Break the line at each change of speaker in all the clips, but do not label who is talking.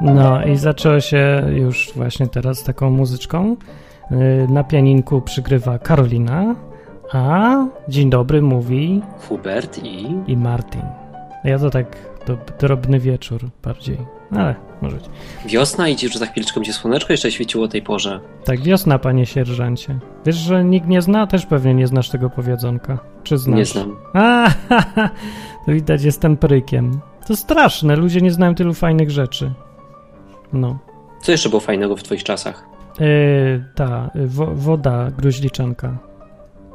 No i zaczęło się już właśnie teraz taką muzyczką. Y, Na pianinku przygrywa Karolina, a dzień dobry mówi
Hubert i
i Martin. Ja to tak do, drobny wieczór bardziej, ale może być.
wiosna idzie, że za chwileczkę będzie słoneczko jeszcze świeciło o tej porze.
Tak, wiosna, panie sierżancie. Wiesz, że nikt nie zna, też pewnie nie znasz tego powiedzonka. Czy znasz?
Nie znam.
A, to widać, jestem prykiem. To straszne, ludzie nie znają tylu fajnych rzeczy. No.
Co jeszcze było fajnego w twoich czasach?
Yy, ta, y, wo, woda gruźliczanka.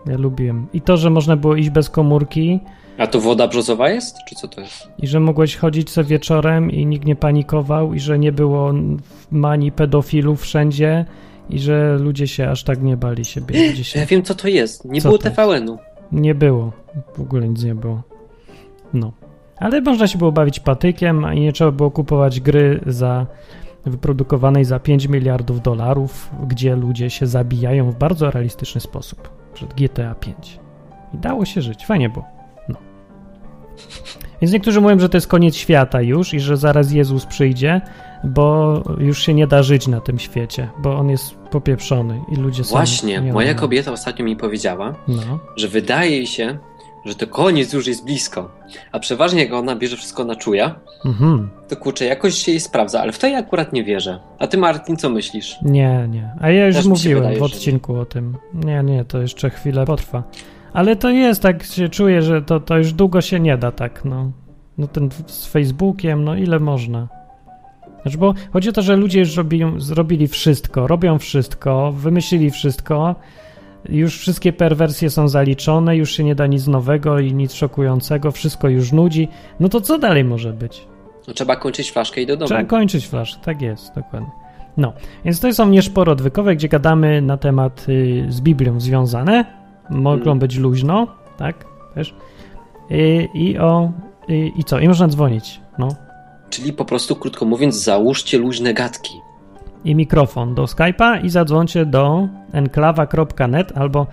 Ja lubiłem. I to, że można było iść bez komórki
A to woda brzozowa jest? Czy co to jest?
i że mogłeś chodzić sobie wieczorem i nikt nie panikował i że nie było n- mani pedofilów wszędzie i że ludzie się aż tak nie bali siebie. Gdzieś
Ja wiem co to jest. Nie
Co
było
to jest?
TVN-u.
Nie było. W ogóle nic nie było. No. Ale można się było bawić patykiem a i nie trzeba było kupować gry za wyprodukowanej za 5 miliardów dolarów, gdzie ludzie się zabijają w bardzo realistyczny sposób. Przed GTA 5. I dało się żyć. Fajnie było. No. Więc niektórzy mówią, że to jest koniec świata już i że zaraz Jezus przyjdzie, bo już się nie da żyć na tym świecie, bo on jest popieprzony i ludzie są...
Właśnie,
nie
moja
no.
kobieta ostatnio mi powiedziała,
No.
że wydaje jej się, że to koniec już jest blisko. A przeważnie jak ona bierze wszystko na czuja,
Mhm.
to kurczę, jakoś się jej sprawdza, ale w to ja akurat nie wierzę. A ty Martin, co myślisz?
Nie, nie. A ja już
Też mi się
mówiłem
wydaje,
w
że nie.
odcinku o tym. Nie, nie, to jeszcze chwilę potrwa. Ale to jest, tak się czuję, że to, to już długo się nie da tak, no. No ten f- z Facebookiem, no ile można. Znaczy, bo chodzi o to, że ludzie już robi, zrobili wszystko, robią wszystko, wymyślili wszystko, już wszystkie perwersje są zaliczone, już się nie da nic nowego i nic szokującego, wszystko już nudzi. No to co dalej może być?
No, Trzeba kończyć flaszkę i do domu.
Trzeba kończyć flash, tak jest, dokładnie. No, więc to są nieszpory odwykowe, gdzie gadamy na temat y, z Biblią związane. Mogą
Mm.
być luźno, tak, też. Y, I o... Y, I co? I można dzwonić, no.
Czyli po prostu, krótko mówiąc, załóżcie luźne gadki.
I mikrofon do Skype'a i zadzwońcie do enklawa.net albo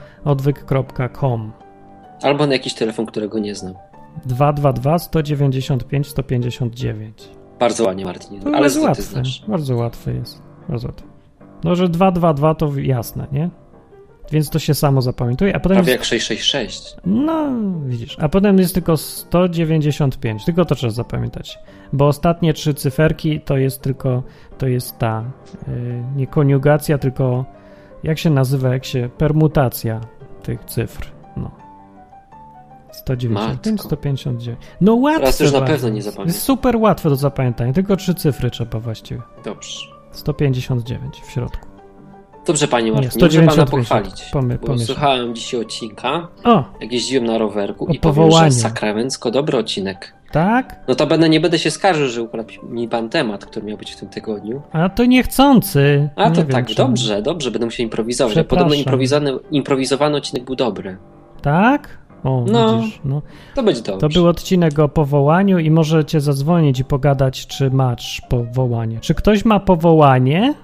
odwyk.com
Albo na jakiś telefon, którego nie znam.
222 195 159.
Bardzo ładnie, Martin.
To
ale
jest
co ty
łatwy,
znasz?
No, bardzo łatwy jest. Bardzo łatwy. No, że 2-2-2 to jasne, nie? Więc to się samo zapamiętuje, a potem
Prawie
jest,
Tak, jak 666.
No, widzisz. A potem jest tylko 195, tylko to trzeba zapamiętać. Bo ostatnie trzy cyferki to jest tylko, to jest ta, yy, nie koniugacja, tylko jak się nazywa, jak się, permutacja tych cyfr, no. 195,
Matko.
159. No łatwe.
Teraz już na
bardzo.
pewno nie zapamiętam.
Jest super łatwe do zapamiętania, tylko trzy cyfry trzeba właściwie.
Dobrze.
159 w środku.
Dobrze, panie Martin,
Nie,
muszę pana
195.
pochwalić.
Pomy-
bo
pomieszam.
słuchałem dzisiaj odcinka,
O, No,
jak jeździłem na rowerku
O
i powiem, że
powołaniu.
sakramencko dobry odcinek.
tak?
No to będę, nie będę się skarżył, że ukradł mi pan temat, który miał być w tym tygodniu.
A to niechcący.
A
No, nie
to
wiem,
tak,
czy-
dobrze, dobrze, będę musiał improwizować. Jak
Przepraszam.
Podobno improwizowany, improwizowany odcinek był dobry.
Tak? O,
No.
widzisz, no.
To będzie dobrze.
To był odcinek o powołaniu i możecie zadzwonić i pogadać, czy masz powołanie. Czy ktoś ma powołanie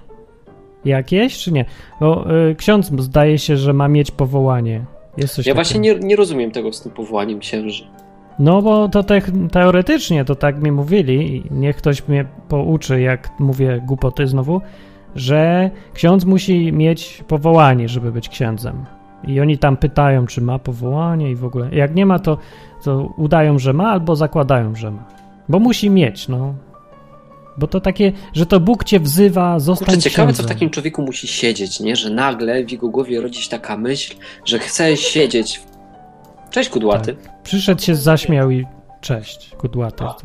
jakieś, czy nie? Bo y, ksiądz zdaje się, że ma mieć powołanie. Jest coś
ja
takiego.
właśnie nie, nie rozumiem tego z tym powołaniem księży.
No bo to te, teoretycznie to tak mi mówili, i niech ktoś mnie pouczy, jak mówię głupoty znowu, że ksiądz musi mieć powołanie, żeby być księdzem. I oni tam pytają, czy ma powołanie i w ogóle. Jak nie ma, to, to udają, że ma, albo zakładają, że ma. Bo musi mieć, no. Bo to takie, że to Bóg cię wzywa, zostań
Kurczę, ciekawe, co
księdzem.
w takim człowieku musi siedzieć, nie? Że nagle w jego głowie rodzi się taka myśl, że chce siedzieć. w- Cześć, kudłaty.
Tak. Przyszedł się, zaśmiał i cześć, kudłaty.
A.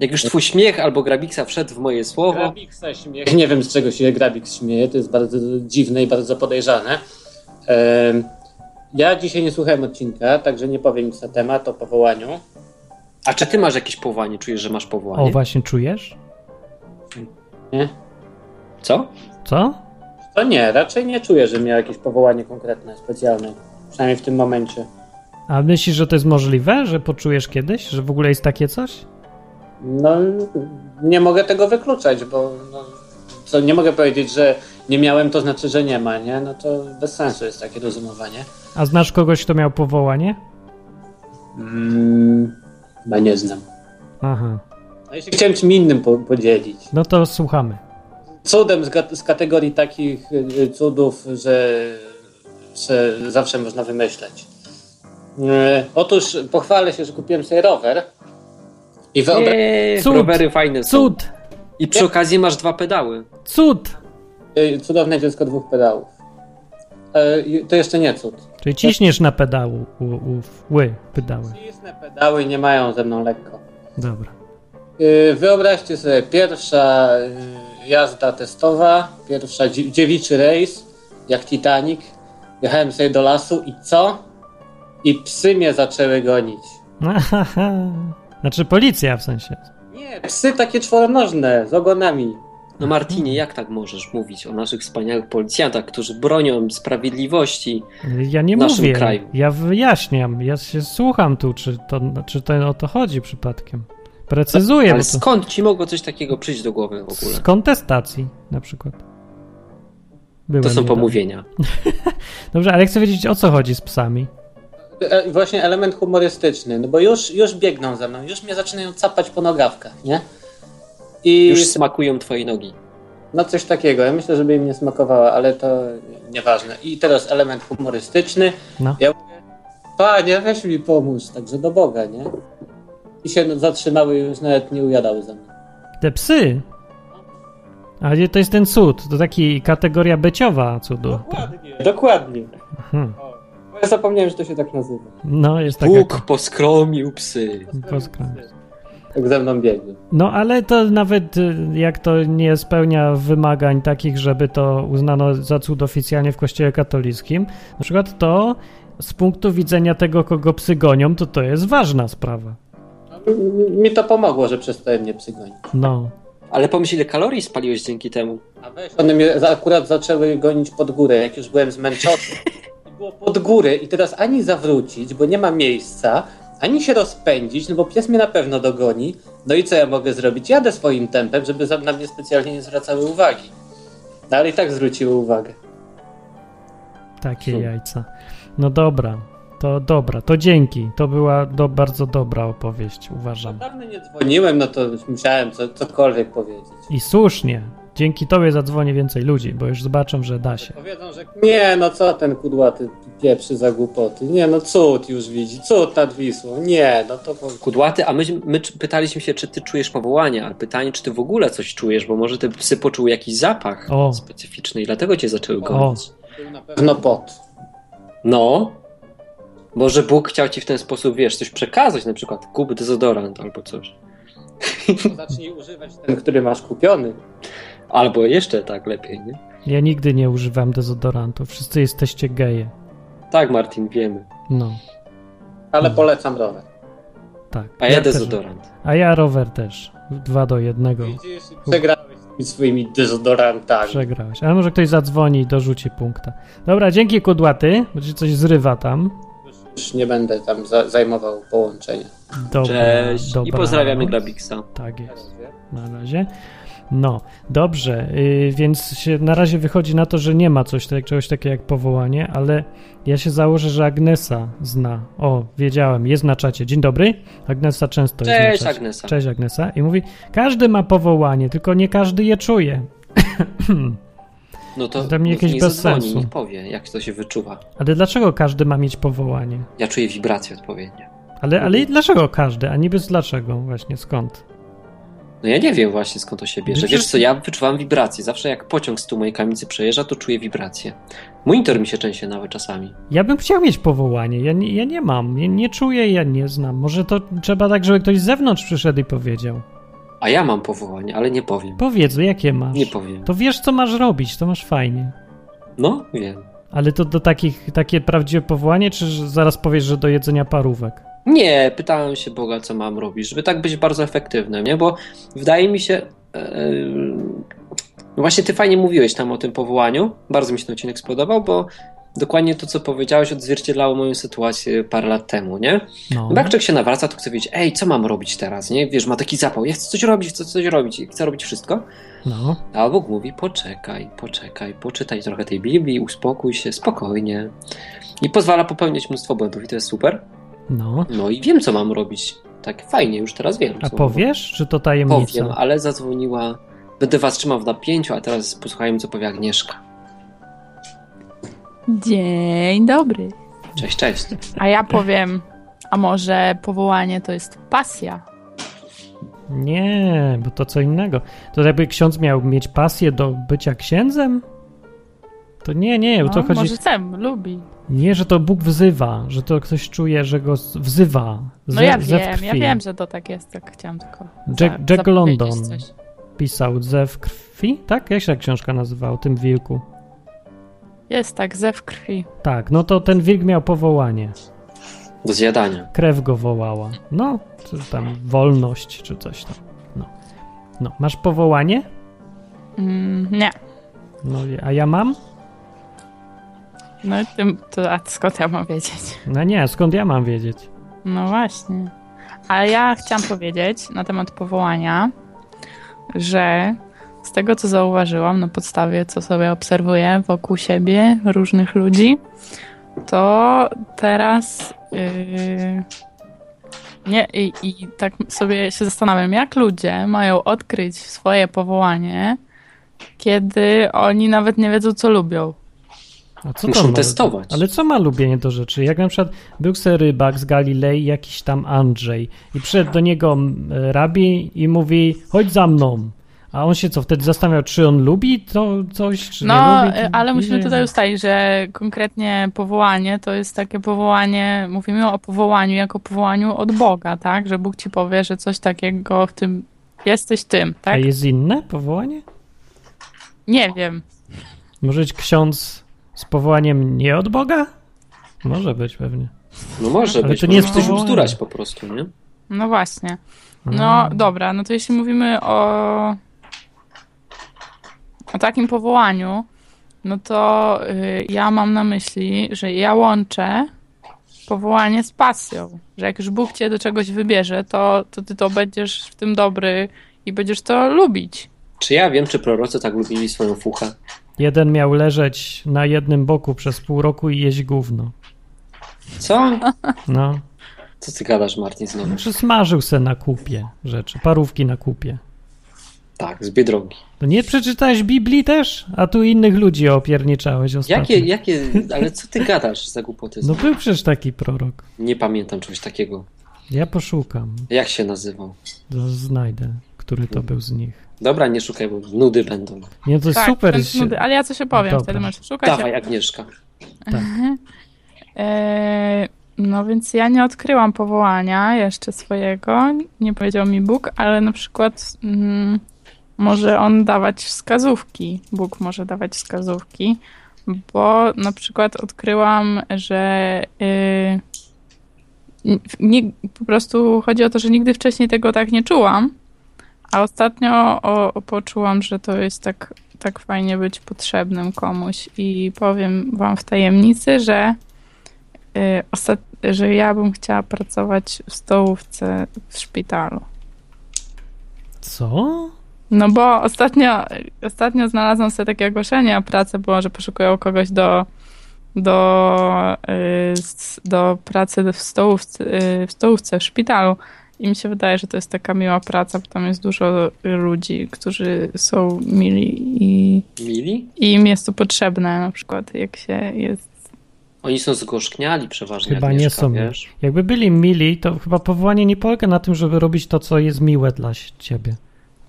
Jak już twój śmiech albo grabiksa wszedł w moje słowo,
Grabiksa śmieje. Nie wiem, z czego się Grabik śmieje. To jest bardzo dziwne i bardzo podejrzane. Em, Ja dzisiaj nie słuchałem odcinka, także nie powiem nic na temat o powołaniu.
a czy ty masz jakieś powołanie? Czujesz, że masz
O,
powołanie?
właśnie czujesz?
Co?
Co?
To nie, raczej nie czuję, że miał jakieś powołanie konkretne, specjalne. Przynajmniej w tym momencie.
A myślisz, że to jest możliwe, że poczujesz kiedyś, że w ogóle jest takie coś?
No, nie mogę tego wykluczać, bo no, co, nie mogę powiedzieć, że nie miałem, to znaczy, że nie ma, nie? No to bez sensu jest takie rozumowanie.
A znasz kogoś, kto miał powołanie?
Mm, chyba nie no znam.
Aha.
No i się chciałem czym innym po, podzielić.
No to słuchamy.
Cudem z, ga- z kategorii takich y, cudów, że, że zawsze można wymyśleć. E, otóż pochwalę się, że kupiłem sobie rower i wyobraź
Eee,
Cud.
rowery fajne są.
Cud!
I przy okazji masz dwa pedały.
Cud!
y, cudowne dziecko dwóch pedałów. E, i to jeszcze nie cud.
Czyli ciśniesz na pedału, u, u, ły, pedały.
Cisne pedały nie mają ze mną lekko.
Dobra.
Y, Wyobraźcie sobie, pierwsza y, jazda testowa, pierwsza dzie- dziewiczy rejs, jak Titanic. Jechałem sobie do lasu i co? I psy mnie zaczęły gonić.
Znaczy policja w sensie.
Nie, psy takie czworonożne, z ogonami.
No Martinie, jak tak możesz mówić o naszych wspaniałych policjantach, którzy bronią sprawiedliwości?
Ja nie
W naszym
mówię,
kraju.
ja wyjaśniam, ja się słucham tu, czy to, czy to o to chodzi przypadkiem. Precyzuję,
Ale
bo to
skąd ci mogło coś takiego przyjść do głowy w
z
ogóle?
kontestacji na przykład. Byłem
To są
niedawno.
pomówienia.
Dobrze, ale chcę wiedzieć o co chodzi z psami.
E, Właśnie element humorystyczny, no bo już, już biegną za mną, już mnie zaczynają capać po nogawkach, nie? I
Już smakują twoje nogi.
No coś takiego. Ja myślę, żeby im nie smakowała, ale to nieważne. I teraz element humorystyczny.
No.
Ja mówię, panie, weź mi pomóż, także do Boga, nie? I się zatrzymały i już nawet nie ujadały za mną.
Te psy! A nie, to jest ten cud, to taki kategoria beciowa cudu.
Dokładnie, dokładnie.
Mhm.
Bo ja zapomniałem, że to się tak nazywa.
No, jest taka...
Bóg poskromił psy.
Poskromił.
Tak ze mną biegnie.
No ale to nawet y, jak to nie spełnia wymagań takich, żeby to uznano za cud oficjalnie w kościele katolickim, na przykład to z punktu widzenia tego, kogo psy gonią, to to jest ważna sprawa.
No, Mi to pomogło, że przestałem mnie przygonić.
No.
Ale pomyśl, ile kalorii spaliłeś dzięki temu.
A weź, one mnie za- akurat zaczęły gonić pod górę, jak już byłem zmęczony. I było pod górę i teraz ani zawrócić, bo nie ma miejsca, ani się rozpędzić, no bo pies mnie na pewno dogoni. No i co ja mogę zrobić? Jadę swoim tempem, żeby za- na mnie specjalnie nie zwracały uwagi. No ale i tak zwróciły uwagę.
Takie
Hmm.
jajca. No dobra, to dobra, to dzięki. To była do, bardzo dobra opowieść,
Że
uważam.
dawno nie dzwoniłem, no to już musiałem co, cokolwiek powiedzieć.
I słusznie. Dzięki tobie zadzwoni więcej ludzi, bo już zobaczą, że da się.
Powiedzą, że nie, no co ten kudłaty pieprzy za głupoty. Nie, no cud już widzi, cud nad Wisłą. Nie, no to...
Kudłaty, a my, my czy- pytaliśmy się, czy ty czujesz powołanie, ale pytanie, czy ty w ogóle coś czujesz, bo może te psy poczuły jakiś zapach
O.
specyficzny i dlatego cię zaczęły gonić.
Był na pewno pot.
No. Może Bóg chciał ci w ten sposób, wiesz, coś przekazać, na przykład kup dezodorant albo coś.
To zacznij używać ten, który masz kupiony.
Albo jeszcze tak lepiej, nie?
Ja nigdy nie używam dezodorantu. Wszyscy jesteście geje.
Tak, Martin, wiemy.
No,
Ale polecam rower.
tak.
A ja,
też-
dezodorant.
A ja rower też. Dwa do jednego
Widzisz, przegrałeś z tymi swoimi dezodorantami.
przegrałeś. Ale może ktoś zadzwoni i dorzuci punkta. Dobra, dzięki Kudłaty, bo ci coś zrywa tam.
Już nie będę tam za- zajmował połączenia.
Dobra,
Cześć i
dobra.
pozdrawiamy Glabiksa.
Tak jest, na razie. No, dobrze, yy, więc się na razie wychodzi na to, że nie ma coś tak, czegoś takiego jak powołanie, ale ja się założę, że Agnesa zna. O, wiedziałem, jest na czacie. Dzień dobry. Agnesa często jest na
Cześć
czacie.
Agnesa.
Cześć Agnesa. I mówi, każdy ma powołanie, tylko nie każdy je czuje.
No to
Dla mnie
niech
jakieś
nie
bez
zadzwoni,
sensu.
niech powie, jak to się wyczuwa.
Ale dlaczego każdy ma mieć powołanie?
Ja czuję wibracje odpowiednie.
Ale,
Mhm.
ale i dlaczego każdy, a niby z dlaczego właśnie, skąd?
No ja nie wiem właśnie skąd to się bierze.
Przecież-
Wiesz co, ja wyczuwam wibracje. Zawsze jak pociąg z tu mojej kamicy przejeżdża, to czuję wibracje. Monitor mi się częściej nawet czasami.
Ja bym chciał mieć powołanie, ja nie, ja nie mam, nie, nie czuję, ja nie znam. Może to trzeba tak, żeby ktoś z zewnątrz przyszedł i powiedział.
A ja mam powołanie, ale nie powiem.
Powiedz, jakie masz.
Nie powiem.
To wiesz, co masz robić, to masz fajnie.
No, wiem.
Ale to do takich, takie prawdziwe powołanie, czy że zaraz powiesz, że do jedzenia parówek?
Nie, pytałem się Boga, co mam robić, żeby tak być bardzo efektywnym, nie? Bo wydaje mi się. e, no właśnie ty fajnie mówiłeś tam o tym powołaniu. Bardzo mi się ten odcinek spodobał, bo dokładnie to, co powiedziałeś, odzwierciedlało moją sytuację parę lat temu, nie?
No,
No. Jak człowiek się nawraca, to chce wiedzieć, ej, co mam robić teraz, nie? Wiesz, ma taki zapał, ja chcę coś robić, chcę coś robić, i chcę robić wszystko.
no.
A Bóg mówi, poczekaj, poczekaj, poczytaj trochę tej Biblii, uspokój się, spokojnie. I pozwala popełniać mnóstwo błędów i to jest super.
no.
No i wiem, co mam robić. Tak fajnie, już teraz wiem.
A
co
powiesz, czy to
mówię.
tajemnica?
Powiem, ale zadzwoniła. Będę was trzymał w napięciu, a teraz posłuchajmy, co powie Agnieszka.
Dzień dobry.
Cześć, cześć.
A ja powiem, a może powołanie to jest pasja?
Nie, bo to co innego. To jakby ksiądz miał mieć pasję do bycia księdzem? To nie, nie, o to
No,
chodzi.
Może Cem lubi.
Nie, że to Bóg wzywa, że to ktoś czuje, że go z- wzywa.
No
ze-
ja
ze w
wiem, ja
krwi.
wiem, że to tak jest, tak chciałam tylko za-
Jack- Jack
zapowiedzieć
London.
coś.
Pisał Zew krwi, tak? Jak się ta książka nazywa o tym wilku?
Jest tak, zew krwi.
Tak, no to ten wilk miał powołanie.
Do zjadania.
Krew go wołała. No, czy tam wolność, czy coś tam. No, no masz powołanie?
Mm, nie.
No, a ja mam?
No i tym, to a skąd ja mam wiedzieć?
No nie, skąd ja mam wiedzieć?
No właśnie. Ale ja chciałam powiedzieć na temat powołania, że z tego, co zauważyłam na podstawie, co sobie obserwuję wokół siebie, różnych ludzi, to teraz yy, nie, i, i tak sobie się zastanawiam, jak ludzie mają odkryć swoje powołanie, kiedy oni nawet nie wiedzą, co lubią.
A co
Muszą
to ma?
testować.
Ale co ma lubienie do rzeczy? Jak na przykład był se rybak z Galilei, jakiś tam Andrzej i przyszedł do niego m, rabi i mówi, chodź za mną. A on się co, wtedy zastanawiał, czy on lubi to coś, czy
No,
nie lubi?
y,
to-
ale musimy
nie.
tutaj ustalić, że konkretnie powołanie to jest takie powołanie, mówimy o powołaniu jako powołaniu od Boga, tak? Że Bóg ci powie, że coś takiego w tym jesteś tym,
A
tak?
jest inne powołanie?
Nie wiem.
Może być ksiądz z powołaniem nie od Boga? Może być pewnie.
No może
Ale
być.
to
To
nie
nie
jest
ktoś
powołanie.
bzdurać po prostu, nie?
No właśnie. No
Mm.
dobra, no to jeśli mówimy o, o takim powołaniu, no to y, ja mam na myśli, że ja łączę powołanie z pasją. Że jak już Bóg cię do czegoś wybierze, to, to ty to będziesz w tym dobry i będziesz to lubić.
Czy ja wiem, czy prorocy tak lubili swoją fuchę?
Jeden miał leżeć na jednym boku przez pół roku i jeść gówno.
Co?
No,
Co ty gadasz, Martin, znowu?
znaczy smażył se na kupie rzeczy, parówki na kupie.
Tak, z Biedronki.
To nie przeczytałeś Biblii też? A tu innych ludzi opierniczałeś ostatnio.
Jakie, jakie, ale co ty gadasz za głupoty?
No był przecież taki prorok.
Nie pamiętam czegoś takiego.
Ja poszukam,
Jak się nazywał?
to znajdę, który to był z nich.
Dobra, nie szukaj, bo nudy będą.
Nie, to jest super.
ten
że się-
Tak, nudy- ale ja coś opowiem,
Dobra.
wtedy masz szukać.
Dawaj, Agnieszka.
Tak. E, No więc ja nie odkryłam powołania jeszcze swojego, nie powiedział mi Bóg, ale na przykład mm, może on dawać wskazówki. Bóg może dawać wskazówki, bo na przykład odkryłam, że y, nie, po prostu chodzi o to, że nigdy wcześniej tego tak nie czułam, a ostatnio o, o, poczułam, że to jest tak, tak fajnie być potrzebnym komuś i powiem wam w tajemnicy, że y, ostat... że ja bym chciała pracować w stołówce w szpitalu.
Co?
No bo ostatnio, ostatnio znalazłam sobie takie ogłoszenie o pracę, było, że poszukują kogoś do, do, y, s- do pracy w stołówce, y, w stołówce, w szpitalu. I mi się wydaje, że to jest taka miła praca, bo tam jest dużo ludzi, którzy są mili i,
Mili?
i im jest to potrzebne, na przykład jak się jest.
Oni są zgorzkniali przeważnie,
Chyba nie
Agnieszka,
są.
wiesz?
Jakby byli mili, to chyba powołanie nie polega na tym, żeby robić to, co jest miłe dla ciebie.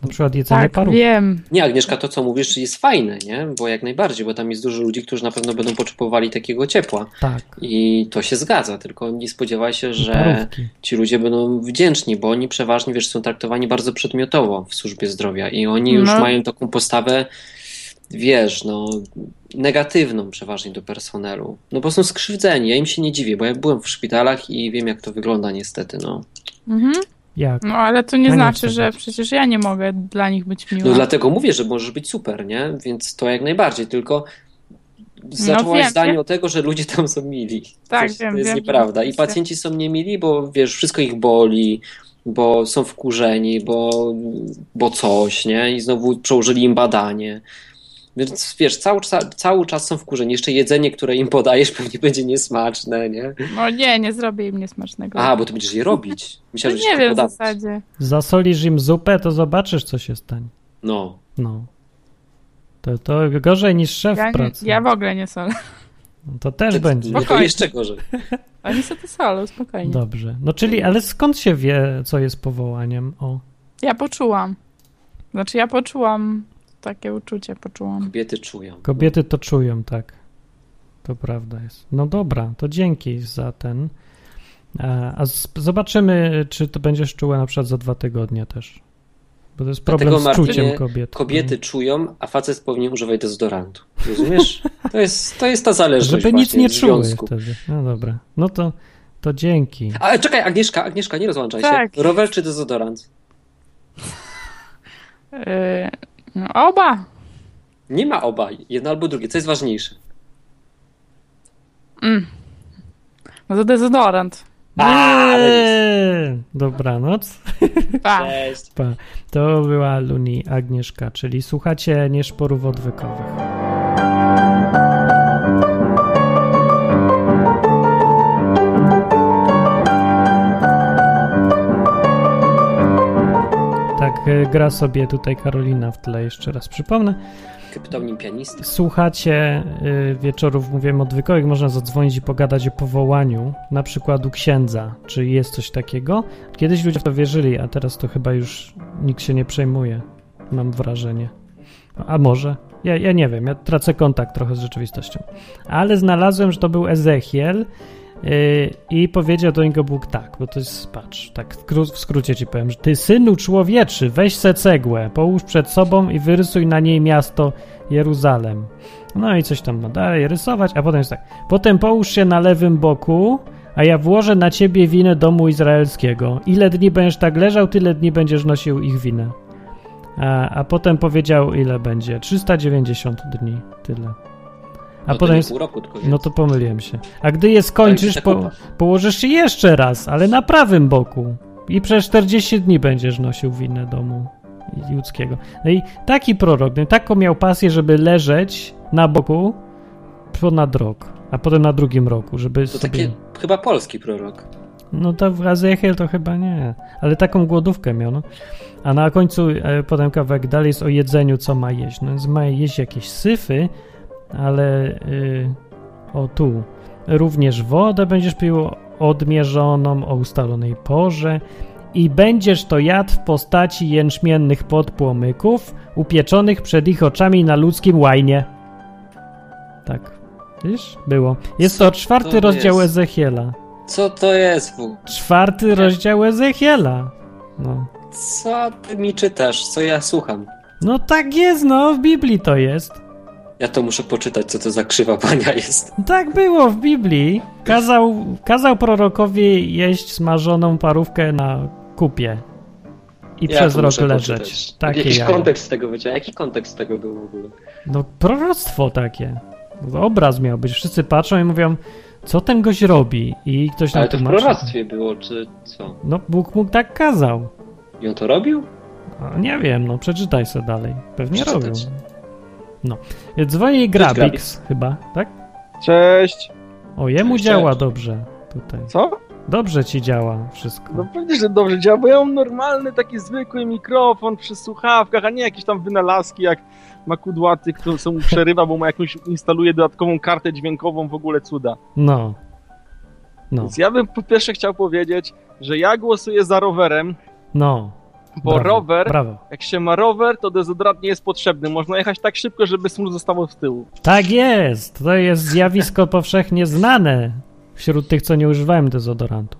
Na przykład jedzenie
Tak,
parówki.
wiem.
Nie, Agnieszka, to co mówisz jest fajne, nie? Bo jak najbardziej, bo tam jest dużo ludzi, którzy na pewno będą potrzebowali takiego ciepła.
Tak.
I to się zgadza, tylko nie spodziewaj się,
I
że
Parówki.
ci ludzie będą wdzięczni, bo oni przeważnie, wiesz, są traktowani bardzo przedmiotowo w służbie zdrowia i oni już
No.
mają taką postawę, wiesz, no, negatywną przeważnie do personelu. No bo są skrzywdzeni, ja im się nie dziwię, bo ja byłem w szpitalach i wiem, jak to wygląda niestety, no.
Mhm.
Jak?
No ale to nie
No nie
znaczy,
trzeba.
że przecież ja nie mogę dla nich być miła.
No dlatego mówię, że możesz być super, nie? Więc to jak najbardziej, tylko zaczęłaś
No wiem,
zdanie
wiem.
o tego, że ludzie tam są mili.
Tak,
Coś,
wiem,
to jest
wiem,
nieprawda. I
oczywiście.
pacjenci są niemili, bo wiesz, wszystko ich boli, bo są wkurzeni, bo, bo coś, nie? I znowu przełożyli im badanie. Więc wiesz, cały, czas- cały czas są wkurzeni. Jeszcze jedzenie, które im podajesz, pewnie będzie niesmaczne, nie?
No nie, nie zrobię im niesmacznego.
Aha, bo ty będziesz je robić.
no,
Myślałem, że
nie
ci
wiem w
podam.
zasadzie.
Zasolisz im zupę, to zobaczysz, co się stanie.
No.
No. To, to gorzej niż szef
Ja,
w
nie,
pracy.
ja w ogóle nie solę.
No To też będzie.
Nie, to
Spokojnie.
jeszcze gorzej.
Oni sobie solą, spokojnie.
Dobrze. No czyli, ale skąd się wie, co jest powołaniem? O.
Ja poczułam. Znaczy ja poczułam takie uczucie, poczułam.
Kobiety czują.
Kobiety to czują, tak. To prawda jest. No dobra, to dzięki za ten. A, a z, zobaczymy, czy to będziesz czuła na przykład za dwa tygodnie też. Bo to jest
Dlatego,
problem z
Martynie,
czuciem kobiet. no.
Kobiety czują, a facet powinien używać dezodorantu. Rozumiesz? To jest, to jest ta zależność
Żeby nic
właśnie
nie
w
czuły
związku.
wtedy. No dobra. No to, to dzięki.
Ale czekaj, Agnieszka, Agnieszka, nie rozłączaj
Tak.
się. Rower czy dezodorant?
Yy, no, oba!
Nie ma obaj, jedno albo drugie. Co jest ważniejsze?
Mm. No to dezodorant.
Eee, Dobranoc.
Pa.
Cześć.
Pa. To była Luni Agnieszka, czyli słuchacie nieszporów odwykowych. Tak y, gra sobie tutaj Karolina w tle, jeszcze raz przypomnę.
Kryptonim pianisty.
Słuchacie y, wieczorów, mówiłem odwykowych, można zadzwonić i pogadać o powołaniu, na przykład u księdza, czy jest coś takiego. Kiedyś ludzie w to wierzyli, a teraz to chyba już nikt się nie przejmuje, mam wrażenie. A może? Ja, ja nie wiem, ja tracę kontakt trochę z rzeczywistością. Ale znalazłem, że to był Ezechiel y, i powiedział do niego Bóg tak, bo to jest, patrz, tak w kró- w skrócie ci powiem, że ty synu człowieczy, weź se cegłę, połóż przed sobą i wyrysuj na niej miasto Jeruzalem. No i coś tam ma dalej rysować, a potem jest tak. Potem połóż się na lewym boku, a ja włożę na ciebie winę domu izraelskiego. Ile dni będziesz tak leżał, tyle dni będziesz nosił ich winę. A, a potem powiedział, ile będzie. 390 dni, tyle. A
No to
potem
nie
jest.
pół roku, tylko
No
więcej.
to pomyliłem się. A gdy je skończysz,
Tak,
po,
kupa.
położysz się jeszcze raz, ale na prawym boku. I przez 40 dni będziesz nosił winę domu judzkiego. No i taki prorok, no i taką miał pasję, żeby leżeć na boku ponad rok, a potem na drugim roku, żeby
To
sobie...
takie chyba polski prorok.
No to w Ezechiel to chyba nie, ale taką głodówkę miał, no. A na końcu e, potem kawałek dalej jest o jedzeniu, co ma jeść. No więc ma jeść jakieś syfy, ale y, o tu. Również wodę będziesz pił odmierzoną o ustalonej porze i będziesz to jadł w postaci jęczmiennych podpłomyków upieczonych przed ich oczami na ludzkim łajnie. Tak. Widzisz? Było. Jest to czwarty
to
rozdział
jest?
Ezechiela.
Co to jest? wu?
Czwarty rozdział Ezechiela. No.
Co ty mi czytasz? Co ja słucham?
no tak jest, no, w Biblii to jest.
Ja to muszę poczytać, co to za krzywa bania jest.
Tak było w Biblii. Kazał, kazał prorokowi jeść smażoną parówkę na kupie i
Ja
przez
to
rok
muszę
leżeć.
poczytać.
Takie
Jakiś
jaja.
kontekst tego wyciągnął. Jaki kontekst tego był w ogóle?
No proroctwo takie. Obraz miał być. Wszyscy patrzą i mówią, co ten gość robi? I ktoś tam
Ale to w
tłumaczy.
proroctwie było, czy co?
No Bóg mu tak kazał.
I on to robił?
A, nie wiem, no przeczytaj sobie dalej. Pewnie
Przeczytać.
robił. No. Dzwoni Grabix chyba, tak?
Cześć.
O, jemu
Cześć.
działa dobrze tutaj.
Co?
Dobrze ci działa wszystko.
No pewnie, że dobrze działa, bo ja mam normalny, taki zwykły mikrofon przy słuchawkach, a nie jakieś tam wynalazki jak makudłaty, który co mu przerywa, bo ma jakąś instaluje dodatkową kartę dźwiękową, w ogóle cuda.
No. No.
Więc ja bym po pierwsze chciał powiedzieć, że ja głosuję za rowerem,
No.
bo
brawo,
rower,
Brawo.
jak się ma rower, to dezodorant nie jest potrzebny. Można jechać tak szybko, żeby smród zostało z tyłu.
Tak jest! To jest zjawisko powszechnie znane wśród tych, co nie używają dezodorantu.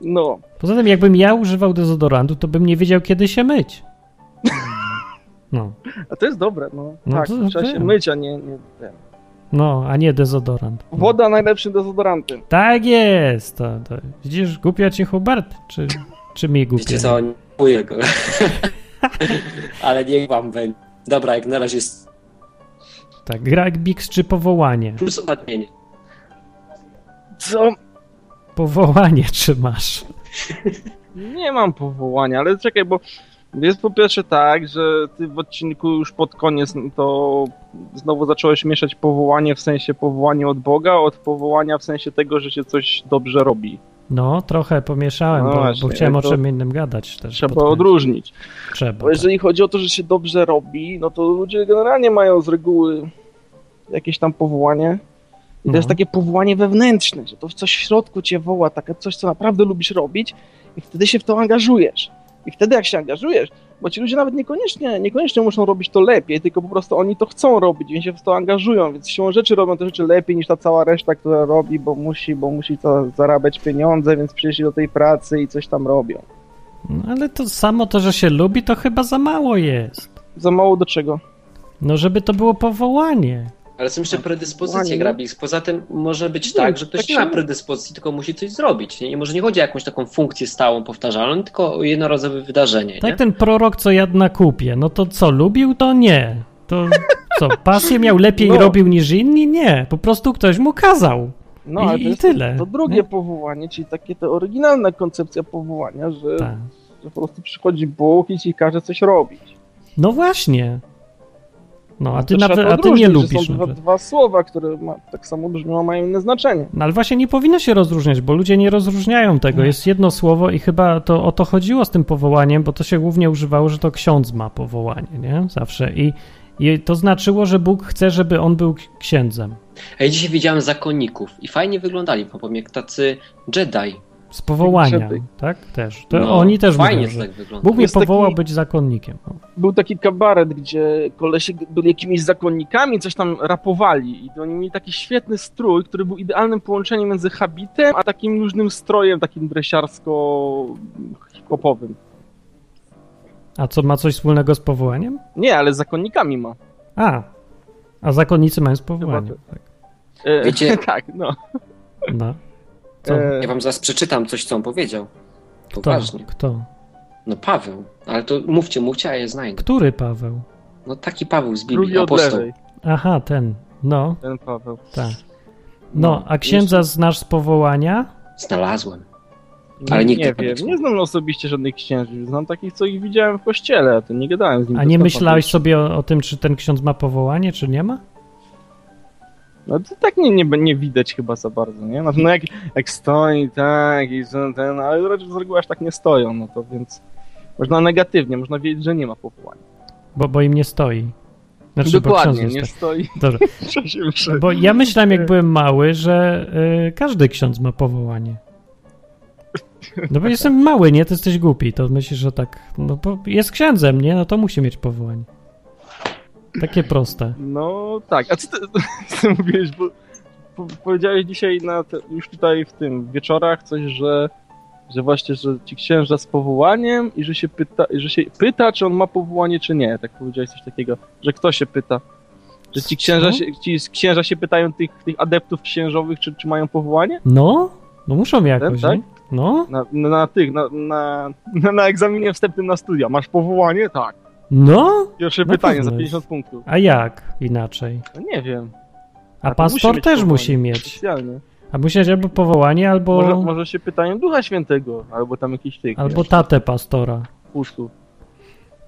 No,
Poza tym, jakbym ja używał dezodorantu, to bym nie wiedział, kiedy się myć. No.
a to jest dobre, no.
No
tak,
to
trzeba się
wiem.
myć, a nie, nie wiem.
No, a nie dezodorant. No.
Woda najlepszym dezodorantem.
Tak jest! To, to. Widzisz, głupio ci Hubert? Czy, czy mi głupio?
Wiecie co, nie kupuję go. Ale niech wam będzie. Dobra, jak na razie jest
Tak, Gragbix czy powołanie?
plus upadnienie.
Co?
Powołanie czy masz?
Nie mam powołania, ale czekaj, bo Jest po pierwsze tak, że ty w odcinku już pod koniec no to znowu zacząłeś mieszać powołanie w sensie powołanie od Boga, od powołania w sensie tego, że się coś dobrze robi.
No, trochę pomieszałem,
No
bo, bo
właśnie,
chciałem o
to
czym innym gadać też. pod
Trzeba
koniec.
odróżnić.
Trzeba.
Bo jeżeli chodzi o to, że się dobrze robi, no to ludzie generalnie mają z reguły jakieś tam powołanie. I to
No.
jest takie powołanie wewnętrzne, że to coś w środku cię woła, takie coś, co naprawdę lubisz robić i wtedy się w to angażujesz. I wtedy jak się angażujesz, bo ci ludzie nawet niekoniecznie, niekoniecznie muszą robić to lepiej, tylko po prostu oni to chcą robić, więc się w to angażują, więc siłą rzeczy robią te rzeczy lepiej niż ta cała reszta, która robi, bo musi, bo musi to zarabiać pieniądze, więc przyszli do tej pracy i coś tam robią.
No, ale to samo to, że się lubi, to chyba za mało jest.
Za mało do czego?
No, żeby to było powołanie.
Ale są jeszcze predyspozycje
Ładnie.
grabik. Poza tym może być
Nie,
tak, że ktoś
tak
no. nie ma
się-
predyspozycji, tylko musi coś zrobić. Nie? I może nie chodzi o jakąś taką funkcję stałą, powtarzalną, tylko o jednorazowe wydarzenie.
Tak
nie?
ten prorok, co jadł na kupie, no to co, lubił? To nie. To co, pasję miał lepiej
No.
robił niż inni? Nie. Po prostu ktoś mu kazał.
No,
I-
ale
i
to jest
tyle,
To drugie
nie?
powołanie, czyli takie to oryginalna koncepcja powołania, że,
Tak.
że po prostu przychodzi Bóg i ci każe coś robić.
No właśnie. No, a ty,
To trzeba
nawet,
to
a ty nie
odróżnić,
lubisz.
Że są dwa,
nawet.
dwa słowa, które ma, tak samo brzmią, a mają inne znaczenie.
No ale właśnie nie powinno się rozróżniać, bo ludzie nie rozróżniają tego. Jest jedno słowo i chyba to o to chodziło z tym powołaniem, bo to się głównie używało, że to ksiądz ma powołanie, nie? Zawsze. I, i to znaczyło, że Bóg chce, żeby on był księdzem.
A Ja dzisiaj widziałem zakonników i fajnie wyglądali, powiem, jak tacy Jedi.
Z powołania,
Żeby-
tak? Też. To
No,
oni też
Fajnie
mówią, że
to tak wygląda.
Bóg mnie
Jest taki-
powołał być zakonnikiem. O.
Był taki kabaret, gdzie kolesie byli jakimiś zakonnikami, coś tam rapowali i oni mieli taki świetny strój, który był idealnym połączeniem między habitem, a takim luźnym strojem, takim dresiarsko-hip-hopowym.
A co, ma coś wspólnego z powołaniem?
Nie, ale z zakonnikami ma.
A, a zakonnicy mają z powołaniem.
Chyba
Tak.
E,
Wiecie-
tak, no.
No. Co?
E,
Ja wam zaraz przeczytam coś, co on powiedział.
Kto?
Poważnie.
Kto?
No Paweł, ale to mówcie, mówcie, a ja znajdę.
Który Paweł?
No taki Paweł z Biblii,
Drugi od
apostoł.
lewej,
Aha, ten. No,
ten Paweł.
tak. No, a księdza znasz z powołania?
Znalazłem. Ale
nie,
nigdy
nie
tego
wiem,
nie
nie znam osobiście żadnych księży. Znam takich, co ich widziałem w kościele, a to nie gadałem z nimi.
A
przez
nie
telefon.
myślałeś sobie o, o tym, czy ten ksiądz ma powołanie, czy nie ma?
No to tak nie, nie, nie widać chyba za bardzo, nie? No, no jak, jak stoi, tak, i ten, ten, ale raczej z reguły aż tak nie stoją, no to więc... Można negatywnie, można wiedzieć, że nie ma powołania.
Bo, bo im nie stoi. Znaczy, bo
Dokładnie,
ksiądz
nie
jest
stoi
tak. Dobrze.
w czasie mszy.
Bo ja myślałem, jak byłem mały, że y, każdy ksiądz ma powołanie. No bo jestem mały, nie? Ty jesteś głupi. To myślisz, że tak. No bo jest księdzem, nie? No to musi mieć powołanie. Takie proste.
No tak, a co ty, co ty mówiłeś, bo po, powiedziałeś dzisiaj na te, już tutaj w tym wieczorach coś, że, że właśnie, że ci księża z powołaniem i że się, pyta, że się pyta, czy on ma powołanie, czy nie. Tak powiedziałeś coś takiego, że kto się pyta. Że ci księża
Co?
się, ci z- księża się pytają tych, tych adeptów księżowych, czy, czy mają powołanie?
No? No muszą jakoś,
tak?
nie? No?
Na, na tych, na, na, na, na egzaminie wstępnym na studia. Masz powołanie? Tak.
No?
Pierwsze
No
pytanie
pewnie.
za 50 punktów.
A jak inaczej?
No nie wiem.
A
to musi
pastor
mieć
też
powołanie.
musi mieć.
Specjalnie.
A musi mieć albo powołanie, albo,
Może, może się pytają Ducha Świętego, albo tam jakiś tych
albo tatę pastora.
puszków.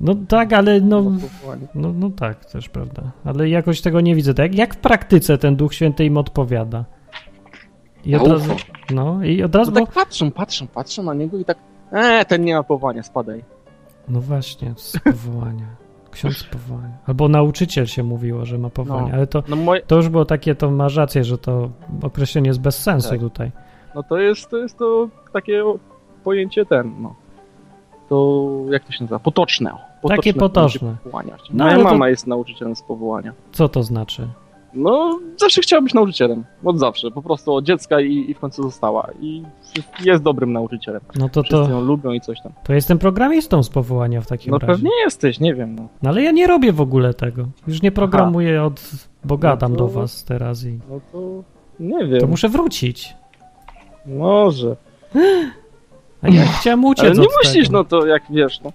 No tak, ale no,
albo powołanie.
no, no tak, też prawda. Ale jakoś tego nie widzę. Tak, jak w praktyce ten Duch Święty im odpowiada? I od
Na
razu,
ucho.
no i od razu,
To
bo,
tak patrzą, patrzą, patrzą na niego i tak eee, ten nie ma powołania, spadaj.
no właśnie, z powołania. Ksiądz z powołania. Albo nauczyciel się mówiło, że ma powołanie,
No.
ale to,
No, moje,
to już było takie, to masz rację, że to określenie jest bez sensu
Tak.
tutaj.
no to jest to jest to takie o- pojęcie ten, no. To jak to się nazywa? Potoczne. o. potoczne
Takie
pojęcie
potoczne.
Powołania.
No,
Moja
ale to-
mama jest nauczycielem z powołania.
Co to znaczy?
No, zawsze chciała być nauczycielem. Od zawsze. Po prostu od dziecka i, i w końcu została. I jest dobrym nauczycielem.
No to,
Wszyscy ją
to,
lubią i coś tam.
to jestem programistą z powołania w takim
No
razie.
pewnie jesteś, nie wiem. No.
No ale ja nie robię w ogóle tego. Już nie programuję od Boga
No
tam
to-
do was teraz i
No to nie wiem.
to muszę wrócić.
Może.
A ja chciałem uciec
Ale nie
od
musisz,
tego.
no to jak wiesz, no.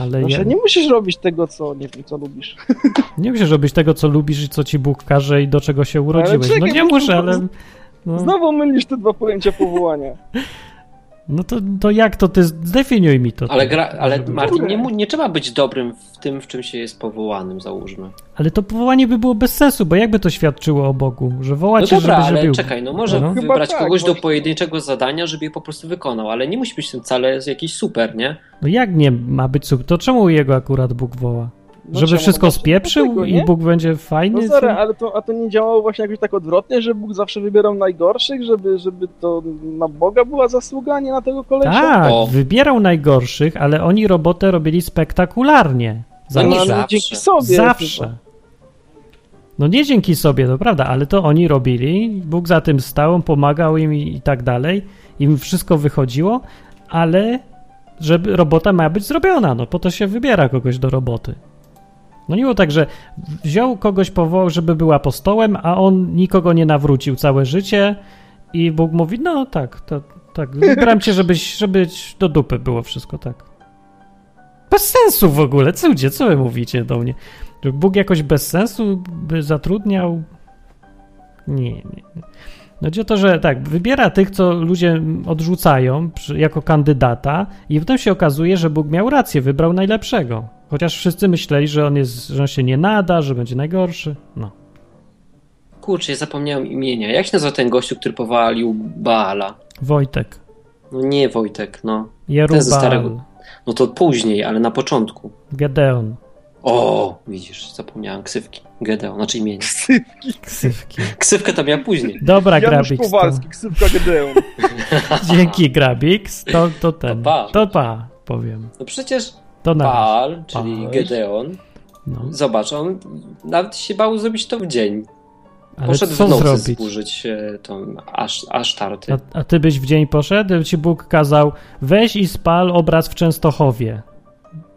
Ale ja
Znaczy, nie musisz robić tego, co nie wiem, co lubisz.
nie musisz robić tego, co lubisz i co ci Bóg każe i do czego się urodziłeś.
czekaj,
no nie
bo-
muszę, ale... No,
Znowu mylisz te dwa pojęcia powołania.
No to, to jak to ty zdefiniuj mi to.
Ale,
ty,
gra, ale
żeby-
Martin, nie, mu- nie trzeba być dobrym w tym, w czym się jest powołanym, załóżmy. No
ale to powołanie by było bez sensu, bo jakby to świadczyło o Bogu, że
No
wołacie,
dobra,
żeby
ale
żywił.
czekaj, no może
No.
wybrać
Chyba tak,
kogoś do
właśnie.
pojedynczego zadania, żeby je po prostu wykonał, ale nie musi być tym wcale jakiś super, nie?
No jak nie ma być sub? To czemu jego akurat Bóg woła?
No
żeby
czemu?
wszystko
No
spieprzył
dlatego,
i
nie?
Bóg będzie fajny?
No sorry, ale to, a to nie działało właśnie jakoś tak odwrotnie, że Bóg zawsze wybierał najgorszych, żeby, żeby to na Boga była zasługa, a nie na tego kolesia?
tak,
O.
wybierał najgorszych, ale oni robotę robili spektakularnie.
no,
Za
nie
nich.
ale
zawsze.
dzięki sobie.
Zawsze. No nie dzięki sobie, to prawda, ale to oni robili, Bóg za tym stał, on pomagał im i, i tak dalej, im wszystko wychodziło, ale żeby robota miała być zrobiona, no po to się wybiera kogoś do roboty. No nie było tak, że wziął kogoś, powołał, żeby był apostołem, a on nikogo nie nawrócił całe życie i Bóg mówi, no tak, to, tak, wybrałem cię, żebyś, żebyś do dupy było wszystko, tak. Bez sensu w ogóle, co ludzie, co wy mówicie do mnie? Że Bóg jakoś bez sensu by zatrudniał? Nie, nie. nie. Chodzi o to, że tak, wybiera tych, co ludzie odrzucają przy- jako kandydata i potem się okazuje, że Bóg miał rację, wybrał najlepszego. Chociaż wszyscy myśleli, że on, jest, że on się nie nada, że będzie najgorszy. No.
Kurczę, ja zapomniałem imienia. Jak się nazywa ten gościu, który powalił Baala?
Wojtek,
No nie Wojtek, no. Ten ze
Jerubal,
starego- No to później, ale na początku.
Gedeon,
O, widzisz, zapomniałem ksywki. Gedeon, znaczy imienia.
ksywki.
Ksywkę to miał później.
Dobra,
Janusz
Grabix. to-
Kowalski, ksywka Gedeon.
Dzięki Grabix, to, to ten.
To pa.
To pa, powiem.
No przecież
To na razie.
Baal, czyli
Baal.
Gedeon,
No,
zobacz, on nawet się bał zrobić to w dzień.
ale
Poszedł
co
w nocy
zrobić? No
służyć e, tą aż, aż tarty.
A, a ty byś w dzień poszedł, gdyby ci Bóg kazał, weź i spal obraz w Częstochowie.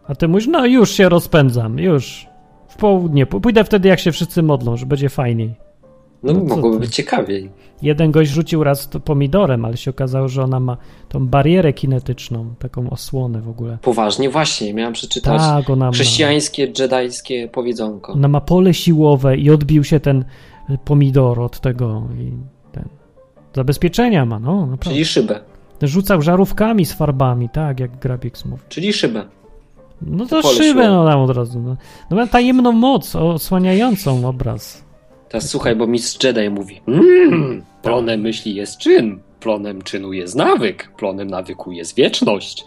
A ty mówisz, no już się rozpędzam, już. W południe, P- pójdę wtedy jak się wszyscy modlą, że będzie fajniej.
No,
no co
mogłoby
ty?
być ciekawiej.
Jeden gość rzucił raz to pomidorem, ale się okazało, że ona ma tą barierę kinetyczną, taką osłonę w ogóle.
Poważnie, właśnie, miałem przeczytać
Tak, ona ma.
chrześcijańskie, jedajskie powiedzonko.
Ona ma pole siłowe i odbił się ten e, pomidor od tego i ten. Zabezpieczenia ma, no naprawdę.
Czyli szybę.
Rzucał żarówkami z farbami, tak jak Grabix mówi.
Czyli szybę.
No to
Pole
szybę
siłowe.
no, tam od razu. No. no ma tajemną moc osłaniającą obraz.
Teraz słuchaj, bo mistrz Jedi mówi mmm, plonem myśli jest czyn, plonem czynu jest nawyk, plonem nawyku jest wieczność.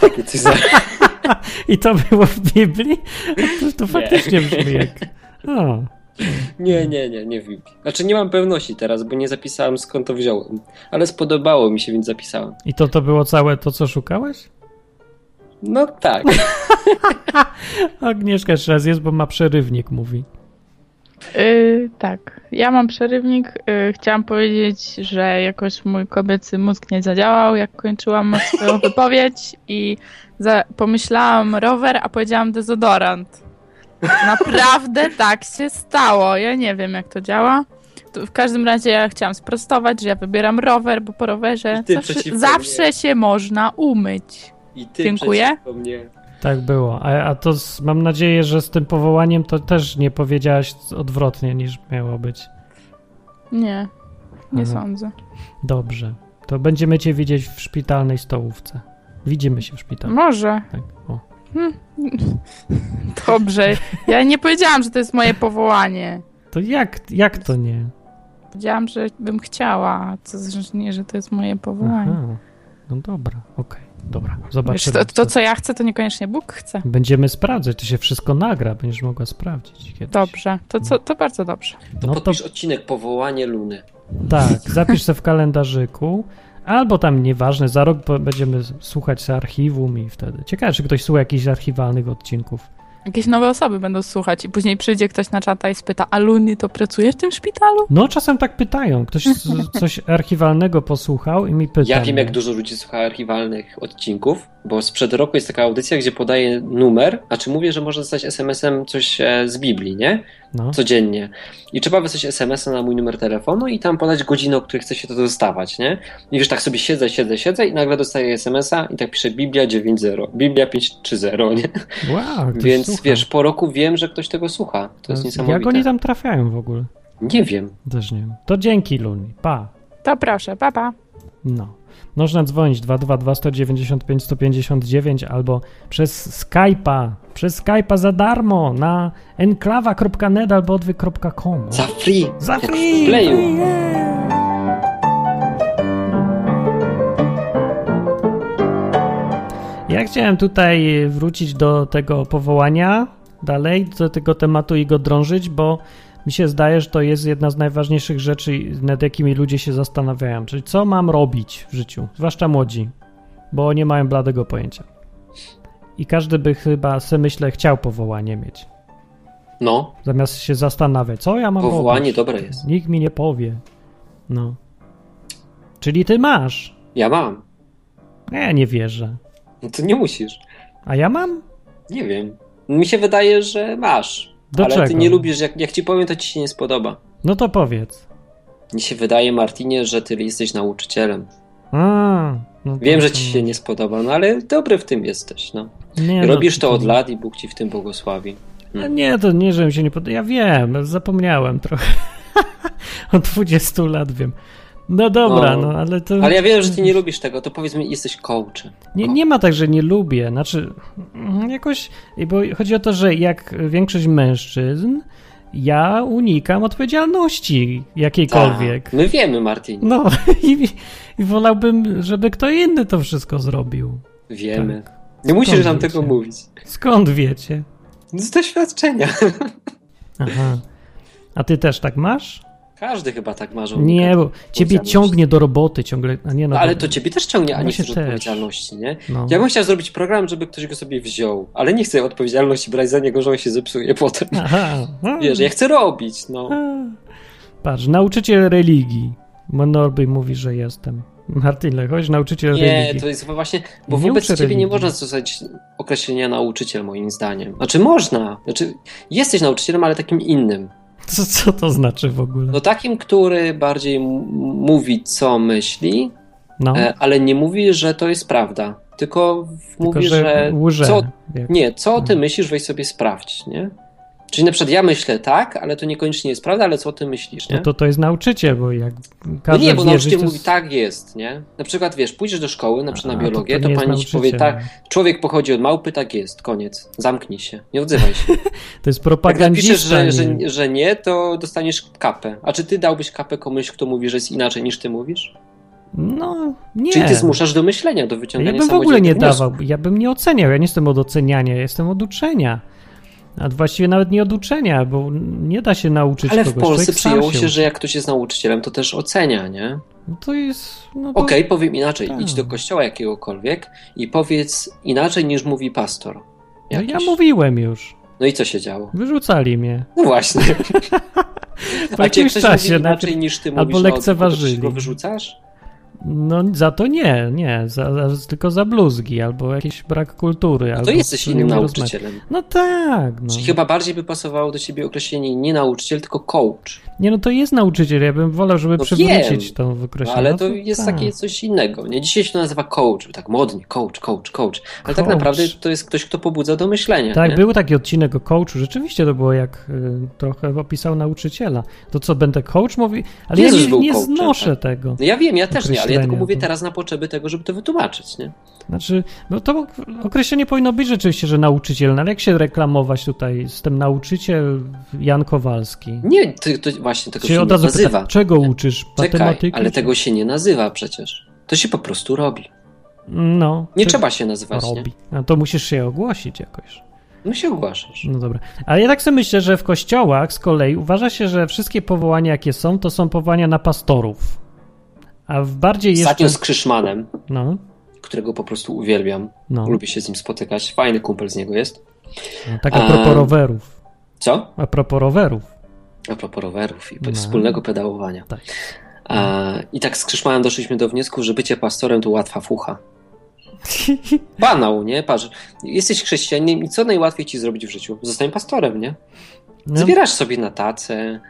Takie coś za...
I to było w Biblii? To, to faktycznie brzmi jak... No. O,
Nie, nie, nie, nie wiem. Znaczy nie mam pewności teraz, bo nie zapisałem skąd to wziąłem. Ale spodobało mi się, więc zapisałem.
I to to było całe to, co szukałeś?
No tak.
Agnieszka jeszcze raz jest, bo ma przerywnik, mówi.
Yy, tak, ja mam przerywnik. Yy, chciałam powiedzieć, że jakoś mój kobiecy mózg nie zadziałał, jak kończyłam swoją wypowiedź i za- pomyślałam rower, a powiedziałam dezodorant. Naprawdę tak się stało. Ja nie wiem, jak to działa. To w każdym razie ja chciałam sprostować, że ja wybieram rower, bo po rowerze
I ty przeciwko
zawsze,
mnie.
zawsze się można umyć.
I ty
Dziękuję.
przeciwko Mnie.
Tak było. A, a to z, mam nadzieję, że z tym powołaniem to też nie powiedziałaś odwrotnie niż miało być.
Nie, nie
Aha.
sądzę.
Dobrze. To będziemy cię widzieć w szpitalnej stołówce. Widzimy się w szpitalu.
Może.
Tak. O.
Hmm. Dobrze. Ja nie powiedziałam, że to jest moje powołanie.
To jak, jak to nie?
Powiedziałam, że bym chciała, co znaczy nie, że to jest moje powołanie.
Aha. No dobra, okej. Dobra,
Wiesz,
zobaczymy.
to, to,
co-
co ja chcę, to niekoniecznie Bóg chce.
Będziemy sprawdzać, to się wszystko nagra, będziesz mogła sprawdzić kiedyś.
Dobrze, to, co, to bardzo dobrze.
To
No to
podpisz odcinek Powołanie Luny.
tak, zapisz sobie w kalendarzyku, albo tam nieważne, za rok po- będziemy s- słuchać z archiwum i wtedy. Ciekawe, czy ktoś słucha jakichś archiwalnych odcinków.
Jakieś nowe osoby będą słuchać i później przyjdzie ktoś na czata i spyta, a Luni to pracuje w tym szpitalu?
No, czasem tak pytają. Ktoś z- coś archiwalnego posłuchał i mi pyta.
Ja wiem, jak
mnie.
dużo ludzi słucha archiwalnych odcinków, bo sprzed roku jest taka audycja, gdzie podaje numer, a czy mówię, że może dostać SMS-em coś e, z Biblii, nie?
No.
Codziennie. I trzeba wysłać SMS-a na mój numer telefonu i tam podać godzinę, o której chce się to dostawać, nie? I wiesz, tak sobie siedzę, siedzę, siedzę i nagle dostaję SMS-a i tak pisze Biblia 9.0, Biblia 5.3.0, nie?
Wow, ktoś
Więc
słucha.
wiesz, po roku wiem, że ktoś tego słucha. To jest
Jak
niesamowite.
oni tam trafiają w ogóle?
Nie wiem.
Też nie wiem. To dzięki, Luni. Pa.
To proszę, papa. Pa.
No. Można dzwonić 222 195 159 albo przez Skype'a, przez Skype'a za darmo na enklawa.net albo odwyk.com.
Za free.
Za
Jak
free!
w playu.
Ja chciałem tutaj wrócić do tego powołania dalej, do tego tematu i go drążyć, bo mi się zdaje, że to jest jedna z najważniejszych rzeczy, nad jakimi ludzie się zastanawiają. Czyli co mam robić w życiu, zwłaszcza młodzi, bo nie mają bladego pojęcia. I każdy by chyba, se myślę, chciał powołanie mieć.
No,
Zamiast się zastanawiać, co ja mam
powołanie
robić.
dobre jest.
Nikt mi nie powie. No. Czyli ty masz.
Ja mam.
Nie, nie wierzę.
No to nie musisz.
A ja mam?
Nie wiem. Mi się wydaje, że masz.
Do
ale
czego?
ty nie lubisz, jak, jak ci powiem, to ci się nie spodoba.
No to powiedz.
Mi się wydaje, Martinie, że ty jesteś nauczycielem.
A, no to-
Wiem, że ci się nie spodoba, no ale dobry w tym jesteś. No.
Nie, no
Robisz to od lat i Bóg ci w tym błogosławi.
No nie, to nie, że mi się nie podoba. Ja wiem, zapomniałem trochę. Od 20 lat wiem. No dobra, no,
No,
ale to.
Ale ja wiem, że ty nie lubisz tego, to powiedz mi, jesteś coachem.
Nie, nie ma tak, że nie lubię. Znaczy, mm, jakoś. Bo chodzi o to, że jak większość mężczyzn, ja unikam odpowiedzialności jakiejkolwiek.
Tak, My wiemy, Martin.
No i, i wolałbym, żeby kto inny to wszystko zrobił.
Wiemy.
tak.
Nie musisz
Skąd
nam
wiecie?
tego mówić.
Skąd wiecie?
Z doświadczenia.
Aha. A ty też tak masz?
Każdy chyba tak marzy. o
Nie, bo ciebie
odpowiedzialności.
ciągnie do roboty ciągle. A nie, no,
No, ale
dobra.
to ciebie też ciągnie, a nie
Właśnie
chcesz
też.
odpowiedzialności, nie?
No.
Ja bym chciał zrobić program, żeby ktoś go sobie wziął, ale nie chcę odpowiedzialności brać za niego, że on się zepsuje potem.
Aha. no.
Wiesz, ja chcę robić, no.
A. Patrz, nauczyciel religii. Norby mówi, że jestem. Martin Lechoś, nauczyciel
Nie,
religii.
to jest właśnie, bo
Nie
wobec
uczę
ciebie nie
religii.
można stosować określenia nauczyciel, moim zdaniem. Znaczy można, znaczy jesteś nauczycielem, ale takim innym.
Co, co to znaczy w ogóle?
No takim, który bardziej m- mówi, co myśli,
No,
e, ale nie mówi, że to jest prawda. Tylko, w-
tylko
mówi,
że
że
łże.
co
Jak-
Nie, co ty
Mhm.
myślisz, weź sobie sprawdź, nie? Czyli na przykład ja myślę tak, ale to niekoniecznie jest prawda, ale co ty myślisz, nie?
No to to jest nauczyciel, bo jak
No
każe
nie, bo
wierzyć,
nauczyciel
to
mówi
jest-
tak jest, nie? Na przykład wiesz, pójdziesz do szkoły, na przykład
A,
na biologię, to,
nie jest
pani ci powie
nauczyciel. no.
tak, człowiek pochodzi od małpy, tak jest, koniec, zamknij się, nie odzywaj się.
To jest
Jak
propagandista.
napiszesz, że,
nie-
że, że nie, to dostaniesz kapę. A czy ty dałbyś kapę komuś, kto mówi, że jest inaczej niż ty mówisz?
No, nie.
Czyli ty zmuszasz do myślenia, do
Ja
wyciągania
bym w ogóle nie
samodzielnych wniosków.
dawał, ja bym nie oceniał, ja nie jestem od oceniania, ja jestem od uczenia. A właściwie nawet nie od uczenia, bo nie da się nauczyć
Ale w
kogoś.
Polsce
człowiek sam
przyjęło się,
uczy.
że jak ktoś jest nauczycielem, to też ocenia, nie?
No To jest... No to...
Okej, powiem inaczej.
Tak.
Idź do kościoła jakiegokolwiek i powiedz inaczej niż mówi pastor.
No
Jakiś.
ja mówiłem już.
No i co się działo?
Wyrzucali mnie.
No właśnie.
Po
A cię
jakimś
ktoś
czasie
mówi
najpierw...
inaczej niż ty mówisz,
albo
na odwyk,
lekceważyli.
to ty go wyrzucasz?
No za to nie, nie. Za, za, tylko za bluzgi albo jakiś brak kultury.
No
albo
to jesteś
po prostu
innym
nie rozmawiać.
nauczycielem.
No tak, no.
Czyli chyba bardziej by pasowało do ciebie określenie nie nauczyciel, tylko coach.
Nie, no to jest nauczyciel, ja bym wolał, żeby
No
przywrócić
wiem.
to w
No,
określeniu.
ale to jest
tak.
takie coś innego. Nie dzisiaj się to nazywa coach, tak modnie, coach, coach, coach. Ale tak
Coach.
naprawdę to jest ktoś, kto pobudza do myślenia.
Tak,
nie?
był taki odcinek o coachu. Rzeczywiście to było jak y, trochę opisał nauczyciela. To co, będę coach? Mówi, ale
Jezus
ja nie,
był
nie
coachem,
znoszę
tak.
tego.
No ja wiem, ja też nie, ale ja tylko
Określenia,
mówię tak.
to-
teraz na potrzeby tego, żeby to wytłumaczyć, nie?
Znaczy, no to określenie powinno być rzeczywiście, że nauczyciel, no ale jak się reklamować tutaj? Jestem nauczyciel Jan Kowalski.
Nie, ty, to właśnie tego
Czyli
się nie
od razu
nazywa.
pyta, czego uczysz?
Czekaj,
Matematyki?
ale tego się nie nazywa przecież. To się po prostu robi.
No.
Nie
to
trzeba się nazywać, nie?
Robi. No to musisz się ogłosić jakoś.
No się ogłaszasz.
No dobra. Ale ja tak sobie myślę, że w kościołach z kolei uważa się, że wszystkie powołania, jakie są, to są powołania na pastorów. A w bardziej
Ostatnio
jeszcze...
z Krzyszmanem,
No,
którego po prostu uwielbiam.
no.
Lubię się z nim spotykać. Fajny kumpel z niego jest.
No, tak a
A-
propos rowerów.
Co?
A propos rowerów.
A propos rowerów i
No.
wspólnego pedałowania.
Tak.
A, I tak z Krzyszmanem doszliśmy do wniosku, że bycie pastorem to łatwa fucha. Banał, nie? Patrz, jesteś chrześcijaninem i co najłatwiej ci zrobić w życiu? Zostań pastorem, nie?
No, Tak.
Zbierasz sobie na tacę,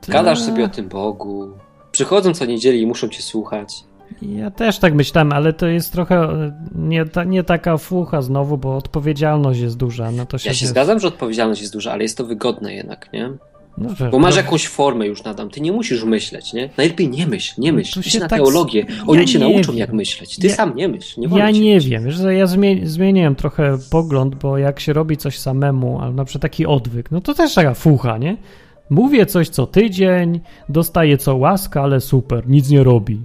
to-
gadasz sobie o tym Bogu, przychodzą co niedzieli i muszą cię słuchać.
Ja też tak myślałem, ale to jest trochę e, nie, ta, nie taka fucha znowu, bo odpowiedzialność jest duża. No to się
Ja się zgadzam, że odpowiedzialność jest duża, ale jest to wygodne jednak, nie?
No, że-
Bo masz jakąś formę już nadam, ty nie musisz myśleć, nie? Najlepiej nie myśl, nie myśl.
tu
Idź
się
na
tak-
teologię. Oni
ja
cię
nie
nauczą
wiem.
jak myśleć. Ty
Ja-
sam nie myśl. Nie
ja
wolno ci
nie
myśleć.
wiem, wiesz, że ja zmie- zmieniłem trochę pogląd, bo jak się robi coś samemu, albo na przykład taki odwyk, no to też taka fucha, nie? Mówię coś co tydzień, dostaję co łaska, ale super, nic nie robi.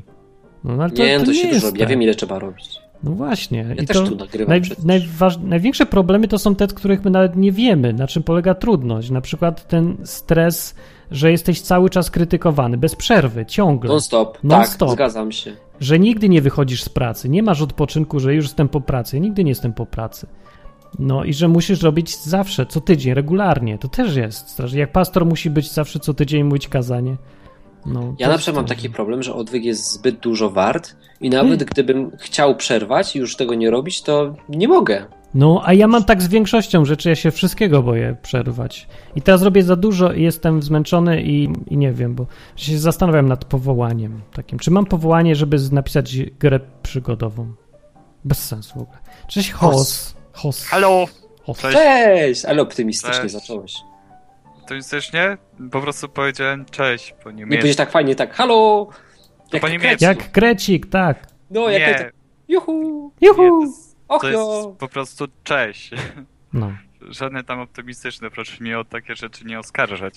No, no ale to,
Nie,
to,
to, się
nie
dużo
jest
robi. Ja
tak.
wiem ile trzeba robić.
No właśnie.
Ja
I
też
to
tu nagrywam
naj,
przecież.
najważ, największe problemy to są te, których my nawet nie wiemy, na czym polega trudność. Na przykład ten stres, że jesteś cały czas krytykowany, bez przerwy, ciągle.
Non stop.
Non
tak,
No stop.
zgadzam się.
że nigdy nie wychodzisz z pracy, nie masz odpoczynku, że już jestem po pracy, ja nigdy nie jestem po pracy. No i że musisz robić zawsze, co tydzień, regularnie. To też jest strasznie. Jak pastor musi być zawsze co tydzień mówić kazanie. No, to
Ja na
jest
przykład mam tak-
straszne.
taki problem, że odwyk jest zbyt dużo wart i nawet gdybym chciał przerwać i już tego nie robić, to nie mogę.
No, a ja mam tak z większością rzeczy, ja się wszystkiego boję przerwać. I teraz robię za dużo i jestem zmęczony i, i nie wiem, bo się zastanawiam nad powołaniem takim. Czy mam powołanie, żeby z- napisać grę przygodową? Bez sensu w ogóle. Cześć, Hos. Hos.
Halo!
Hos.
Cześć.
Cześć! Ale optymistycznie
Cześć.
zacząłeś.
To nic też nie? Po prostu powiedziałem cześć po
Nie
niemiecku.
będzie tak fajnie, tak halo! Jak
po
na
niemiecku.
krecku.
Jak krecik, tak.
No, jak
Nie,
tak. Juhu!
Juhu!
Nie, to jest
Ochjo!
po prostu cześć.
No,
Żadne tam optymistyczne, proszę mnie o takie rzeczy nie oskarżać.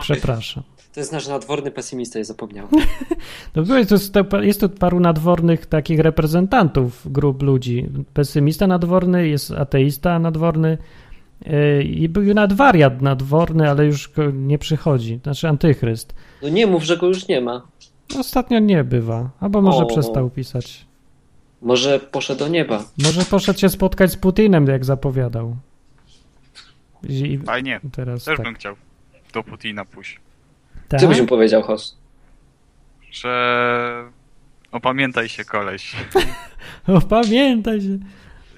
przepraszam.
To jest nasz nadworny pesymista, ja zapomniałem.
No, bo jest, tu, sto- jest tu paru nadwornych takich reprezentantów grup ludzi. Pesymista nadworny, jest ateista nadworny yy, i był nadwariat nadworny, ale już go nie przychodzi, znaczy antychryst.
No nie mów, że go już nie ma.
Ostatnio nie bywa, albo może
O.
przestał pisać.
Może poszedł do nieba.
Może poszedł się spotkać z Putinem, jak zapowiadał. I
Fajnie,
i teraz
też
tak.
bym chciał do Putina pójść.
Co
tak.
byś mu powiedział, Hos?
Że opamiętaj się koleś
O, pamiętaj się.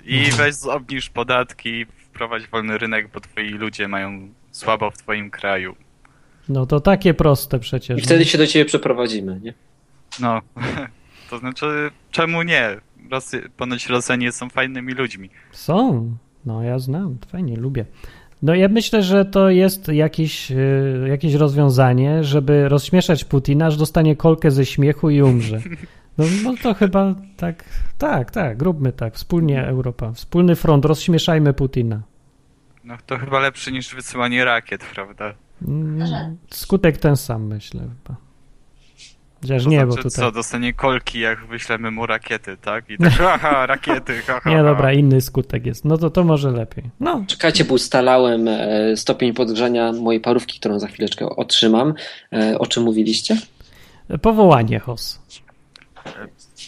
i weź obniż podatki, wprowadź wolny rynek, bo twoi ludzie mają słabo w twoim kraju.
No to takie proste przecież.
I
no.
wtedy się do ciebie przeprowadzimy, nie?
No, to znaczy czemu nie? Rosy, ponoć Rosjanie są fajnymi ludźmi.
Są. No ja znam, fajnie, lubię. No ja myślę, że to jest jakieś, y, jakieś rozwiązanie, żeby rozśmieszać Putina, aż dostanie kolkę ze śmiechu i umrze. No, no to chyba tak, tak, tak, róbmy tak, wspólnie Europa, wspólny front, rozśmieszajmy Putina.
No to chyba lepszy niż wysyłanie rakiet, prawda?
Mm, Skutek ten sam, myślę chyba. Chociaż
To
nie, bo
znaczy,
tutaj...
co, dostanie kolki, jak wyślemy mu rakiety, tak? I tak, haha, rakiety, haha.
Nie, dobra, inny skutek jest. No to to może lepiej. No,
Czekajcie, bo ustalałem e, stopień podgrzania mojej parówki, którą za chwileczkę otrzymam. E, O czym mówiliście?
powołanie, Hos.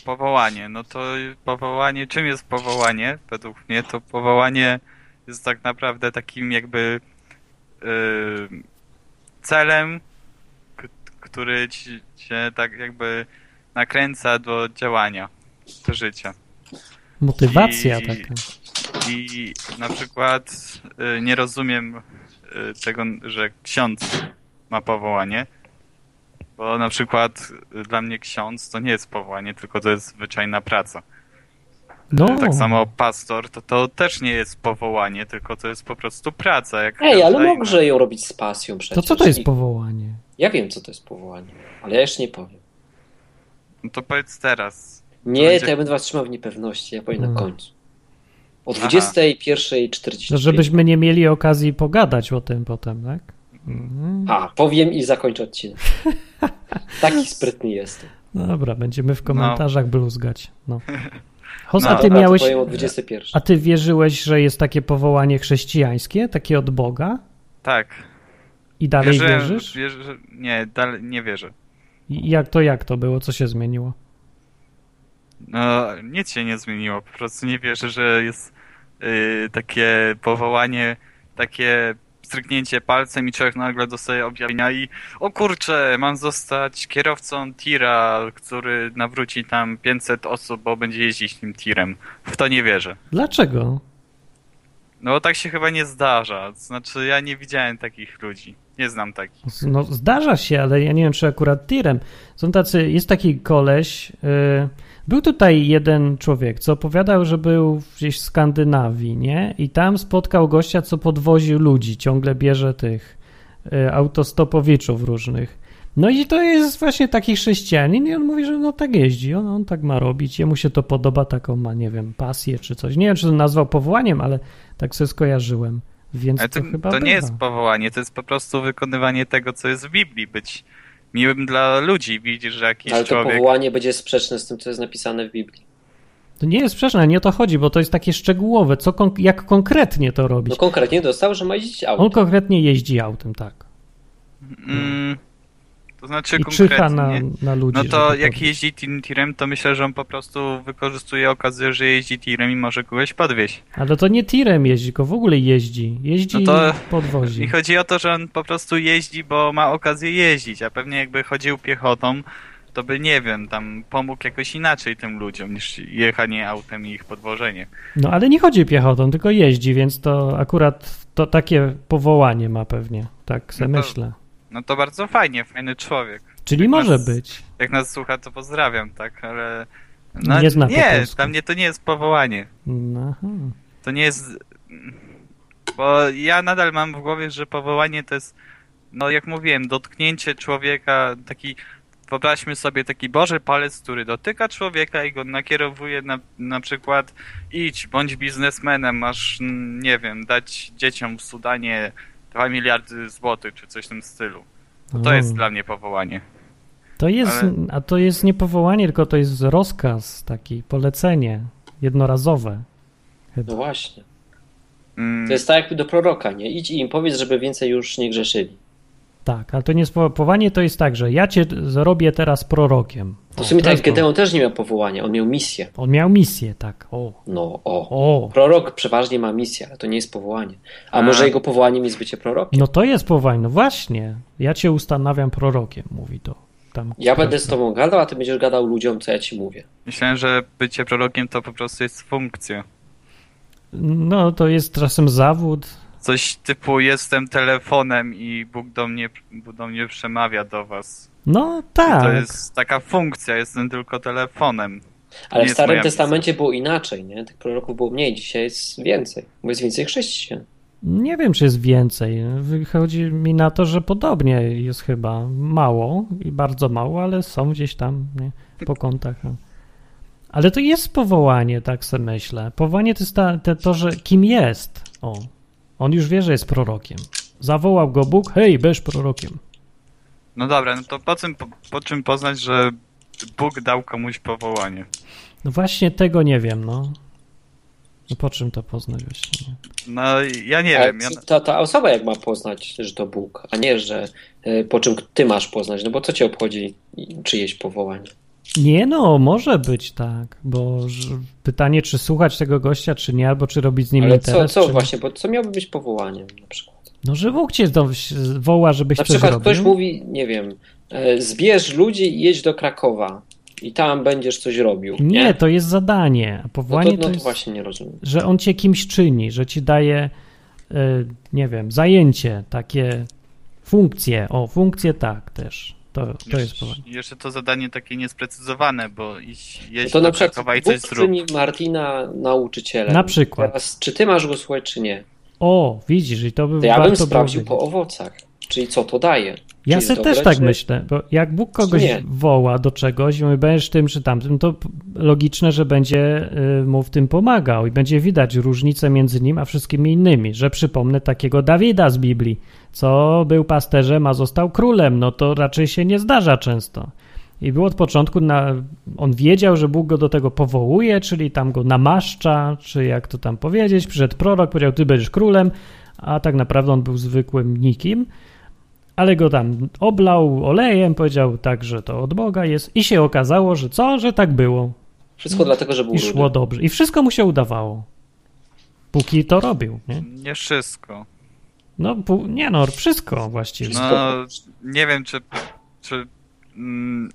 Powołanie, no to powołanie, czym jest powołanie? Według mnie to powołanie jest tak naprawdę takim jakby yy, celem, k- który ci, cię tak jakby nakręca do działania, do życia.
Motywacja
I- tak
taka.
I na przykład y, nie rozumiem y, tego, że ksiądz ma powołanie, bo na przykład y, dla mnie ksiądz to nie jest powołanie, tylko to jest zwyczajna praca.
No.
Tak samo pastor to, to też nie jest powołanie, tylko to jest po prostu praca. Jak
Ej, ale
każda inna.
może ją robić z pasją
To
przecież.
co to jest
I-
powołanie?
Ja wiem, co to jest powołanie, ale ja jeszcze nie powiem.
No to powiedz teraz.
Nie,
będzie-
to ja będę was trzymał w niepewności, ja powiem na
Mhm.
końcu. O
Aha.
21.40.
To No, żebyśmy nie mieli okazji pogadać o tym potem, tak? Mhm.
A, powiem i zakończę odcinek. Taki sprytny jestem.
No, Dobra, będziemy w komentarzach bluzgać. No. Hos,
No,
a ty
Dobra, to
miałeś.
powiem o 21.
A ty wierzyłeś, że jest takie powołanie chrześcijańskie, takie od Boga?
Tak.
I dalej
Wierzyłem-
wierzysz?
Wierzę, nie, dalej nie wierzę.
I jak to jak to było? Co się zmieniło?
No, nic się nie zmieniło. Po prostu nie wierzę, że jest y, takie powołanie, takie stryknięcie palcem i człowiek nagle dostaje objawienia i o kurczę, mam zostać kierowcą tira, który nawróci tam 500 osób, bo będzie jeździć tym tirem. W to nie wierzę.
Dlaczego?
No bo tak się chyba nie zdarza. Znaczy, ja nie widziałem takich ludzi. Nie znam takich.
No, zdarza się, ale ja nie wiem, czy akurat tirem. Są tacy, jest taki koleś. y, był tutaj jeden człowiek, co opowiadał, że był gdzieś w Skandynawii, nie? I tam spotkał gościa, co podwoził ludzi, ciągle bierze tych e, autostopowiczów różnych. No i to jest właśnie taki chrześcijanin i on mówi, że no tak jeździ, on, on tak ma robić, jemu się to podoba, taką ma, nie wiem, pasję czy coś. Nie wiem, czy to nazwał powołaniem, ale tak sobie skojarzyłem, więc
Ale
to,
to,
chyba
to
bywa.
nie jest powołanie, to jest po prostu wykonywanie tego, co jest w Biblii. Być miłym dla ludzi. Widzisz, że jakiś
Ale to
człowiek.
powołanie będzie sprzeczne z tym, co jest napisane w Biblii.
To nie jest sprzeczne, nie o to chodzi, bo to jest takie szczegółowe, co kon- jak konkretnie to
No
robić.
konkretnie dostał, że ma jeździć
On
autem.
konkretnie jeździ autem, tak.
Mm, to znaczy
I czyha na,
konkretnie.
na ludzi.
No to
żeby
jak
powiedzieć.
jeździ tin- tirem, to myślę, że on po prostu wykorzystuje okazję, że jeździ tirem i może kogoś podwieźć.
Ale to nie tirem jeździ, tylko w ogóle jeździ. Jeździ
No to-
i podwozi.
I chodzi o to, że on po prostu jeździ, bo ma okazję jeździć, a pewnie jakby chodził piechotą, to by nie wiem, tam pomógł jakoś inaczej tym ludziom niż jechanie autem i ich podwożenie.
No ale nie chodzi piechotą, tylko jeździ, więc to akurat to takie powołanie ma pewnie. Tak se
No to-
myślę.
No to bardzo fajnie, fajny człowiek.
Czyli
nas-
może być.
Jak nas słucha, to pozdrawiam, tak, ale. no
Nie zna po
nie
polsku.
dla mnie to nie jest powołanie.
No, aha.
To nie jest. Bo ja nadal mam w głowie, że powołanie to jest, no jak mówiłem, dotknięcie człowieka, taki. Wyobraźmy sobie taki Boży palec, który dotyka człowieka i go nakierowuje na, na przykład idź, bądź biznesmenem, masz, mm, nie wiem, dać dzieciom w Sudanie 2 miliardy złotych czy coś w tym stylu. To
O.
jest dla mnie powołanie.
To jest,
ale-
a to jest nie powołanie, tylko to jest rozkaz taki, polecenie jednorazowe.
No właśnie.
Mm.
To jest tak jak do proroka, nie? Idź i im powiedz, żeby więcej już nie grzeszyli.
Tak, ale to nie spowodowanie to jest tak, że ja cię zrobię teraz prorokiem.
To w sumie
O, no.
tak
jest to.
Gedeon też nie miał powołania, on miał misję.
On miał misję, tak. O,
No o.
o.
Prorok przeważnie ma misję, ale to nie jest powołanie. A,
A.
może jego powołaniem jest bycie prorokiem?
No to jest powołanie, no właśnie. Ja cię ustanawiam prorokiem, mówi to. Tam
Ja będę z tobą gadał, a ty będziesz gadał ludziom, co ja ci mówię.
Myślałem, że bycie prorokiem to po prostu jest funkcja.
No to jest czasem zawód.
Coś typu jestem telefonem i Bóg do mnie, Bóg do mnie przemawia do was.
No
I
tak.
To jest taka funkcja, jestem tylko telefonem.
Ale
Nie
w
jest
Starym
moja
Testamencie było inaczej, nie? Tych proroków było mniej, dzisiaj jest więcej, bo jest więcej chrześcijan.
Nie wiem, czy jest więcej. Wychodzi mi na to, że podobnie jest chyba mało i bardzo mało, ale są gdzieś tam nie? po kątach. Ale to jest powołanie, tak se myślę. Powołanie to jest ta, te, to, że kim jest. O, on już wie, że jest prorokiem. Zawołał go Bóg, hej, będziesz prorokiem.
No dobra, no to po czym, po, po czym poznać, że Bóg dał komuś powołanie?
No właśnie tego nie wiem, no. No po czym to poznać właśnie? nie?
No ja nie
Ale
wiem, ja,
co- ta, ta osoba jak ma poznać, że to Bóg, a nie, że e, po czym ty masz poznać, no bo co cię obchodzi czyjeś powołanie?
Nie no, może być tak, bo ż- pytanie, czy słuchać tego gościa, czy nie, albo czy robić z nim
Ale co,
interes,
co
czy nie.
właśnie, bo co miałoby być powołaniem na przykład?
No, że Bóg cię do, woła, żebyś
Na
coś
przykład
robił.
ktoś mówi, nie wiem, e, zbierz ludzi i jedź do Krakowa i tam będziesz coś robił.
Nie, to jest zadanie. A
no
powołanie
to,
to,
no to
jest,
właśnie nie rozumiem.
że on cię kimś czyni, że ci daje, y, nie wiem, zajęcie, takie funkcje. O, funkcje tak też. To, to jest
jeszcze,
powołanie.
jeszcze to zadanie takie niesprecyzowane, bo iść,
No
jeść
to
do
na przykład
Krakowa i
Bóg
coś zrób.
czyni Martina nauczycielem.
Na przykład.
Teraz, czy ty masz go słuchać, czy nie?
O, widzisz, i to by
To ja
warto
bym
było
sprawdził po
wiedzieć.
owocach. Czyli co to daje?
Ja
Czy
se
jest
też
dobre,
tak
czy-
myślę, bo jak Bóg kogoś
nie?
woła do czegoś i mówi, będziesz tym czy tamtym, to p- logiczne, że będzie y, mu w tym pomagał i będzie widać różnicę między nim a wszystkimi innymi, że przypomnę takiego Dawida z Biblii, co był pasterzem, a został królem, no to raczej się nie zdarza często. I był od początku, na, on wiedział, że Bóg go do tego powołuje, czyli tam go namaszcza, czy jak to tam powiedzieć, przyszedł prorok, powiedział, ty będziesz królem, a tak naprawdę on był zwykłym nikim ale go tam oblał olejem, powiedział tak, że to od Boga jest i się okazało, że co, że tak było
Wszystko dlatego, że był
i szło
rudy.
dobrze i wszystko mu się udawało, póki to robił, nie?
Nie wszystko.
No, pu- nie no, wszystko właściwie.
No, nie wiem, czy, czy, mm,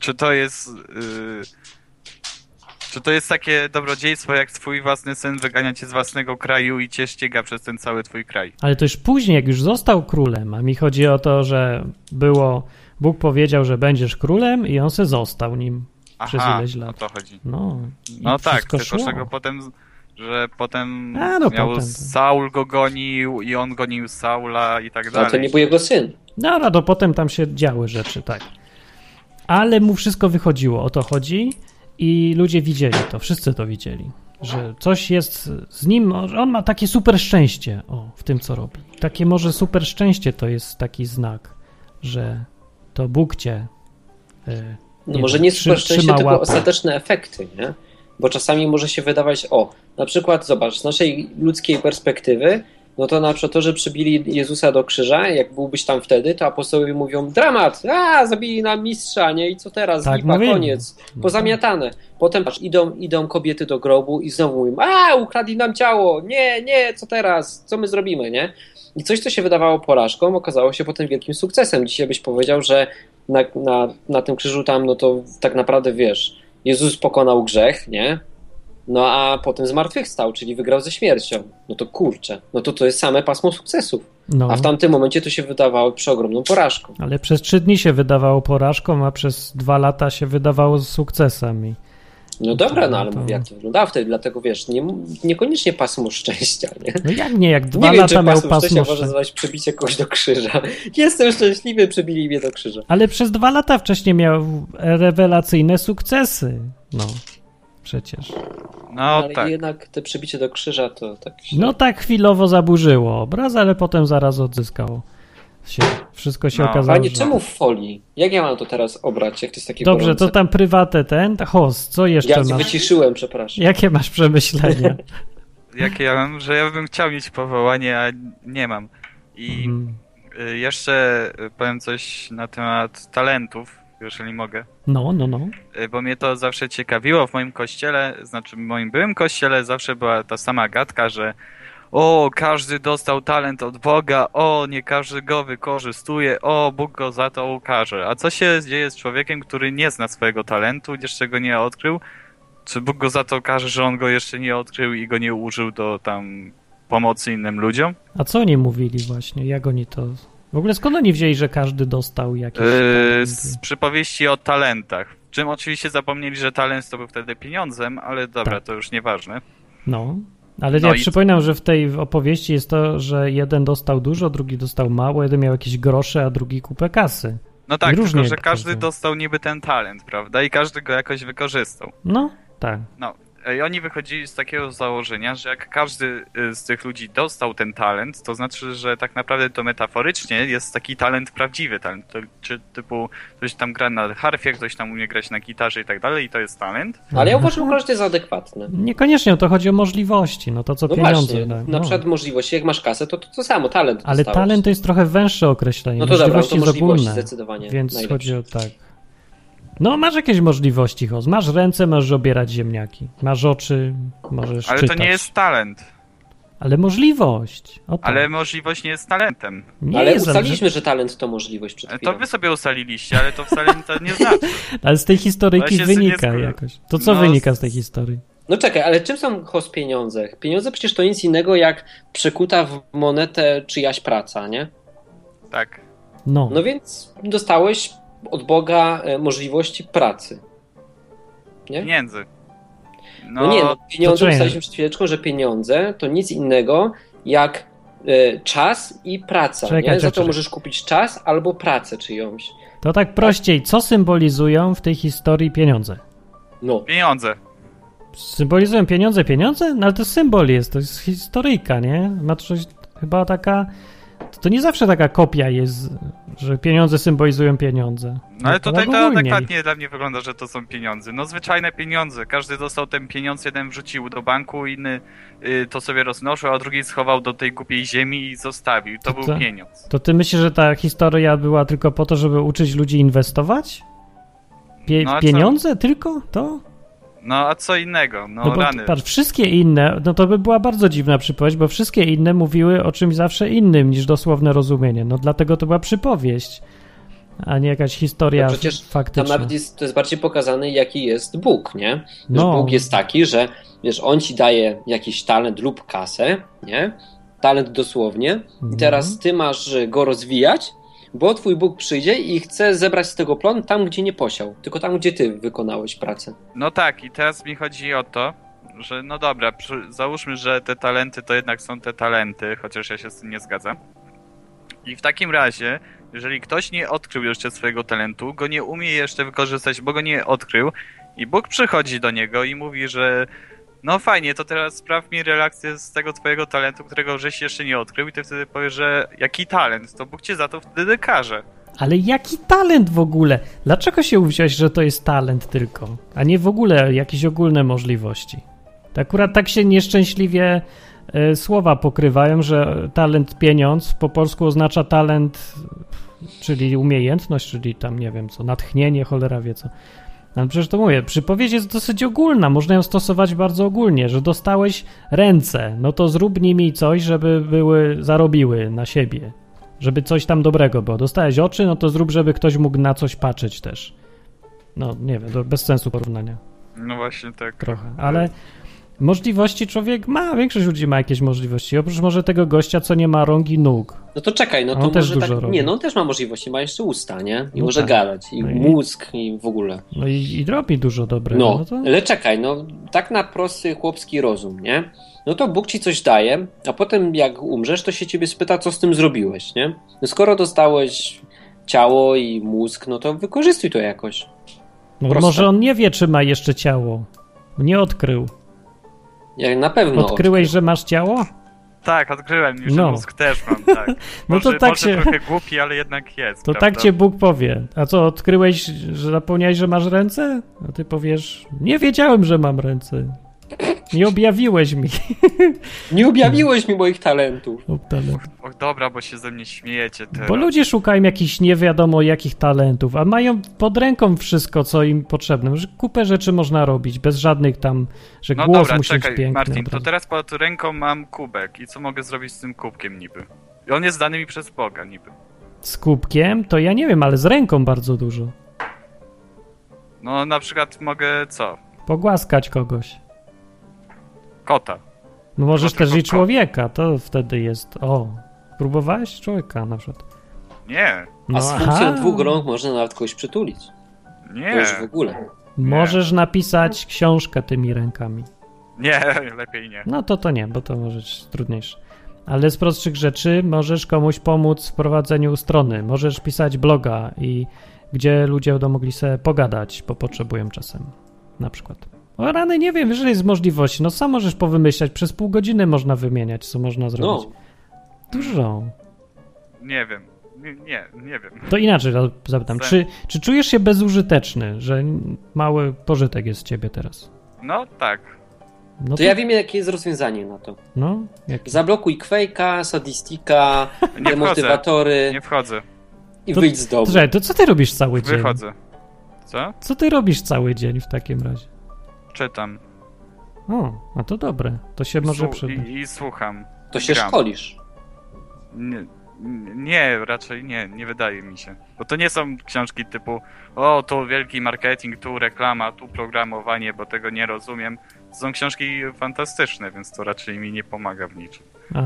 czy to jest. y, czy to jest takie dobrodziejstwo, jak twój własny syn wygania cię z własnego kraju i cię ściga przez ten cały twój kraj?
Ale to już później, jak już został królem, a mi chodzi o to, że było, Bóg powiedział, że będziesz królem i on se został nim. Przez
Aha,
ileś lat.
o to chodzi.
No, i
No tak,
wszystko
tylko
szło.
że go potem z- że potem
A, no
miał
potem.
Saul go gonił i on gonił Saula i tak
A
dalej.
to nie był jego syn.
No, no, to potem tam się działy rzeczy, tak. Ale mu wszystko wychodziło, o to chodzi i ludzie widzieli to, wszyscy to widzieli, że coś jest z nim, że on ma takie super szczęście o, w tym, co robi. Takie może super szczęście to jest taki znak, że to Bóg cię... y,
No
Nie
może
wiem,
nie
trzy-
super szczęście,
trzyma
tylko
łapę.
ostateczne efekty, nie? Bo czasami może się wydawać, o, na przykład zobacz, z naszej ludzkiej perspektywy, no to na przykład to, że przybili Jezusa do krzyża, jak byłbyś tam wtedy, to apostołowie mówią, dramat, a, zabili nam mistrza, nie? I co teraz?
Tak
Lipa,
mówili.
koniec, pozamiatane. Potem patrz, idą, idą kobiety do grobu i znowu mówią, a, ukradli nam ciało, nie, nie, co teraz? Co my zrobimy, nie? I coś, co się wydawało porażką, okazało się potem wielkim sukcesem. Dzisiaj byś powiedział, że na, na, na tym krzyżu tam, no to tak naprawdę wiesz, Jezus pokonał grzech, nie? No a potem zmartwychwstał, czyli wygrał ze śmiercią. No to kurczę, no to to jest same pasmo sukcesów.
No,
A w tamtym momencie to się wydawało przeogromną porażką.
ale przez trzy dni się wydawało porażką, a przez dwa lata się wydawało z sukcesem. I...
No dobra, no ale
tak, To-
mówię, jak to wyglądało wtedy, dlatego wiesz, nie, niekoniecznie pasmo szczęścia, nie?
No jak nie, jak dwa
nie wiem,
lata
czy
miał
pasmo szczęścia
pasmo
można
szczęścia.
nazwać przebicie kogoś do krzyża. Jestem szczęśliwy, przybili mnie do krzyża.
Ale przez dwa lata wcześniej miał rewelacyjne sukcesy. No, przecież.
No
ale
tak.
jednak te przebicie do krzyża to tak...
No tak chwilowo zaburzyło obraz, ale potem zaraz odzyskało się. Wszystko się
No.
okazało,
Panie,
że...
czemu w folii? Jak ja mam to teraz obrać, jak to jest takie
Dobrze,
gorące?
to tam prywatę ten, ta- host, co jeszcze
Ja
masz?
wyciszyłem, przepraszam.
Jakie masz przemyślenia?
Jakie ja mam, że ja bym chciał mieć powołanie, a nie mam. I
Mm.
y, jeszcze y, powiem coś na temat talentów, jeżeli mogę.
No, no, no.
Y, Bo mnie to zawsze ciekawiło w moim kościele, znaczy w moim byłym kościele zawsze była ta sama gadka, że o, każdy dostał talent od Boga, o, nie każdy go wykorzystuje, o, Bóg go za to ukaże. A co się dzieje z człowiekiem, który nie zna swojego talentu, jeszcze go nie odkrył? Czy Bóg go za to ukaże, że on go jeszcze nie odkrył i go nie użył do tam pomocy innym ludziom?
A co oni mówili właśnie? Jak oni to... W ogóle skąd oni wzięli, że każdy dostał jakieś...
Yy,
talenty?
z przypowieści o talentach. Czym oczywiście zapomnieli, że talent to był wtedy pieniądzem, ale dobra,
Tak.
to już nieważne.
No, ale
No
ja
i-
przypominam, że w tej opowieści jest to, że jeden dostał dużo, drugi dostał mało, jeden miał jakieś grosze, a drugi kupę kasy.
No tak,
Różnie
tylko że
to
każdy
bywa.
dostał niby ten talent, prawda? I każdy go jakoś wykorzystał. e,
No, tak.
I oni wychodzili z takiego założenia, że jak każdy y, z tych ludzi dostał ten talent, to znaczy, że tak naprawdę to metaforycznie jest taki talent prawdziwy talent. To, czy typu ktoś tam gra na harfie, ktoś tam umie grać na gitarze i tak dalej i to jest talent.
Ale ja
Mhm.
uważam, że to jest adekwatne.
Niekoniecznie, o to chodzi o możliwości, no to co
No
pieniądze.
właśnie,
tak,
na
no.
przykład możliwość, jak masz kasę, to to, to samo, talent
Ale
dostałeś.
talent to jest trochę węższe określenie,
No to dobra, no
możliwości
to
jest
możliwości
ogólne,
zdecydowanie
więc
najlepsze.
chodzi o tak. No, masz jakieś możliwości, Hoz. Masz ręce, możesz obierać ziemniaki. Masz oczy, możesz
Ale
czytać.
to nie jest talent.
Ale możliwość. O tak. to.
Ale możliwość nie jest talentem.
nie
Ale
jest
ustaliliśmy, że talent to możliwość przed chwilą.
To wy sobie ustaliliście, ale to wcale to nie znaczy.
Ale z tej historyjki
Ja się z- nie
wynika
zgodzę.
jakoś. To co
No,
wynika z
z-
tej historii?
No czekaj, ale czym są hos pieniądze? Pieniądze przecież to nic innego jak przekuta w monetę czyjaś praca, nie?
Tak.
No,
No więc dostałeś od Boga e, możliwości pracy.
Pieniędzy.
No, nie, no,
to
pieniądze
czemu?
ustaliliśmy przed chwileczką, że pieniądze to nic innego jak e, czas i praca,
Czekaj,
nie? Za to
czekaj.
możesz kupić czas albo pracę czyjąś.
to tak prościej. Co symbolizują w tej historii pieniądze?
No,
Pieniądze.
Symbolizują pieniądze, pieniądze? No ale to symbol jest, to jest historyjka, nie? Ma coś chyba taka... To nie zawsze taka kopia jest, że pieniądze symbolizują pieniądze.
No ale
to
tutaj
tak
to
ogólniej.
dokładnie dla mnie wygląda, że to są pieniądze. No zwyczajne pieniądze. Każdy dostał ten pieniądz, jeden wrzucił do banku, inny y, to sobie roznoszył, a drugi schował do tej głupiej ziemi i zostawił. To
To
był
co?
pieniądz.
To ty myślisz, że ta historia była tylko po to, żeby uczyć ludzi inwestować? Pie-
No, a co?
pieniądze tylko? To?
No a co innego? No,
No bo
rany.
patrz, wszystkie inne, no to by była bardzo dziwna przypowieść, bo wszystkie inne mówiły o czymś zawsze innym niż dosłowne rozumienie. No dlatego to była przypowieść, a nie jakaś historia
No przecież
faktyczna.
Tam nawet jest, to jest bardziej pokazane, jaki jest Bóg, nie? Że
No.
Bóg jest taki, że wiesz, on ci daje jakiś talent lub kasę, nie? Talent dosłownie. I
Mhm.
teraz ty masz y, go rozwijać, bo twój Bóg przyjdzie i chce zebrać z tego plon tam, gdzie nie posiał, tylko tam, gdzie ty wykonałeś pracę.
No tak, i teraz mi chodzi o to, że no dobra, przy- załóżmy, że te talenty to jednak są te talenty, chociaż ja się z tym nie zgadzam. I w takim razie, jeżeli ktoś nie odkrył jeszcze swojego talentu, go nie umie jeszcze wykorzystać, bo go nie odkrył, i Bóg przychodzi do niego i mówi, że no fajnie, to teraz spraw mi relację z tego twojego talentu, którego żeś jeszcze nie odkrył, i ty wtedy powiesz, że jaki talent, to Bóg cię za to wtedy karze.
Ale jaki talent w ogóle? Dlaczego się uwziąłeś, że to jest talent tylko, a nie w ogóle jakieś ogólne możliwości? To akurat tak się nieszczęśliwie e, słowa pokrywają, że talent pieniądz po polsku oznacza talent, czyli umiejętność, czyli tam nie wiem co, natchnienie, cholera wie co. Ale przecież to mówię, przypowiedź jest dosyć ogólna, można ją stosować bardzo ogólnie, że dostałeś ręce, no to zrób nimi coś, żeby były, zarobiły na siebie żeby coś tam dobrego było. Dostałeś oczy, no to zrób, żeby ktoś mógł na coś patrzeć też. No, nie wiem, to bez sensu porównania
No właśnie tak.
trochę, ale możliwości człowiek ma, większość ludzi ma jakieś możliwości, oprócz może tego gościa, co nie ma rąk i nóg.
No to czekaj, no
On
to
też
może
dużo
tak...
robi.
Nie, no on też ma możliwości, ma jeszcze usta, nie? I
No
może
tak.
gadać, i
No i-
mózg, i w ogóle.
No i, i robi dużo dobrego. No,
No,
to...
ale czekaj, no tak na prosty chłopski rozum, nie? No to Bóg ci coś daje, a potem jak umrzesz, to się ciebie spyta, co z tym zrobiłeś, nie? No skoro dostałeś ciało i mózg, no to wykorzystuj to jakoś.
no,
proste.
może on nie wie, czy ma jeszcze ciało. Nie odkrył.
Jak na pewno.
Odkryłeś, że masz ciało?
Tak, odkryłem już,
No.
no. mózg też mam, tak.
No to
może,
tak
może
się-
trochę głupi, ale jednak jest,
To
prawda?
tak cię Bóg powie. A co, odkryłeś, że zapomniałeś, że masz ręce? A ty powiesz, nie wiedziałem, że mam ręce. Nie objawiłeś mi.
Nie objawiłeś mi moich talentów.
Lub talent.
Och, dobra, bo się ze mnie śmiejecie teraz.
Bo ludzie szukają jakichś nie wiadomo jakich talentów, a mają pod ręką wszystko, co im potrzebne. Że Kupę rzeczy można robić, bez żadnych tam, że
No
głos
dobra,
musi
czekaj,
być piękny.
Martin,
od
to
razu.
teraz pod ręką mam kubek i co mogę zrobić z tym kubkiem niby? I on jest dany mi przez Boga niby.
Z kubkiem, to ja nie wiem, ale z ręką bardzo dużo.
No na przykład mogę co?
Pogłaskać kogoś.
Kota.
No możesz
tylko
też i
ko-
człowieka, to wtedy jest, o, próbowałeś człowieka na przykład.
Nie,
No,
a z
aha.
funkcją dwóch rąk można nawet kogoś przytulić. To
nie,
już w ogóle.
Możesz napisać książkę tymi rękami.
nie, lepiej nie.
No to to nie, bo to może być trudniejsze. Ale z prostszych rzeczy możesz komuś pomóc w prowadzeniu strony, możesz pisać bloga i gdzie ludzie będą mogli sobie pogadać, bo potrzebują czasem na przykład. O rany, nie wiem, jeżeli jest możliwości, no sam możesz powymyślać, przez pół godziny można wymieniać, co można zrobić.
No,
Dużo.
Nie wiem, nie, nie, nie wiem.
To inaczej za- zapytam,
Za-
czy, czy czujesz się bezużyteczny, że mały pożytek jest z ciebie teraz?
No tak,
No
to ja wiem, jakie jest rozwiązanie na to.
No, jak...
Zablokuj Quake'a, Sadistika,
wchodzę.
demotywatory
nie wchodzę,
i
To-
wyjdź z domu.
Słuchaj, to co ty robisz cały dzień?
wychodzę. Co?
Co ty robisz cały dzień w takim razie?
Czytam
O, a to dobre. To się może
Słu-
przydać.
i, i słucham.
To się
Gram.
szkolisz.
Nie, nie, raczej nie, nie wydaje mi się. Bo to nie są książki typu o, tu wielki marketing, tu reklama, tu programowanie, bo tego nie rozumiem. To są książki fantastyczne, więc to raczej mi nie pomaga w niczym.
A,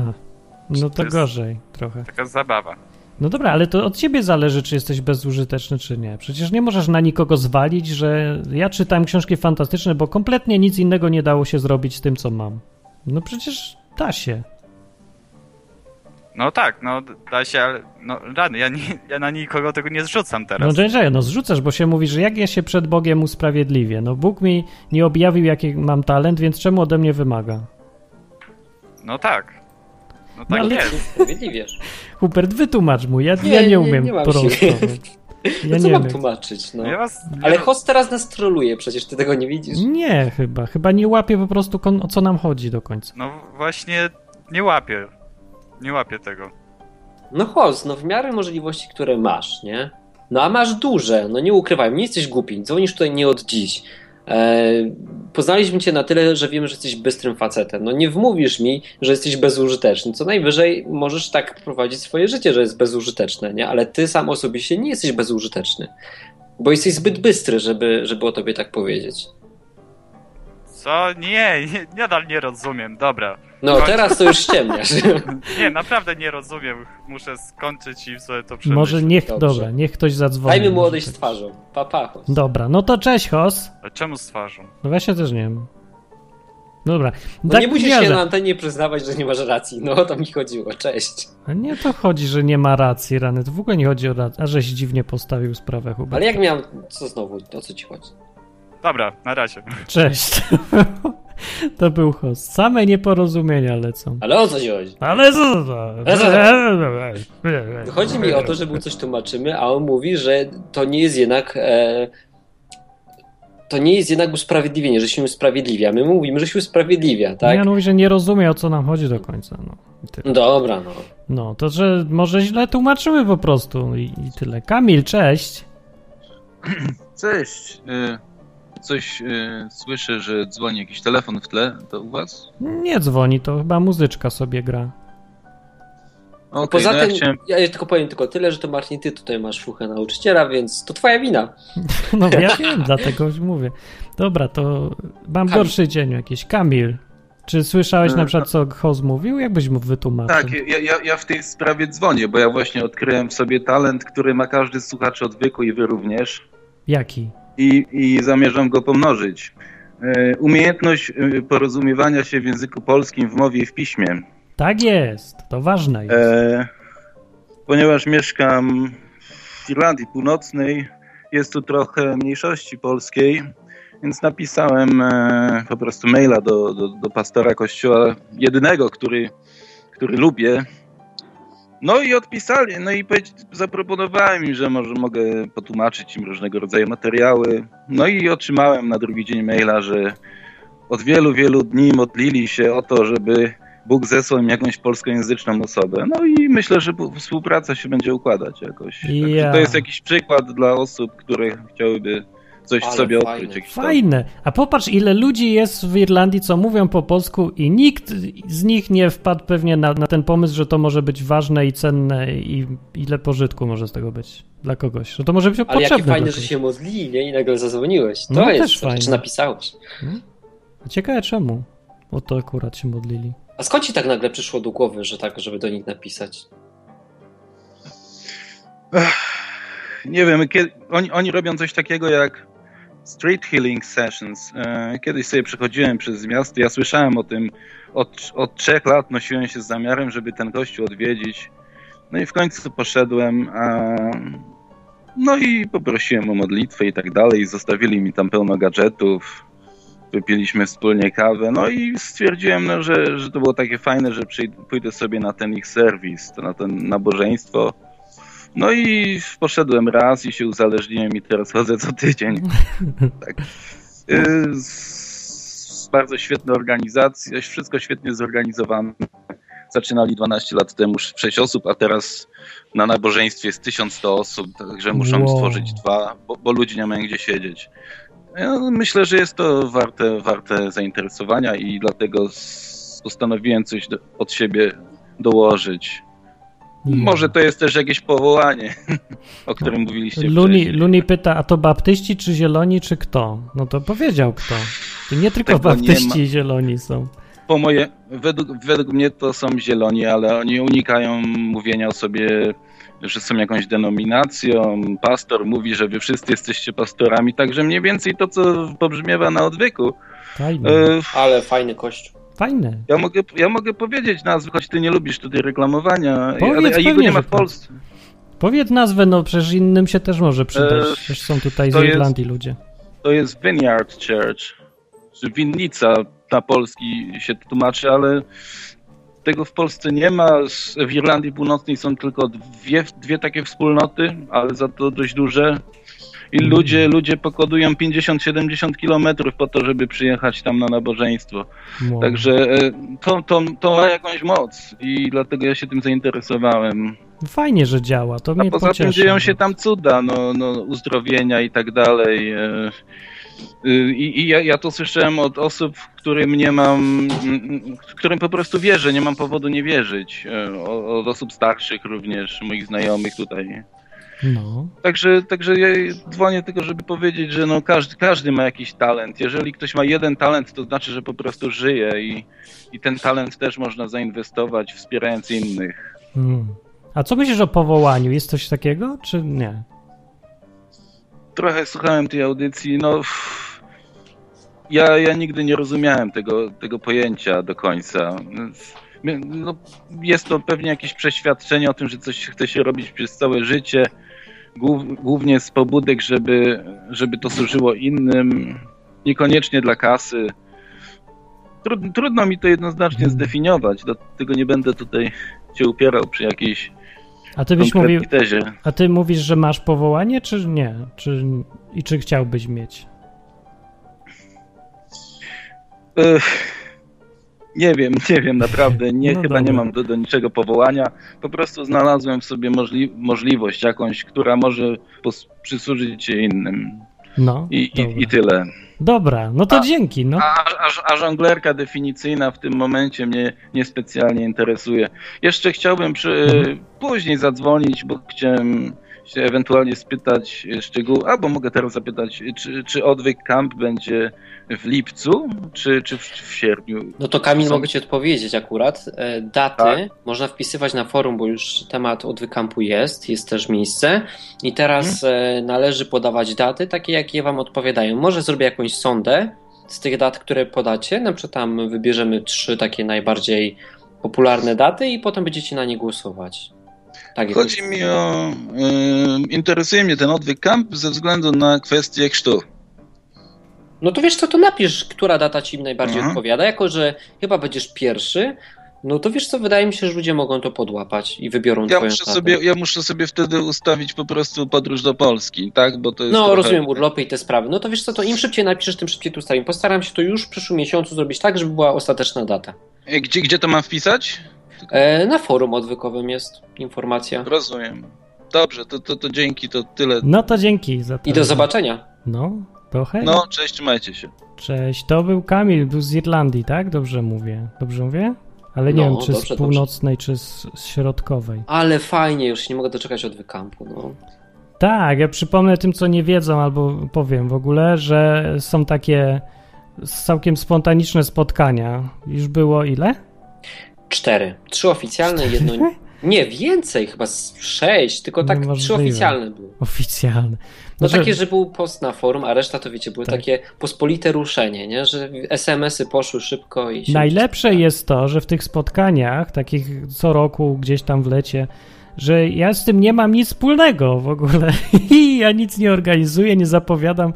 no
To
to
jest-
gorzej trochę.
Taka zabawa.
No dobra, ale to od ciebie zależy, czy jesteś bezużyteczny, czy nie. Przecież nie możesz na nikogo zwalić, że ja czytam książki fantastyczne, bo kompletnie nic innego nie dało się zrobić z tym, co mam. No przecież da się.
No tak, no da się, ale no rany, ja, nie, ja na nikogo tego nie zrzucam
No
teraz.
Jay, no zrzucasz, bo się mówi, że jak ja się przed Bogiem usprawiedliwię? No Bóg mi nie objawił, jaki mam talent, więc czemu ode mnie wymaga?
No tak. No
No,
tak
ale-
jest.
Sprawiedliwiesz.
Hubert, wytłumacz mu, ja nie,
Nie,
ja nie
nie,
umiem
nie mam się.
porozmawiać. Ja
no co
nie
mam
wiem.
tłumaczyć, no.
Ja was,
Ale
ja,
host teraz nas troluje, przecież ty tego nie widzisz.
Nie, chyba. Chyba nie łapie po prostu, kon- o co nam chodzi do końca.
No właśnie nie łapię. Nie łapię tego.
No host, no w miarę możliwości, które masz, nie? No a masz duże, no nie ukrywaj, nie jesteś głupi, dzwonisz tutaj nie od dziś. E, poznaliśmy cię na tyle, że wiemy, że jesteś bystrym facetem. No nie wmówisz mi, że jesteś bezużyteczny. Co najwyżej możesz tak prowadzić swoje życie, że jest bezużyteczne, nie? Ale ty sam osobiście nie jesteś bezużyteczny. Bo jesteś zbyt bystry, żeby, żeby o tobie tak powiedzieć.
Co? Nie, nie, nadal nie rozumiem. Dobra.
No
Kończ.
teraz to już ściemniasz.
Nie, naprawdę nie rozumiem. Muszę skończyć i sobie to przemyśleć.
Może niech,
Dobrze.
dobra, niech ktoś zadzwoni.
Dajmy mu
Może
odejść z
tak.
twarzą. Papa. Pa, host.
Dobra, no to cześć, Hos.
A czemu z twarzą?
No właśnie też nie wiem. Dobra.
No
Tak
nie musisz
kojarzę.
się na antenie przyznawać, że nie masz racji. No o to mi chodziło. Cześć.
A Nie to chodzi, że nie ma racji, rany. To w ogóle nie chodzi o rację. A żeś dziwnie postawił sprawę, Hubert.
Ale jak miałem. Co znowu? O co ci chodzi?
Dobra, na razie.
Cześć. to był host. Same nieporozumienia lecą.
Ale o co ci chodzi?
Ale co to?
Chodzi mi o to, że mu coś tłumaczymy, a on mówi, że to nie jest jednak. E, to nie jest jednak usprawiedliwienie, że się usprawiedliwia. My mówimy, że się usprawiedliwia, tak?
Ja mówię, że nie rozumie, o co nam chodzi do końca. No, I tyle.
Dobra, no.
no to, że może źle tłumaczyły po prostu i, i tyle. Kamil, cześć.
Cześć. e, Coś e, słyszę, że dzwoni jakiś telefon w tle. To u was?
Nie dzwoni, to chyba muzyczka sobie gra.
Okej,
Poza
no ja
tym,
chciałem...
ja jeszcze tylko powiem tylko tyle, że to Marcin, ty tutaj masz fuchę nauczyciela, więc to twoja wina.
No ja wiem, dlatego już mówię. Dobra, to mam
Kamil.
gorszy dzień jakiś. Kamil, czy słyszałeś na przykład, co Hoz mówił? Jakbyś mu wytłumaczył?
Tak, ja, ja, ja w tej sprawie dzwonię, bo ja właśnie odkryłem w sobie talent, który ma każdy z słuchaczy od wieku i wy również.
Jaki?
i, i zamierzam go pomnożyć. E, Umiejętność e, porozumiewania się w języku polskim, w mowie i w piśmie.
Tak jest, to ważne jest.
E, Ponieważ mieszkam w Irlandii Północnej, jest tu trochę mniejszości polskiej, więc napisałem e, po prostu maila do, do, do pastora kościoła, jedynego, który, który lubię. No i odpisali, no i powiedz- zaproponowałem im, że może mogę potłumaczyć im różnego rodzaju materiały. No i otrzymałem na drugi dzień maila, że od wielu, wielu dni modlili się o to, żeby Bóg zesłał im jakąś polskojęzyczną osobę. No i myślę, że bu- współpraca się będzie układać jakoś. Także
Ja.
To jest jakiś przykład dla osób, które chciałyby coś
Ale
w sobie
fajne.
odkryć. jakiś
Fajne. A popatrz, ile ludzi jest w Irlandii, co mówią po polsku i nikt z nich nie wpadł pewnie na, na ten pomysł, że to może być ważne i cenne i ile pożytku może z tego być dla kogoś. Że to może być
Ale
potrzebne.
jakie fajne,
dla
że
kogoś.
się modlili, nie? I nagle zadzwoniłeś. To
No,
jest,
też
to,
fajne.
czy napisałeś.
no? Ciekawe czemu. O to akurat się modlili.
A skąd ci tak nagle przyszło do głowy, że tak, żeby do nich napisać?
Nie wiem, kiedy, oni, oni robią coś takiego jak street healing sessions. E, Kiedyś sobie przechodziłem przez miasto, ja słyszałem o tym od, od trzech lat, nosiłem się z zamiarem, żeby ten gościu odwiedzić. No i w końcu poszedłem, a, no i poprosiłem o modlitwę i tak dalej. Zostawili mi tam pełno gadżetów, wypiliśmy wspólnie kawę, no i stwierdziłem, no, że, że to było takie fajne, że przyjdę, pójdę sobie na ten ich serwis, to na ten nabożeństwo. No i poszedłem raz i się uzależniłem i teraz chodzę co tydzień. tak. Y, s- Bardzo świetna organizacja, wszystko świetnie zorganizowane. Zaczynali 12 lat temu 6 osób, a teraz na nabożeństwie jest 1100 osób, także muszą
Wow.
stworzyć dwa, bo, bo ludzie nie mają gdzie siedzieć. Ja myślę, że jest to warte, warte zainteresowania i dlatego s- postanowiłem coś do, od siebie dołożyć. Może to jest też jakieś powołanie, o którym mówiliście
Luni,
wcześniej.
Luni pyta, a to baptyści czy zieloni, czy kto? No to powiedział kto. To nie tylko
Tego nie
baptyści
ma.
i zieloni są.
Po moje, według, według mnie to są zieloni, ale oni unikają mówienia o sobie, że są jakąś denominacją. Pastor mówi, że wy wszyscy jesteście pastorami, także mniej więcej to, co pobrzmiewa na odwyku.
Fajne.
E,
Ale fajny kościół.
Fajne.
Ja mogę, ja mogę powiedzieć nazwę, choć ty nie lubisz tutaj reklamowania,
Powiedz
ale a jego
pewnie,
nie ma
że tak.
w Polsce.
Powiedz nazwę, no przecież innym się też może przydać.
E,
Przecież są tutaj z
to jest-
Irlandii ludzie.
To jest Vineyard Church, czy winnica na polski się tłumaczy, ale tego w Polsce nie ma. Z- W Irlandii Północnej są tylko dwie, dwie takie wspólnoty, ale za to dość duże. I ludzie, ludzie pokodują 50-70 kilometrów po to, żeby przyjechać tam na nabożeństwo.
Wow.
Tak,
Także e, to, to, to ma jakąś moc i dlatego ja się tym zainteresowałem.
Fajnie, że działa. To
A
mnie
poza tym
pocieszy.
dzieją się tam cuda, no, no, uzdrowienia i tak dalej. e, y, I, i ja, ja to słyszałem od osób, którym nie mam, mm, którym po prostu wierzę, nie mam powodu nie wierzyć. e, o- Od osób starszych również, moich znajomych tutaj.
No.
Także, także ja dzwonię tylko, żeby powiedzieć, że no każdy, każdy ma jakiś talent. Jeżeli ktoś ma jeden talent, to znaczy, że po prostu żyje i, i ten talent też można zainwestować, wspierając innych.
Mm. A co myślisz o powołaniu? Jest coś takiego, czy nie?
trochę słuchałem tej audycji, no. pff, ja, ja nigdy nie rozumiałem tego, tego pojęcia do końca. My- No, jest to pewnie jakieś przeświadczenie o tym, że coś chce się robić przez całe życie, głów- głównie z pobudek, żeby, żeby to służyło innym, niekoniecznie dla kasy. Trud, trudno mi to jednoznacznie zdefiniować, dlatego nie będę tutaj się upierał przy jakiejś
A ty byś
konkretnej
mówił,
tezie.
a ty mówisz, że masz powołanie, czy nie? Czy, I czy chciałbyś mieć?
Ech, nie wiem, nie wiem, naprawdę. Nie,
No
chyba
dobra.
nie mam do, do niczego powołania. Po prostu znalazłem w sobie możli- możliwość jakąś, która może pos- przysłużyć się innym.
No,
I, i,
dobra.
i tyle.
Dobra, no to
A-
dzięki, no.
A, a, a żonglerka definicyjna w tym momencie mnie niespecjalnie interesuje. Jeszcze chciałbym przy, później zadzwonić, bo chciałem się ewentualnie spytać szczegółu, albo mogę teraz zapytać, czy, czy odwyk camp będzie w lipcu, czy, czy w, w sierpniu?
No to Kamil,
Są-
mogę ci odpowiedzieć akurat. E, Daty
Tak.
można wpisywać na forum, bo już temat odwykampu jest, jest też miejsce. I teraz e, należy podawać daty takie, jakie wam odpowiadają. Może zrobię jakąś sondę z tych dat, które podacie. Na przykład tam wybierzemy trzy takie najbardziej popularne daty i potem będziecie na nie głosować. Tak jest.
Chodzi mi o. ym, interesuje mnie ten odwyk camp ze względu na kwestię chrztu.
No to wiesz co, to napisz, która data ci najbardziej
Aha.
odpowiada. Jako, że chyba będziesz pierwszy, no to wiesz co, wydaje mi się, że ludzie mogą to podłapać i wybiorą
Ja
twoją
muszę,
datę.
sobie, ja muszę sobie wtedy ustawić po prostu podróż do Polski, tak? Bo to jest.
No,
trochę...
rozumiem urlopy i te sprawy. No to wiesz co, to im szybciej napiszesz, tym szybciej tu ustawimy. Postaram się to już w przyszłym miesiącu zrobić tak, żeby była ostateczna data.
E, Gdzie, gdzie to mam wpisać?
E, na forum odwykowym jest informacja.
Rozumiem. Dobrze, to, to, to dzięki, to tyle.
No to dzięki za to.
I do zobaczenia.
No, to hej.
No, cześć, trzymajcie się.
Cześć, to był Kamil, był z Irlandii, tak? Dobrze mówię. Dobrze mówię? Ale nie
No,
wiem, czy
dobrze,
z
dobrze.
północnej, czy z, z środkowej.
Ale fajnie, już się nie mogę doczekać odwykampu. No.
Tak, ja przypomnę tym, co nie wiedzą, albo powiem w ogóle, że są takie całkiem spontaniczne spotkania. Już było ile?
Cztery. Trzy oficjalne, jedno. Nie, więcej, chyba z sześć, tylko tak trzy
Niemożliwe.
oficjalne były.
Oficjalne.
No
Znaczy-
takie, że był post na forum, a reszta to wiecie, były
Tak.
takie pospolite ruszenie, nie? Że SMS-y poszły szybko i się
Najlepsze jest to, że w tych spotkaniach, takich co roku gdzieś tam w lecie, że ja z tym nie mam nic wspólnego w ogóle. I ja nic nie organizuję, nie zapowiadam,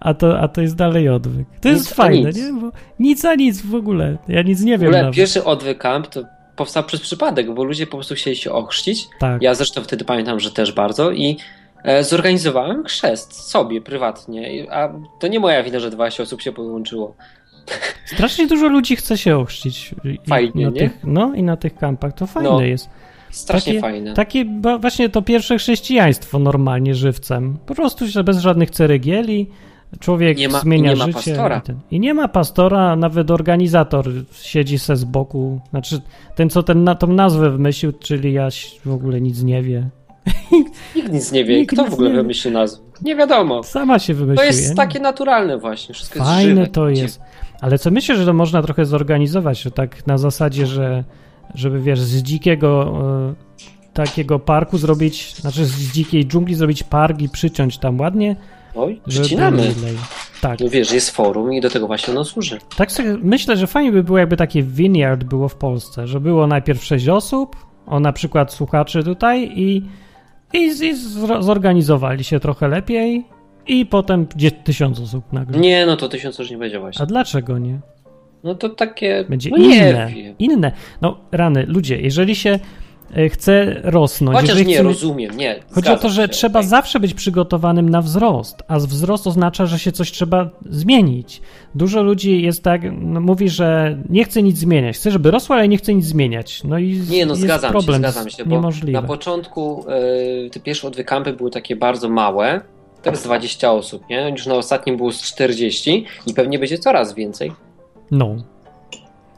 a to, a to jest dalej odwyk. To
Nic
jest
a
fajne,
nic.
nie? Bo nic a nic w ogóle. Ja nic nie
W
wiem
ogóle
nawet.
pierwszy odwykamp to powstał przez przypadek, bo ludzie po prostu chcieli się ochrzcić.
Tak.
Ja zresztą wtedy pamiętam, że też bardzo i e, zorganizowałem chrzest sobie prywatnie, I- a to nie moja wina, że 12 osób się połączyło.
Strasznie dużo ludzi chce się ochrzcić. I-
Fajnie,
na
nie?
Tych, no i na tych kampach. To fajne
No.
jest.
Strasznie
Takie-
fajne.
Takie bo właśnie to pierwsze chrześcijaństwo normalnie żywcem. Po prostu się bez żadnych ceregieli. Człowiek
Nie ma-
zmienia
i nie ma
życie.
pastora.
I, ten, I nie ma pastora, nawet organizator siedzi se z boku. Znaczy ten, co ten, na, tą nazwę wymyślił, czyli jaś w ogóle nic nie wie.
Nikt nic nie wie,
Nikt
kto
nic
w ogóle
nie wie.
wymyśli nazwę. Nie wiadomo.
Sama się
To
wymyśliła.
jest tak takie naturalne właśnie, wszystko jest
Fajne
żywe.
to jest. Ale co myślę, że to można trochę zorganizować, że tak na zasadzie, że żeby wiesz, z dzikiego e, takiego parku zrobić, znaczy z dzikiej dżungli zrobić park i przyciąć tam ładnie.
Oj,
żeby
przycinamy.
milej. Tak.
No wiesz, jest forum i do tego właśnie ono służy.
Tak sobie myślę, że fajnie by było, jakby takie vineyard było w Polsce, że było najpierw sześć osób, o na przykład słuchaczy tutaj i, i, z- i zro- zorganizowali się trochę lepiej i potem gdzie tysiąc osób nagle.
Nie, no to tysiąc już nie będzie właśnie.
A dlaczego nie?
No to takie...
Będzie
no nie
inne.
wiem.
Inne. No, rany, ludzie, jeżeli się e, chce rosnąć.
Chociaż
jeżeli
nie,
chcemy-
rozumiem, nie.
Chodzi o to,
zgadzam
że
się,
trzeba
okej.
zawsze być przygotowanym na wzrost, a wzrost oznacza, że się coś trzeba zmienić. Dużo ludzi jest tak, no, mówi, że nie chce nic zmieniać. Chce, żeby rosła, ale nie chce nic zmieniać. No i z-
Nie, no
jest
zgadzam
problem
się, zgadzam się, bo
niemożliwy.
na początku y, te pierwsze odwykampy były takie bardzo małe, teraz 20 osób, nie? Już na ostatnim było z 40 i pewnie będzie coraz więcej.
No.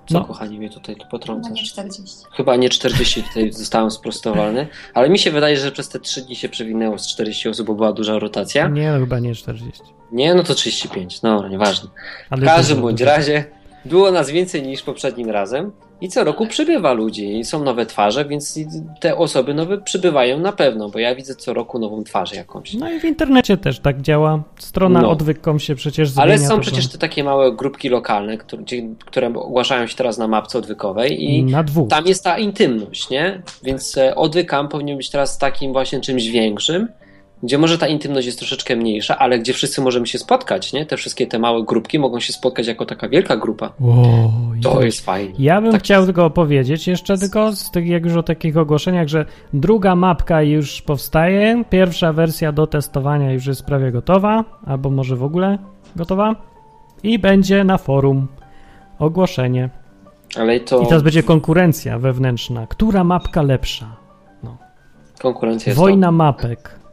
Co,
No.
kochani, mnie tutaj tu
No nie
potrącasz?
40.
Chyba nie 40, tutaj zostałem sprostowany, ale mi się wydaje, że przez te 3 dni się przewinęło z 40 osób, bo była duża rotacja.
Nie, no, chyba nie 40.
Nie, no to 35, no nieważne.
Ale
W każdym
dużo,
bądź
dużo.
razie było nas więcej niż poprzednim razem I co roku przybywa ludzi, i są nowe twarze, więc i te osoby nowe przybywają na pewno, bo ja widzę co roku nową twarz jakąś.
No i w internecie też tak działa. Strona
No.
odwyk.com się przecież zmienia.
Ale są
to,
przecież te takie małe grupki lokalne, które, gdzie- które ogłaszają się teraz na mapce odwykowej i
Na dwóch.
tam jest ta intymność, nie? Więc e, odwykam powinien być teraz takim właśnie czymś większym, gdzie może ta intymność jest troszeczkę mniejsza, ale gdzie wszyscy możemy się spotkać, nie? Te wszystkie te małe grupki mogą się spotkać jako taka wielka grupa.
Wow,
To
ja-
jest fajne.
Ja bym
Tak
chciał
jest.
tylko opowiedzieć jeszcze tylko, z tych, jak już o takich ogłoszeniach, że druga mapka już powstaje, pierwsza wersja do testowania już jest prawie gotowa, albo może w ogóle gotowa i będzie na forum ogłoszenie.
Ale to
I teraz będzie konkurencja wewnętrzna. Która mapka lepsza?
konkurencja jest
Wojna mapek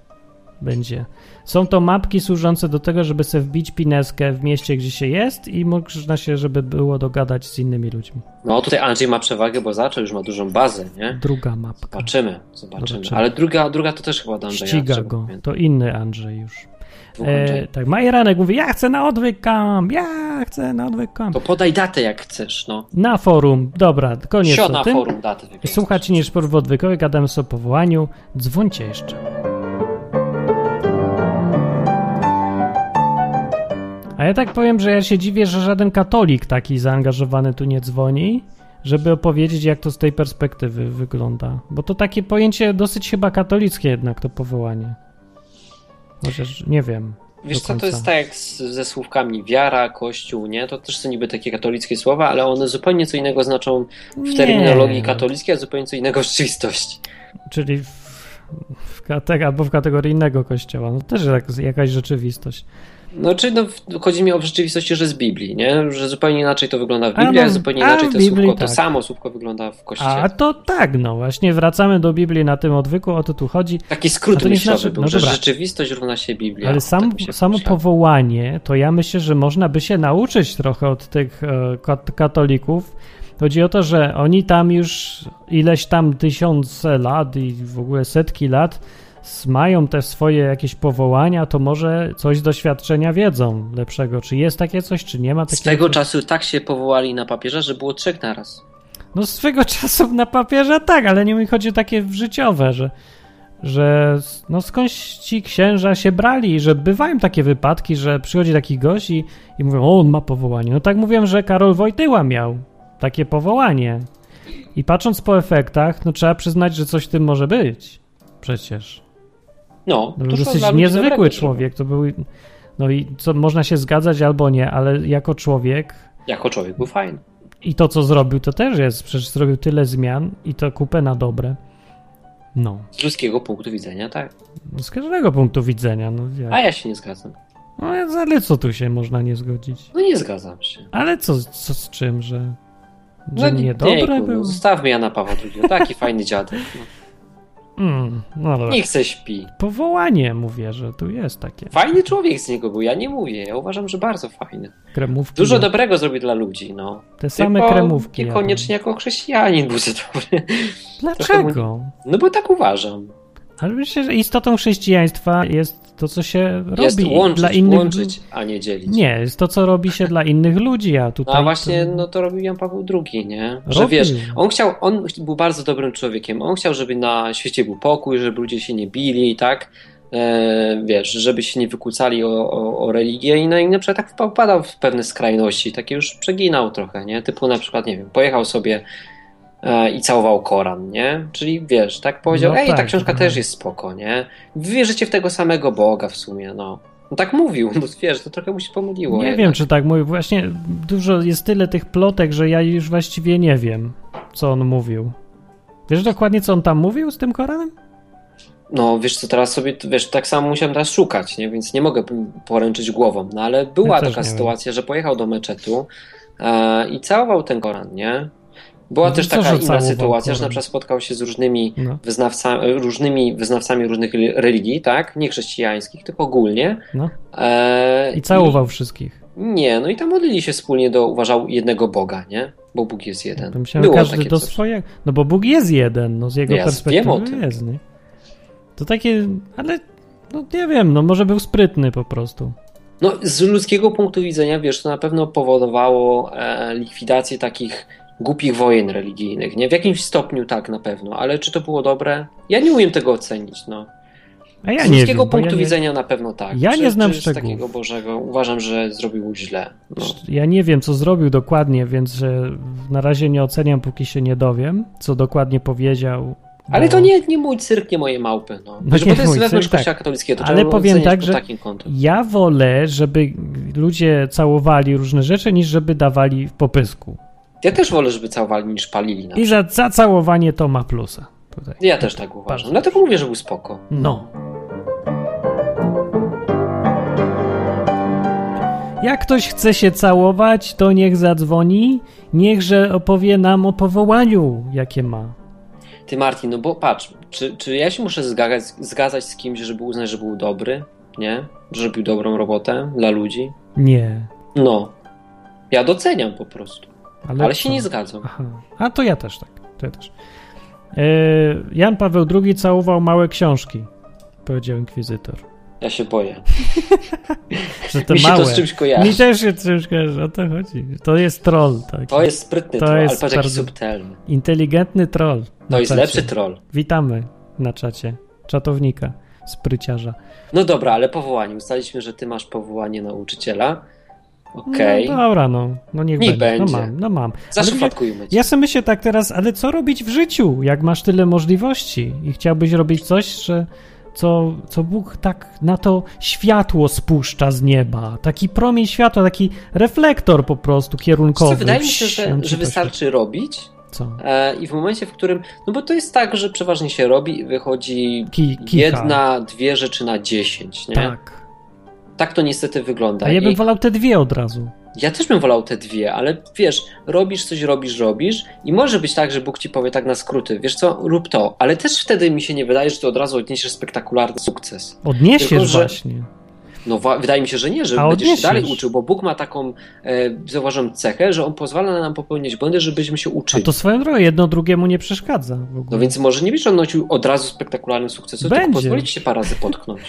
będzie. Są to mapki służące do tego, żeby sobie wbić pineskę w mieście, gdzie się jest i można się, żeby było dogadać z innymi ludźmi.
dobra. No tutaj Andrzej ma przewagę, bo zaczął, już ma dużą bazę, nie?
Druga mapka.
Zobaczymy, zobaczymy.
Zobaczymy.
Ale druga, druga to też chyba do Andrzeja.
Ściga
No trzeba
go.
pamiętać.
To inny Andrzej już.
Dwóch
E,
Andrzejów.
tak, Majeranek mówi, ja chcę na odwyk kamp, ja chcę na odwyk kamp.
To podaj datę jak chcesz, no.
Na forum, dobra, koniec
Sio
o
na
tym.
forum datę. wypisz.
Słuchajcie, niż porw odwykowy, gadamy sobie o powołaniu, dzwońcie jeszcze. A ja tak powiem, że ja się dziwię, że żaden katolik taki zaangażowany tu nie dzwoni, żeby opowiedzieć, jak to z tej perspektywy wygląda. Bo to takie pojęcie dosyć chyba katolickie jednak, to powołanie. Chociaż nie wiem.
Wiesz
do
co, to
końca.
jest tak jak z, ze słówkami wiara, kościół, nie? To też są niby takie katolickie słowa, ale one zupełnie co innego znaczą w
Nie.
terminologii katolickiej, a zupełnie co innego w rzeczywistości.
Czyli w, w kate- albo w kategorii innego kościoła. No też jak, jakaś rzeczywistość.
No czy no, w- chodzi mi o w rzeczywistości, że z Biblii, nie? Że zupełnie inaczej to wygląda w
A,
Biblii,
no,
a zupełnie
a
inaczej
w
to
Biblii
słówko, to
tak.
samo słówko wygląda w kościele.
A to tak, no właśnie, wracamy do Biblii na tym odwyku, o to tu chodzi.
Taki skrót
a to nie
myślowy
znaczy-
był,
no
że
dobra.
rzeczywistość równa się Biblia.
Ale sam,
mi się
samo
pomyślało.
powołanie, to ja myślę, że można by się nauczyć trochę od tych e, kat- katolików. Chodzi o to, że oni tam już ileś tam tysiące lat i w ogóle setki lat s- mają te swoje jakieś powołania, to może coś z doświadczenia wiedzą lepszego. Czy jest takie coś, czy nie ma takiego
Z tego
coś?
czasu tak się powołali na papieża, że było trzech naraz.
No swego czasu na papierze tak, ale nie mi chodzi o takie życiowe, że, że s- no skądś ci księża się brali, że bywają takie wypadki, że przychodzi taki gość i, i mówią, o on ma powołanie. No tak mówiłem, że Karol Wojtyła miał takie powołanie. I patrząc po efektach, no trzeba przyznać, że coś w tym może być. Przecież.
No,
No,
dużo
dosyć
dla ludzi
niezwykły
dobrego
człowiek, to był... No i co, można się zgadzać albo nie, ale jako człowiek
zrobił. Jako człowiek był fajny.
i to, co zrobił, to też jest. Przecież zrobił tyle zmian i to kupę na dobre. No,
Z ludzkiego punktu widzenia, tak.
z każdego punktu widzenia. No,
A
jak.
ja się nie zgadzam.
no ale co tu się można nie zgodzić?
No nie zgadzam się.
Ale co, co z czym, że,
No,
że niedobre
jejku, no,
było?
Zostawmy Jana Pawła II. Taki fajny dziadek.
Mm, no
No.
dobra.
Nie chce śpi.
Powołanie mówię, że tu jest takie.
Fajny człowiek z niego był, ja nie mówię. Ja uważam, że bardzo fajny.
Kremówki.
Dużo
no,
dobrego zrobił dla ludzi, no.
Te same
Tylko
kremówki. jadą.
Niekoniecznie jako chrześcijanin był za dobry.
Dlaczego?
No bo tak uważam.
Ale myślę, że istotą chrześcijaństwa jest to, co się robi
Jest łączyć,
dla innych.
łączyć, a nie dzielić.
Nie, jest to, co robi się dla innych ludzi, a
No
tutaj.
a właśnie,
to-
no to robił Jan Paweł II, nie? Że
Robił.
wiesz, on chciał, on był bardzo dobrym człowiekiem. On chciał, żeby na świecie był pokój, żeby ludzie się nie bili, tak? E, wiesz, żeby się nie wykłócali o, o, o religię i, no, i na przykład tak wpa- wpadał w pewne skrajności, takie już przeginał trochę, nie? Typu na przykład, nie wiem, pojechał sobie e, i całował Koran, nie? Czyli wiesz, tak powiedział,
No
ej, ta
tak,
książka
no.
też jest spoko, nie? Wy Wierzycie w tego samego Boga w sumie, no. No tak mówił, no wiesz, to trochę mu się pomyliło.
Nie
jednak.
wiem, czy tak mówił. Właśnie dużo jest tyle tych plotek, że ja już właściwie nie wiem, co on mówił. Wiesz dokładnie, co on tam mówił z tym Koranem?
No wiesz co, teraz sobie, wiesz, tak samo musiałem teraz szukać, nie? więc nie mogę poręczyć głową, no ale była
Ja też
taka
nie
sytuacja, że pojechał do meczetu e, i całował ten Koran, nie? Była
No
też
co,
taka
że
inna
całował
sytuacja, że na
Koran?
przykład spotkał się z różnymi
No,
wyznawcami, różnymi wyznawcami różnych re- religii, tak? Nie chrześcijańskich, tylko ogólnie.
no.
E,
I całował wszystkich.
I, nie, no i tam modlili się wspólnie do, uważał, jednego Boga, nie? Bo Bóg jest jeden.
To myślałem, każdy do
coś.
swojego. No bo Bóg jest jeden, no z jego
Ja
perspektywy
wiem o tym.
jest, nie? To takie, ale no nie wiem, no może był sprytny po prostu.
No, z ludzkiego punktu widzenia, wiesz, to na pewno powodowało e, likwidację takich głupich wojen religijnych, nie? W jakimś stopniu tak na pewno, ale czy to było dobre? Ja nie umiem tego ocenić, no.
A ja
Z
nie
ludzkiego
wiem, bo
punktu
ja nie,
widzenia na pewno tak.
Ja nie znam
czy z
szczegółów.
takiego Bożego uważam, że zrobił źle. No.
Ja nie wiem, co zrobił dokładnie, więc że na razie nie oceniam, póki się nie dowiem, co dokładnie powiedział.
Ale
bo-
to nie, nie mój cyrk, nie moje małpy. No.
No
Wiesz,
nie
bo to jest
mój
wewnątrz
cyrk, tak.
kościoła katolickiego, to
Ale
trzeba
powiem
oceniać
tak,
pod
że-
takim kątem.
Ja wolę, żeby ludzie całowali różne rzeczy, niż żeby dawali w popysku.
Ja też wolę, żeby całowali niż palili. Na
I za, za całowanie to ma plusa. Tutaj.
Ja też tak uważam.
Bardzo.
Dlatego mówię, że był spoko.
No. Jak ktoś chce się całować, to niech zadzwoni, niechże opowie nam o powołaniu, jakie ma.
Ty, Martin, no bo patrz, czy, czy ja się muszę zgadzać, zgadzać z kimś, żeby uznać, że był dobry? Nie? Że robił dobrą robotę dla ludzi?
Nie,
No. Ja doceniam po prostu.
ale,
Ale,
co?
się nie zgadzam.
Aha. A to ja też tak. To ja też. E, Jan Paweł II całował małe książki, powiedział inkwizytor.
Ja się boję.
Że te
Mi się
małe.
to z czymś kojarzy.
Mi też się czymś kojarzy, o to chodzi. To jest troll. Taki.
To jest sprytny
To
troll, ale
jest
patrz jaki
bardzo-
subtelny. To
Inteligentny troll. na
jest
czacie.
lepszy troll.
Witamy na czacie. Czatownika, spryciarza.
No dobra, ale powołanie. Ustaliśmy, że ty masz powołanie nauczyciela. Okej.
No dobra, no. No niech
Niech
będzie.
będzie.
No mam, no mam. Ale wiecie,
Zaszufladkujmy cię.
Ja sobie myślę tak teraz, ale co robić w życiu, jak masz tyle możliwości i chciałbyś robić coś, że co, co Bóg tak na to światło spuszcza z nieba. Taki promień światła, taki reflektor po prostu
Wiesz
kierunkowy.
Co, Znaczy, wydaje mi się,
Psz, on
że,
ci
że
to
wystarczy robić
świat- Co?
e, i w momencie, w którym. No bo to jest tak, że przeważnie się robi, wychodzi
Ki, kicha.
jedna, dwie rzeczy na dziesięć. Nie? Tak.
Tak.
to niestety wygląda.
A ja bym
I
wolał te dwie od razu.
ja też bym wolał te dwie, ale wiesz, robisz coś, robisz, robisz i może być tak, że Bóg ci powie tak na skróty, wiesz co, rób to, ale też wtedy mi się nie wydaje, że ty od razu odniesiesz spektakularny sukces.
Odniesiesz
Tylko, że-
właśnie.
No wa- wydaje mi się, że nie, że
A
będziesz się
odniesiesz.
dalej uczył, bo Bóg ma taką, e, zauważam, cechę, że On pozwala nam popełniać błędy, żebyśmy się
A
uczyli.
to swoją drogą, jedno drugiemu nie przeszkadza w ogóle.
No więc może nie będziesz odnosił od razu spektakularnym sukcesu, tylko
Będzie.
pozwolić się parę razy potknąć.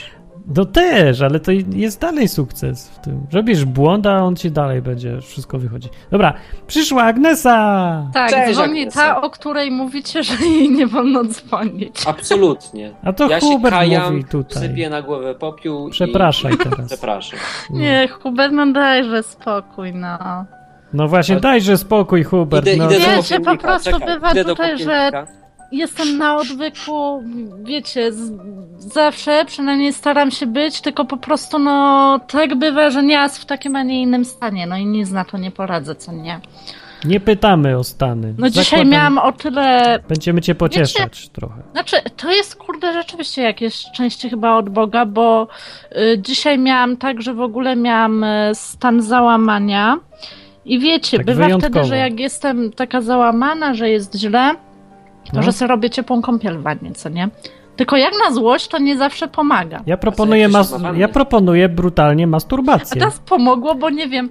No też, ale to jest dalej sukces w tym. Robisz błąd, a on ci dalej będzie, wszystko wychodzi. Dobra, przyszła Agnesa!
Tak,
Cześć,
dzwoni
Agniesa.
ta, o której mówicie, że jej nie wolno dzwonić.
Absolutnie.
A to
ja się
Hubert mówi
kajam,
tutaj.
sypię na głowę popiół
Przepraszaj
i...
teraz.
Przepraszam.
Nie, Hubert, no dajże spokój, no.
No właśnie, dajże spokój, Hubert.
Idę,
no.
idę do
Wiecie,
popielnika,
po prostu
czekaj,
bywa
idę do
tutaj, że-
popielnika.
Jestem na odwyku, wiecie, z, zawsze przynajmniej staram się być, tylko po prostu no tak bywa, że nie jest w takim, a nie innym stanie, no i nic na to nie poradzę, co nie.
Nie pytamy o Stany.
No dzisiaj
Zakładam-
miałam o tyle
Będziemy cię pocieszać trochę.
Znaczy, to jest kurde rzeczywiście jakieś szczęście chyba od Boga, bo y, dzisiaj miałam tak, że w ogóle miałam y, stan załamania. I wiecie,
Tak
bywa wtedy,
wyjątkowo.
że jak jestem taka załamana, że jest źle, to
No.
że sobie robię ciepłą kąpiel w wannie, co nie? Tylko jak na złość, to nie zawsze pomaga.
Ja proponuję,
jakieś
mas-
zabawy.
ja proponuję brutalnie
A
masturbację.
teraz pomogło, bo nie wiem,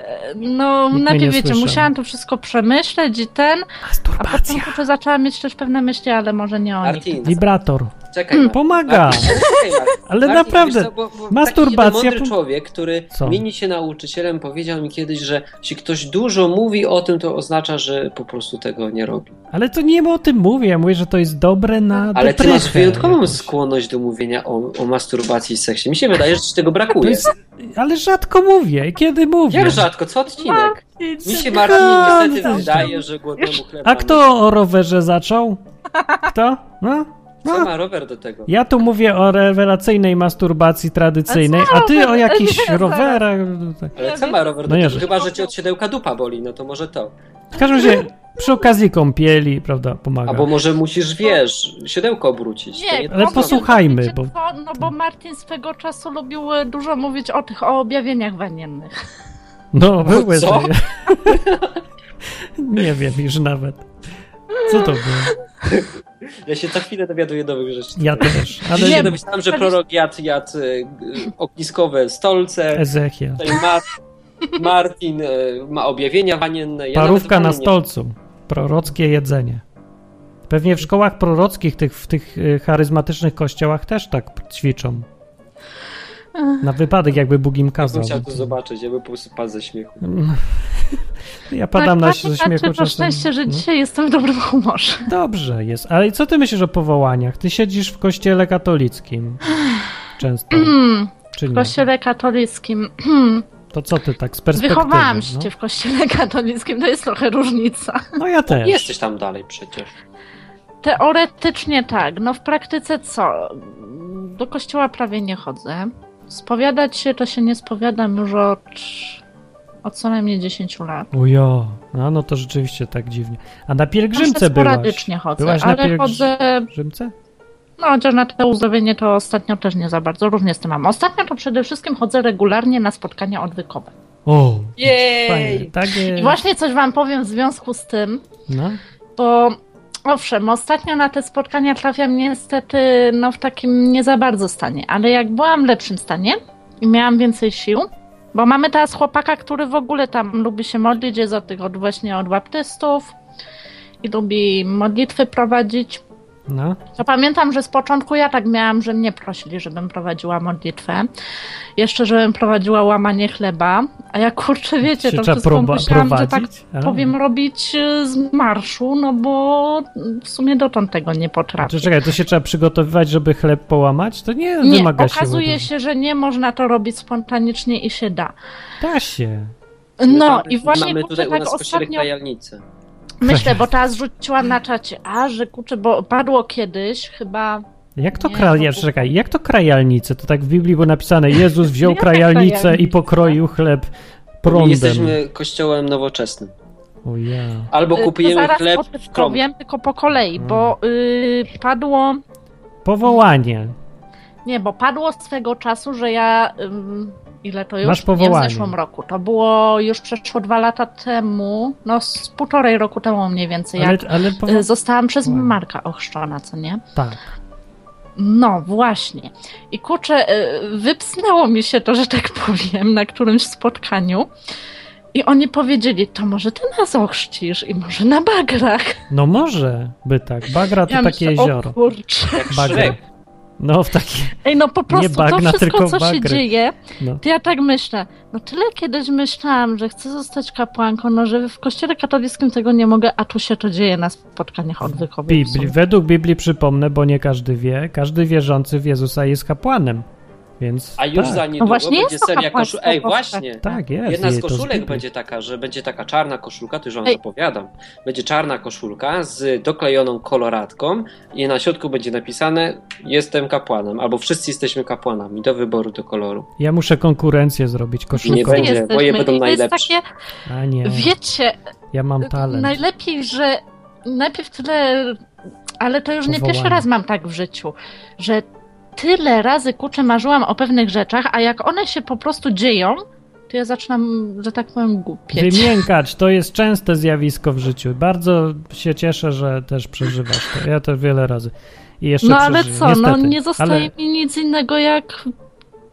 e, no
Nikt mnie nie
najpierw wiecie,
słyszał.
musiałam to wszystko przemyśleć i ten, a potem
Masturbacja.
kurczę, zaczęłam mieć też pewne myśli, ale może nie o nich.
Martin,
Vibrator.
czekaj.
Hmm,
Martin.
Pomaga.
Martin, czekaj, Martin.
Ale
Martin,
naprawdę.
tak. wiesz co, bo- bo
masturbacja
Taki jeden mądry
pom-
człowiek, który
Co?
mieni się nauczycielem, powiedział mi kiedyś, że jeśli ktoś dużo mówi o tym, to oznacza, że po prostu tego nie robi.
Ale to nie o tym mówię. Ja mówię, że to jest dobre na
Ale ty masz
depresję
wyjątkową
jakąś.
skłonność do mówienia o, o masturbacji i seksie. Mi się wydaje, że ci tego
To
brakuje.
jest... Ale rzadko mówię. I Kiedy mówię?
Tak Jak rzadko, co odcinek? Mi się
No,
Martin
no,
niestety wydaje, że głodnemu chleba.
A kto o rowerze zaczął? Kto? No?
nie- Co
no.
ma rower do tego?
Ja tu mówię o rewelacyjnej masturbacji tradycyjnej, a ty o jakichś rowerach.
Ale co ma rower do
No nie,
tego?
że-
Chyba, że cię od siodełka dupa boli, no to może to.
W każdym razie przy okazji kąpieli, prawda, pomaga.
Albo może musisz, wiesz, siodełko obrócić. To
Nie,
nie-
Ale
bo-
posłuchajmy,
wiecie
bo-
Co? No bo Martin swego czasu lubił e, dużo mówić o tych o objawieniach waniennych.
No, były
co?
to. Nie wiem już nawet. Co to było?
Ja się co chwilę dowiaduję nowych rzeczy.
Ja też,
Ale
ale
nie, myślałem, że prorok jadł, jadł e, e, ogniskowe stolce,
Ezechiel.
tutaj Mar Martin e, ma objawienia wanienne. Ja
Parówka
nawet
na
waniennie-
stolcu. Prorockie jedzenie. Pewnie w szkołach prorockich, tych, w tych y, charyzmatycznych kościołach też tak ćwiczą. Na wypadek, jakby Bóg im
Ja bym
kazał.
chciał to zobaczyć, ja bym po prostu padł ze śmiechu.
Ja padam na ze śmiechu
Tak,
czasem.
patrzę, szczęście, że
No.
dzisiaj jestem w dobrym humorze.
Dobrze jest. Ale co ty myślisz o powołaniach? Ty siedzisz w kościele katolickim. Często.
Mm,
Czy
w
nie?
kościele katolickim. Hmm.
To co ty tak z perspektywy?
Wychowałam
no?
się w kościele katolickim, to jest trochę różnica.
No ja też.
tak, Jesteś tam dalej przecież.
Teoretycznie tak, no w praktyce co? Do kościoła prawie nie chodzę. Spowiadać się to się nie spowiadam już od, od co najmniej 10 lat.
Ujo. No, no to rzeczywiście tak dziwnie. A na pielgrzymce
Zawsze
byłaś?
sporadycznie No, chodzę,
Byłaś na
ale
pielgrz-
chodzę
Pielgrzymce?
No, chociaż na te uzdrowienie to ostatnio też nie za bardzo. Różnie z tym mam. Ostatnio to przede wszystkim chodzę regularnie na spotkania odwykowe.
O. Fajnie.
Jej!
Tak jest.
I właśnie coś wam powiem w związku z tym,
No.
bo owszem, ostatnio na te spotkania trafiam niestety no, w takim nie za bardzo stanie, ale jak byłam w lepszym stanie i miałam więcej sił, bo mamy teraz chłopaka, który w ogóle tam lubi się modlić, jest od tych od, właśnie od baptystów i lubi modlitwy prowadzić.
No.
To pamiętam, że z początku ja tak miałam, że mnie prosili, żebym prowadziła modlitwę. Jeszcze, żebym prowadziła łamanie chleba. A ja kurczę, wiecie,
Się
to
trzeba
wszystko
proba-
musiałam, że tak
prowadzić? A.
powiem, robić y, z marszu, no bo w sumie dotąd tego nie potrafię.
Czy Znaczy, czekaj, to się trzeba przygotowywać, żeby chleb połamać? To nie,
nie,
wymaga się.
okazuje
ładunku.
się, że nie można to robić spontanicznie i się da.
Da się.
No
Mamy-
i właśnie
Mamy
kurczę,
tutaj u
tak
nas kościele
ostatnio
krajalnicy.
myślę, bo teraz rzuciłam na czacie, a że kurczę, bo padło kiedyś chyba
Jak to
Nie, no
kraja...
to-
Czekaj, jak to krajalnice? To tak w Biblii było napisane, Jezus wziął
Jaka
krajalnicę i
krajalnica?
pokroił chleb prądem.
Jesteśmy kościołem nowoczesnym.
O ja.
Albo
Y, to
kupujemy
zaraz
chleb
o tym
w kromku.
powiem, tylko po kolei,
Mm.
bo y, padło,
Powołanie.
nie, bo padło swego czasu, że ja, ym, ile to już?
Masz
Nie,
powołanie.
w zeszłym roku, to było już przeszło dwa lata temu, no z półtorej roku temu mniej więcej,
Ale,
jak
ale powo...
y, zostałam przez
Ładnie.
Marka ochrzczona, co nie?
Tak.
No właśnie. I kurczę, y, wypsnęło mi się to, że tak powiem, na którymś spotkaniu. I oni powiedzieli, to może ty nas ochrzcisz i może na bagrach.
No może by tak. Bagra to
Ja
takie
myślę,
jezioro.
O kurczę.
Bagra.
Szrek.
No w takie.
Ej, no po prostu
bagna,
to
tylko
wszystko, co się
bagry.
dzieje,
No.
to ja tak myślę. No tyle kiedyś myślałam, że chcę zostać kapłanką, no że w kościele katolickim tego nie mogę, a tu się to dzieje na spotkaniach odwykowych.
Biblii. Według Biblii przypomnę, bo nie każdy wie, każdy wierzący w Jezusa jest kapłanem. Więc.
A już
tak,
za niedługo
No właśnie
będzie
jest to
seria
kapłaństwo
koszul. Ej,
powszechne.
właśnie.
Tak, jest.
Jedna z
jej to
koszulek
Biblii.
będzie taka, że będzie taka czarna koszulka, to już wam
Ej.
zapowiadam. Będzie czarna koszulka z doklejoną koloratką i na środku będzie napisane jestem kapłanem, albo wszyscy jesteśmy kapłanami do wyboru do koloru.
Ja muszę konkurencję zrobić
Nie
koszulką.
będzie, moje będą
I to jest
najlepsze.
takie,
A nie.
wiecie,
Ja mam talent.
najlepiej, że najpierw tyle, ale to już nie
Powołanie.
pierwszy raz mam tak w życiu, że tyle razy kurczę marzyłam o pewnych rzeczach, a jak one się po prostu dzieją, to ja zaczynam, że tak powiem, głupieć.
Wymiękacz to jest częste zjawisko w życiu. Bardzo się cieszę, że też przeżywasz to. Ja to wiele razy. I jeszcze
No ale
przeżyję,
co, no
niestety.
nie zostaje
Ale-
mi nic innego jak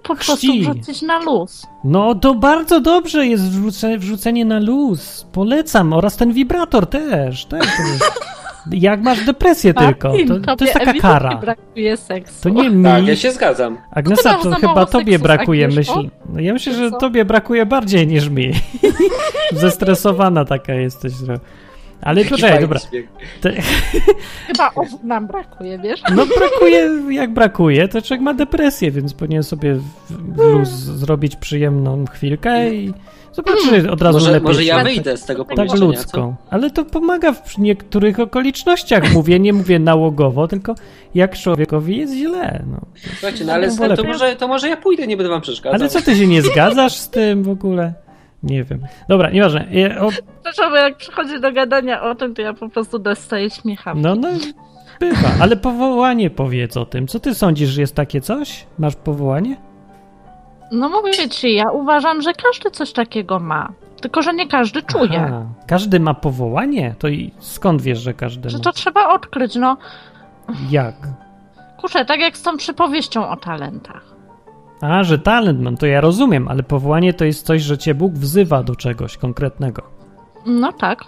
po prostu
Chrzcij.
wrzucić na luz.
No to bardzo dobrze jest wrzuce, wrzucenie na luz. Polecam. Oraz ten wibrator też. też to jest. Jak masz depresję tylko.
Martin,
To, to
Tak? tobie
jest taka
ewidentnie
kara.
brakuje seksu.
To nie mi.
Tak, ja się zgadzam.
Agnesa,
No to
to
masz za
chyba
mało
tobie
seksu z
brakuje
Agnieszką?
myśli. No ja myślę,
Czy
że
co?
tobie brakuje bardziej niż mi. Zestresowana taka jesteś. że- Ale poczekaj,
Fajny
dobra.
zbieg.
Chyba owu nam brakuje, wiesz?
No brakuje, jak brakuje, to człowiek ma depresję, więc powinien sobie w- luz zrobić przyjemną chwilkę i
Hmm.
zobaczy od razu
Może,
lepiej.
może ja
się-
wyjdę z tego
tak
pomieszczenia, co?
ludzką. Ale to pomaga w niektórych okolicznościach. Mówię, nie mówię nałogowo, tylko jak człowiekowi jest źle. No.
Słuchajcie, no ale
Było
to, to,
lepiej.
może, to może ja pójdę, nie będę wam przeszkadzał.
Ale co ty się nie zgadzasz z tym w ogóle? Nie wiem. Dobra, nieważne. E, O,
Przepraszam, bo jak przychodzi do gadania o tym, to ja po prostu dostaję śmiecha.
no, no, bywa. Ale powołanie powiedz o tym. Co ty sądzisz, że jest takie coś? Masz powołanie?
No mówię ci, ja uważam, że każdy coś takiego ma. Tylko, że nie każdy czuje.
Aha. Każdy ma powołanie? To i skąd wiesz, że każdy
Że
ma?
to trzeba odkryć, no.
Jak?
Kurczę, tak jak z tą przypowieścią o talentach.
A, że talent mam, to ja rozumiem, ale powołanie to jest coś, że cię Bóg wzywa do czegoś konkretnego.
No tak.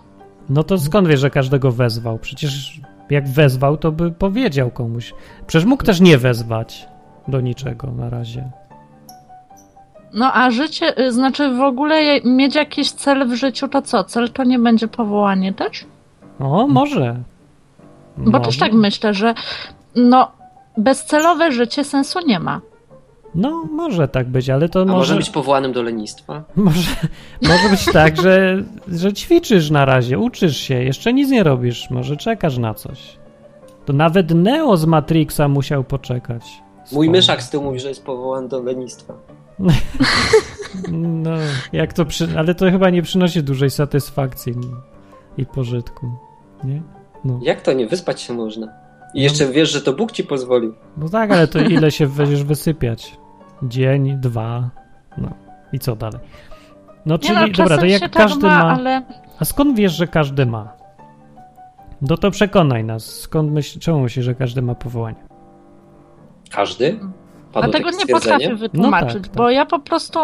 No to skąd wiesz, że każdego wezwał? Przecież jak wezwał, to by powiedział komuś. Przecież mógł też nie wezwać do niczego na razie.
No a życie, y, znaczy w ogóle je- mieć jakiś cel w życiu, to co? Cel to nie będzie powołanie też?
O, może.
Bo
Może.
też tak myślę, że no bezcelowe życie sensu nie ma.
No, może tak być, ale to
A może...
może,
być powołanym do lenistwa?
może, może być tak, że, że ćwiczysz na razie, uczysz się, jeszcze nic nie robisz, może czekasz na coś. To nawet Neo z Matrixa musiał poczekać.
Mój
Swoje.
myszak z tyłu mówi, że jest powołany do lenistwa.
No, jak to przy... ale to chyba nie przynosi dużej satysfakcji i pożytku, nie?
Jak to nie? Wyspać się można. I jeszcze wiesz, że to Bóg ci pozwolił.
No tak, ale to ile się będziesz wysypiać? Dzień, dwa, no i co dalej? No
Nie
czyli,
no,
dobra, to
czasem
jak
się
każdy
tak ma,
ma...
ale
A skąd wiesz, że każdy ma? No to przekonaj nas. Skąd myśl, czemu myślisz, że każdy ma powołanie?
Każdy? Padło
dlatego
takie
nie
stwierdzenie?
potrafię wytłumaczyć,
No tak, tak.
bo ja po prostu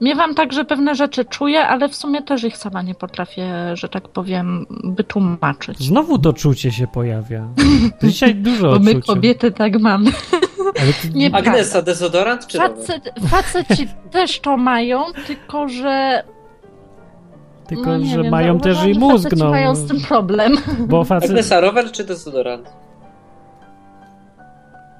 miewam tak, że pewne rzeczy czuję, ale w sumie też ich sama nie potrafię, że tak powiem, wytłumaczyć.
Znowu to czucie się pojawia. Dzisiaj dużo
Bo
o
my
czuciu.
kobiety tak mamy.
Ale ty,
nie-
Agnesa, dezodorant czy rower?
Facet, faceci też to mają, tylko że.
tylko,
no nie
że
wiem,
mają też
zauważyłam,
i
że
mózg,
faceci
no.
mają z tym problem.
Bo facet,
Agnesa, rower czy dezodorant?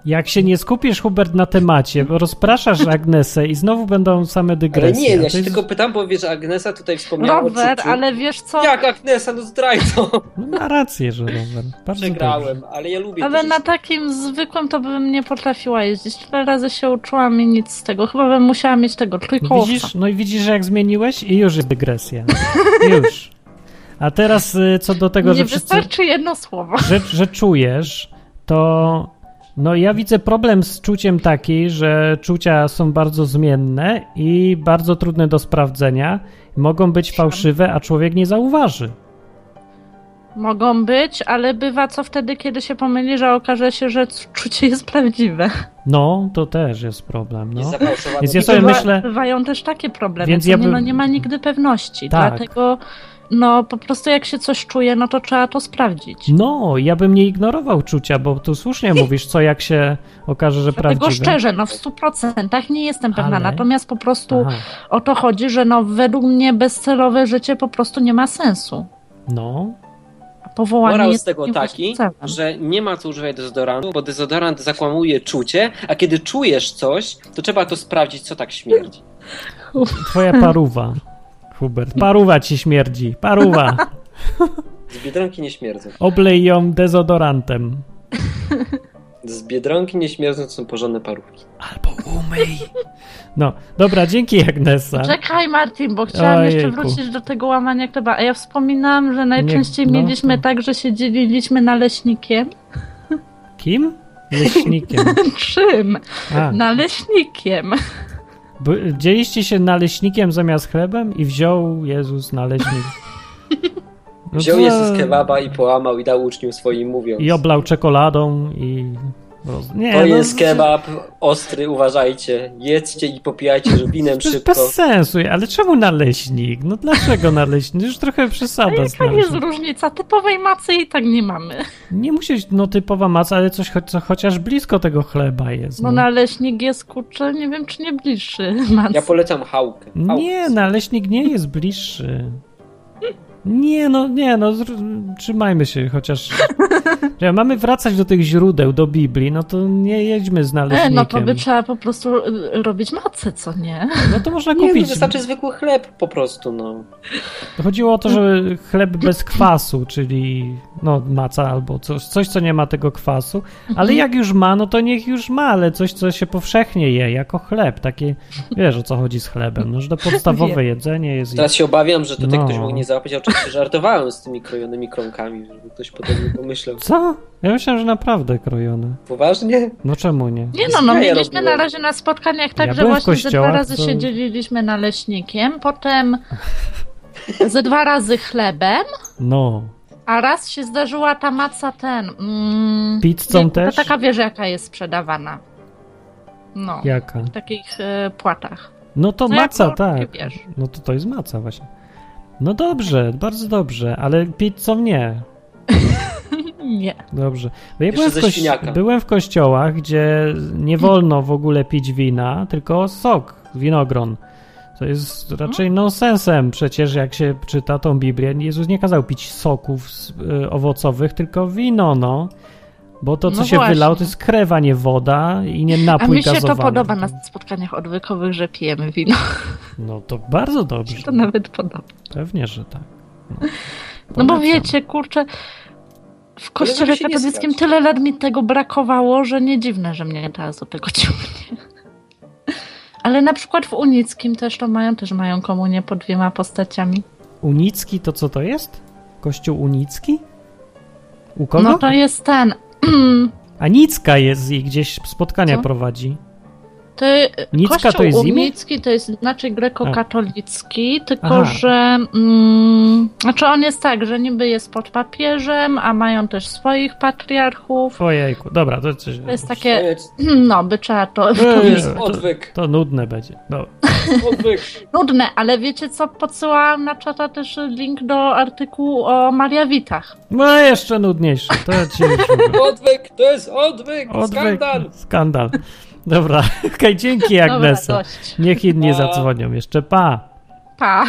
jak się nie skupisz, Hubert, na temacie, bo rozpraszasz Agnesę i znowu będą same
Ale
dygresje.
nie, ja
To
się
jest-
tylko pytam, bo wiesz, Agnesa tutaj wspomniała o
Rower,
czuciu.
ale wiesz co?
Jak Agnesa, no zdrajco!
No, ma rację, że rower. Bardzo
Przegrałem,
Dobrze.
ale ja lubię
Ale
to
na
życie.
takim zwykłym to bym nie potrafiła jeździć. Tyle razy się uczyłam i nic z tego. Chyba bym musiała mieć tego
No
trójkołowca.
widzisz, no i widzisz, jak zmieniłeś i już jest dygresja. Już. A teraz y, co do tego,
Nie
że wszyscy...
wystarczy jedno słowo.
że, że czujesz, to no ja widzę problem z czuciem taki, że czucia są bardzo zmienne i bardzo trudne do sprawdzenia. Mogą być fałszywe, a człowiek nie zauważy.
Mogą być, ale bywa co wtedy, kiedy się pomyli, że okaże się, że czucie jest prawdziwe.
No, to też jest problem, no.
Jest zafałszowane.
Więc ja
I
sobie
to
Bywa-
ma-
myślę-
Bywają też takie problemy,
Więc
więc
ja
nie,
bym-
no, nie ma nigdy pewności.
Tak.
Dlatego no po prostu jak się coś czuje, no to trzeba to sprawdzić.
No, ja bym nie ignorował czucia, bo tu słusznie mówisz, co jak się okaże, że
Dlatego
prawdziwe.
szczerze, no w 100% nie jestem pewna,
Ale-
natomiast po prostu
Aha,
o to chodzi, że no według mnie bezcelowe życie po prostu nie ma sensu.
no,
A Powołanie
Morał
jest
z tego
takim
taki,
właśnie celem.
że nie ma co używać dezodorantu, bo dezodorant zakłamuje czucie, a kiedy czujesz coś, to trzeba to sprawdzić, co tak śmierdzi.
twoja paruwa, Hubert. Paruwa ci śmierdzi, paruwa.
Z Biedronki nie śmierdzą.
Oblej ją dezodorantem.
Z Biedronki nie śmierdzą, to są porządne parówki.
Albo umyj. No, dobra, dzięki Agnesa.
Czekaj Martin, bo chciałam jeszcze
Ojejku.
wrócić do tego łamania chleba. A ja wspominałam, że najczęściej
no,
mieliśmy
to-
tak, że się dzieliliśmy naleśnikiem.
Kim? Leśnikiem.
Czym?
Mhm. A,
Naleśnikiem.
bo- dzieliście się naleśnikiem zamiast chlebem i wziął Jezus naleśnik. No
Wziął
co-
Jezus kebaba i połamał i dał uczniom swoim mówiąc.
I oblał czekoladą i... roz- Nie,
To
no,
jest kebab, ostry, uważajcie. Jedzcie i popijajcie żubinem
To jest
szybko.
bez sensu, ale czemu naleśnik? No dlaczego naleśnik? Już trochę przesada z
To Tak jest
naleśnikiem.
różnica. Typowej macy i tak nie mamy.
Nie musi być no typowa maca, ale coś cho- co chociaż blisko tego chleba jest.
No
No.
naleśnik jest kurczę, nie wiem czy nie bliższy macy.
Ja polecam chałkę. Chałkę.
Nie, naleśnik nie jest bliższy. Nie, no nie, no zr- trzymajmy się chociaż. Ja mamy wracać do tych źródeł, do Biblii, no to nie jedźmy z
E,
naleśnikiem.
no to by trzeba po prostu y, robić macę, co nie?
No to można
Nie, no
kupić.
wystarczy zwykły chleb po prostu, no.
Chodziło o to, że
Mm.
chleb bez kwasu, czyli no maca albo coś, coś co nie ma tego kwasu,
Mhm.
ale jak już ma, no to niech już ma, ale coś co się powszechnie je jako chleb, takie wiesz o co chodzi z chlebem, no że to podstawowe jedzenie jest.
Teraz się obawiam, że tutaj
No.
ktoś mógł nie załapać. Ja oczywiście żartowałem z tymi krojonymi kromkami, żeby ktoś potem pomyślał.
Co? Ja myślałem, że naprawdę krojone.
Poważnie?
No czemu nie?
Nie no, no
Ja
mieliśmy
robiłem.
na razie na spotkaniach tak,
Ja
że
byłem w
właśnie ze dwa
kościołach,
razy
to-
się dzieliliśmy naleśnikiem, potem ze dwa razy chlebem,
No.
a raz się zdarzyła ta maca ten... Mm,
Pizzą
jejku, ta
też?
Taka wieża jaka jest sprzedawana. No,
Jaka?
w takich e, płatach.
No to
No jak
maca,
to
tak.
wiesz.
No to to jest maca właśnie. No dobrze, bardzo dobrze, ale pizzą nie.
Nie.
Dobrze. Bo ja
Jeszcze
byłem w,
ze
kości-
świniaka.
byłem w kościołach, gdzie nie wolno w ogóle pić wina, tylko sok, winogron. To jest raczej
Mhm.
nonsensem. Przecież jak się czyta tą Biblię, Jezus nie kazał pić soków z- y, owocowych, tylko wino, no. Bo to, co
No
się
właśnie.
wylało, to jest krew, a nie woda i nie
A
napój
mi się to
gazowany.
podoba na spotkaniach odwykowych, że pijemy wino.
No to bardzo
Mi się
dobrze.
to nawet podoba.
Pewnie, że tak.
No bo
Polecam.
wiecie, kurczę, w kościele
się nie
katolickim
spać.
tyle lat mi tego brakowało, że nie dziwne, że mnie teraz do tego ciągnie. Ale na przykład w unickim też to mają, też mają komunię pod dwiema postaciami.
Unicki to co to jest? Kościół unicki? U kogo?
No to jest ten.
A Nicka jest i gdzieś spotkania
Co?
prowadzi.
To,
Nicka
kościół
to jest imię?
unicki to jest inaczej grekokatolicki, tylko
Aha.
że. Mm, znaczy on jest tak, że niby jest pod papieżem, a mają też swoich patriarchów.
Ojejku, dobra, to, to,
To jest
To
takie.
jest,
No, by trzeba to
nie,
to jest
to-
odwyk.
to nudne będzie. No,
odwyk.
Nudne, ale wiecie co? Podsyłałam na czata też link do artykułu o Mariawitach.
no jeszcze nudniejsze, to ja ci już mówię.
Odwyk, to jest odwyk,
Odwyk-
skandal.
Skandal. Dobra, okej, dzięki
Dobra,
Agnesa.
dość.
Niech inni
Pa.
zadzwonią. Jeszcze pa.
Pa.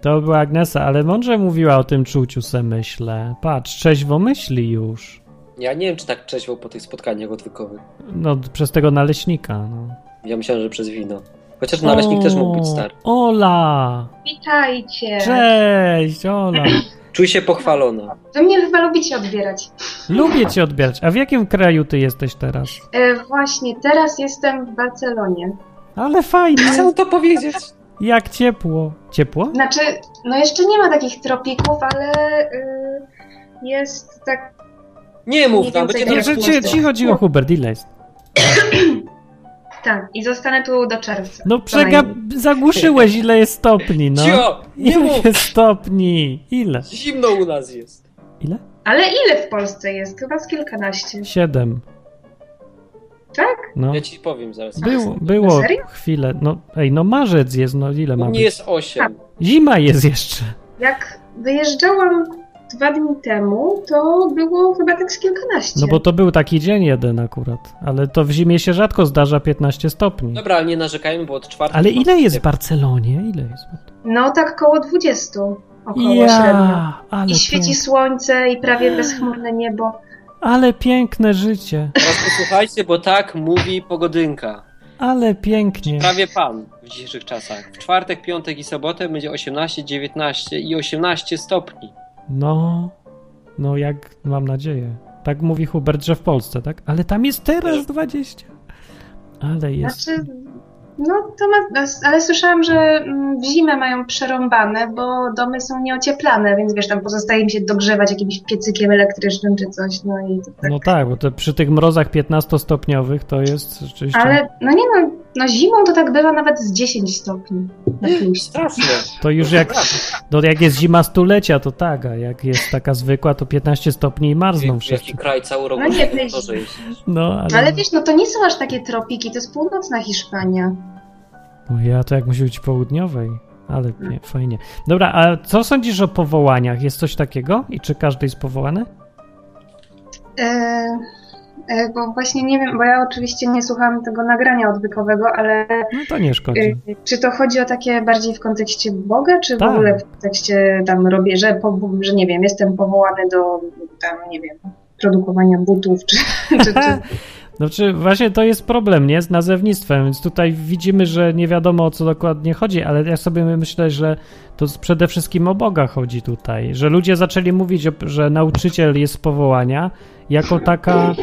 To była Agnesa, ale mądrze mówiła o tym czuciu se myślę. Patrz, trzeźwo myśli już.
Ja nie wiem, czy tak trzeźwo po tych spotkaniach odwykowych.
No, przez tego naleśnika. No.
Ja myślałem, że przez wino. Chociaż naleśnik też mógł być stary.
Ola!
Witajcie.
Cześć, Ola!
Czuj się pochwalona.
To mnie chyba lubicie odbierać.
Lubię cię odbierać. A w jakim kraju ty jesteś teraz?
E, właśnie teraz jestem w Barcelonie.
Ale fajnie.
Chcę to powiedzieć.
Jak ciepło. Ciepło?
Znaczy, no jeszcze nie ma takich tropików, ale y, jest tak.
Nie mów
Nie
nam, będzie
więcej tak.
Nie,
nam
jak
że
to
ci,
jest.
ci chodziło, Hubert, ile jest?
Tak, i zostanę tu do czerwca.
No
Co najmniej.
przega... zagłuszyłeś, ile jest stopni, no.
Cio! Nie
Ile
mów!
jest stopni? Ile?
Zimno u nas jest.
Ile?
Ale ile w Polsce jest? Chyba z kilkanaście.
Siedem.
Tak?
No.
Ja ci powiem zaraz.
Było, było
Serio?
chwilę. No, ej, no marzec jest, no ile
U
ma
mnie
być?
jest 8.
Zima jest jeszcze.
Tak, Jak wyjeżdżałam dwa dni temu, to było chyba tak z kilkanaście.
No bo to był taki dzień jeden akurat. Ale to w zimie się rzadko zdarza 15 stopni.
Dobra, ale nie narzekajmy, bo od czwartku.
Ale ile jest w Barcelonie? Ile jest?
No tak koło dwudziestu. Około średnio.
Ja, ale,
I świeci
pięk...
słońce i prawie bezchmurne niebo.
ale piękne życie.
Teraz posłuchajcie, bo tak mówi pogodynka.
Ale pięknie.
Prawie pan w dzisiejszych czasach. W czwartek, piątek i sobotę będzie 18, 19 i 18 stopni.
No, no jak mam nadzieję. Tak mówi Hubert, że w Polsce, tak? Ale tam jest teraz 20. Ale jest.
Znaczy, no to ma, ale słyszałam, że mm, w zimę mają przerąbane, bo domy są nieocieplane, więc wiesz, tam pozostaje im się dogrzewać jakimś piecykiem elektrycznym czy coś, no i to tak.
No tak, bo to przy tych mrozach 15-stopniowych to jest rzeczywiście.
ale no nie no, no zimą to tak bywa nawet z 10 stopni na plusie.
Straszne.
To już jak, no jak jest zima stulecia, to tak, a jak jest taka zwykła, to 15 stopni i marzną wszyscy.
Jaki kraj cały rok
No nie, wiesz.
to, że jest.
No, ale.
Ale wiesz, no to nie są aż takie tropiki, to jest północna Hiszpania.
O ja to jak musi być południowej. Ale pie- fajnie. Dobra, a co sądzisz o powołaniach? Jest coś takiego? I czy każdy jest powołany?
E, e, bo właśnie nie wiem, bo ja oczywiście nie słuchałam tego nagrania odwykowego, ale
No to nie szkodzi.
Y, Czy to chodzi o takie bardziej w kontekście Boga, czy
Tak.
w ogóle w kontekście tam robię, że, po, że nie wiem, jestem powołany do tam, nie wiem, produkowania butów, czy, czy, czy
Znaczy, właśnie to jest problem, nie? Z nazewnictwem, więc tutaj widzimy, że nie wiadomo o co dokładnie chodzi, ale ja sobie myślę, że to z- przede wszystkim o Boga chodzi tutaj. Że ludzie zaczęli mówić, o- że nauczyciel jest z powołania, jako taka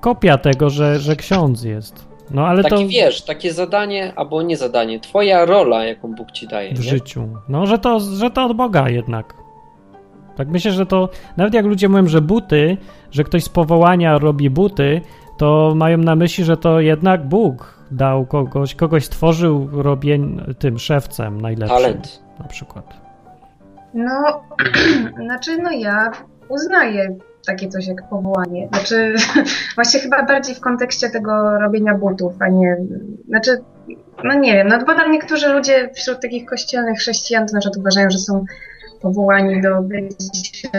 kopia tego, że, że ksiądz jest. No ale
Taki
to
wiesz, takie zadanie albo nie zadanie, twoja rola, jaką Bóg ci daje.
w
nie?
życiu. No, że to, że to od Boga jednak. Tak myślę, że to. Nawet jak ludzie mówią, że buty, że ktoś z powołania robi buty, to mają na myśli, że to jednak Bóg dał kogoś, kogoś stworzył robię tym szewcem najlepszym.
Talent.
Na przykład.
No, znaczy, no ja uznaję takie coś jak powołanie. Znaczy, właśnie chyba bardziej w kontekście tego robienia butów, a nie, znaczy, no nie wiem, no bo tam niektórzy ludzie wśród takich kościelnych chrześcijan to na przykład uważają, że są powołani do bycia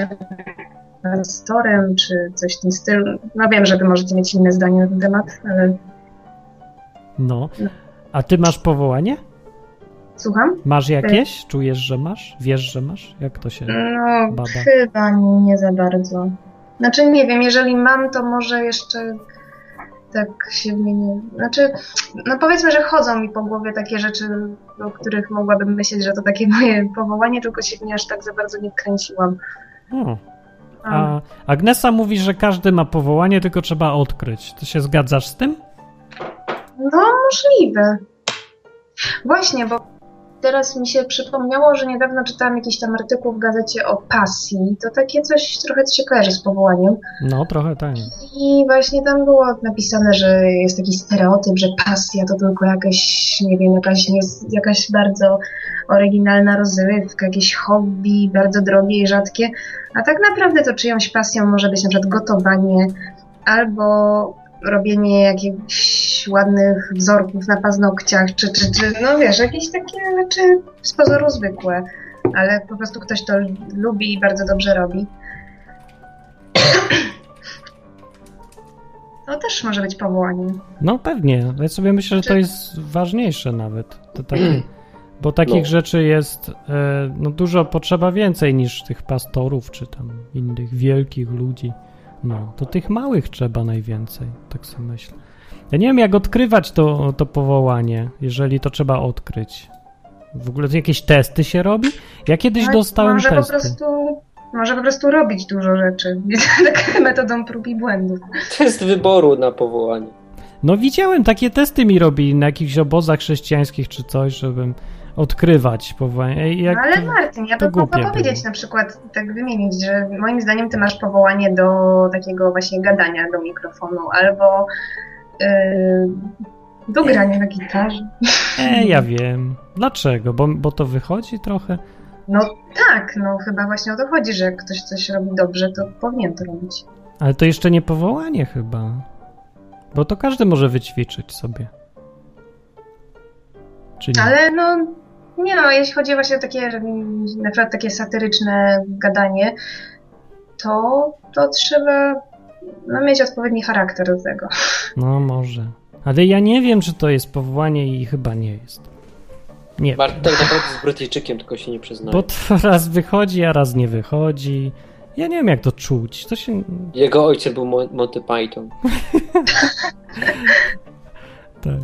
pastorem, czy coś w tym stylu. No wiem, że wy możecie mieć inne zdanie na ten temat, ale
No. A ty masz powołanie?
Słucham?
Masz jakieś? Czujesz, że masz? Wiesz, że masz? Jak to się...
No,
Baba.
chyba nie, nie za bardzo. Znaczy, nie wiem, jeżeli mam, to może jeszcze tak się mnie nie. Znaczy, no powiedzmy, że chodzą mi po głowie takie rzeczy, o których mogłabym myśleć, że to takie moje powołanie, tylko się w nie aż tak za bardzo nie kręciłam.
O. A Agnesa mówi, że każdy ma powołanie, tylko trzeba odkryć. Ty się zgadzasz z tym?
No, możliwe. Właśnie, bo teraz mi się przypomniało, że niedawno czytałam jakiś tam artykuł w gazecie o pasji. To takie coś trochę co się kojarzy z powołaniem.
No, trochę tak.
I właśnie tam było napisane, że jest taki stereotyp, że pasja to tylko jakaś, nie wiem, jakaś, nies- jakaś bardzo oryginalna rozrywka, jakieś hobby, bardzo drogie i rzadkie. A tak naprawdę to czyjąś pasją może być na przykład gotowanie albo robienie jakichś ładnych wzorków na paznokciach, czy, czy, czy no wiesz, jakieś takie rzeczy z pozoru zwykłe, ale po prostu ktoś to lubi i bardzo dobrze robi. To No też może być powołaniem.
No pewnie. Ja sobie myślę, że to jest ważniejsze nawet. To takie, bo takich
No.
rzeczy jest e, no, dużo potrzeba więcej niż tych pastorów czy tam innych wielkich ludzi. No, to tych małych trzeba najwięcej, tak sobie myślę. Ja nie wiem, jak odkrywać to, to powołanie, jeżeli to trzeba odkryć. W ogóle jakieś testy się robi? Ja kiedyś
No i
dostałem
może
testy.
Po prostu, może po prostu robić dużo rzeczy. Tak metodą prób i błędów.
Test wyboru na powołanie.
No widziałem, takie testy mi robili na jakichś obozach chrześcijańskich czy coś, żebym odkrywać powołanie. Ej, Jak
no ale
to-
Martin, ja
to
bym mogła
głupie
powiedzieć na przykład, tak wymienić, że moim zdaniem ty masz powołanie do takiego właśnie gadania do mikrofonu albo yy, do grania na gitarze.
E, ja wiem. Dlaczego? Bo, bo to wychodzi trochę.
No tak, no chyba właśnie o to chodzi, że jak ktoś coś robi dobrze, to powinien to robić.
Ale to jeszcze nie powołanie chyba. Bo to każdy może wyćwiczyć sobie. Czy nie?
Ale no, nie no, jeśli chodzi właśnie o takie, mm, na przykład takie satyryczne gadanie, to, to trzeba no, mieć odpowiedni charakter do tego.
No może. Ale ja nie wiem, czy to jest powołanie i chyba nie jest. Nie.
Martin tak naprawdę z Brytyjczykiem, tylko się nie przyznaje.
Bo to raz wychodzi, a raz nie wychodzi. Ja nie wiem, jak to czuć. To się.
Jego ojciec był Mon- Monty Python. No
Tak.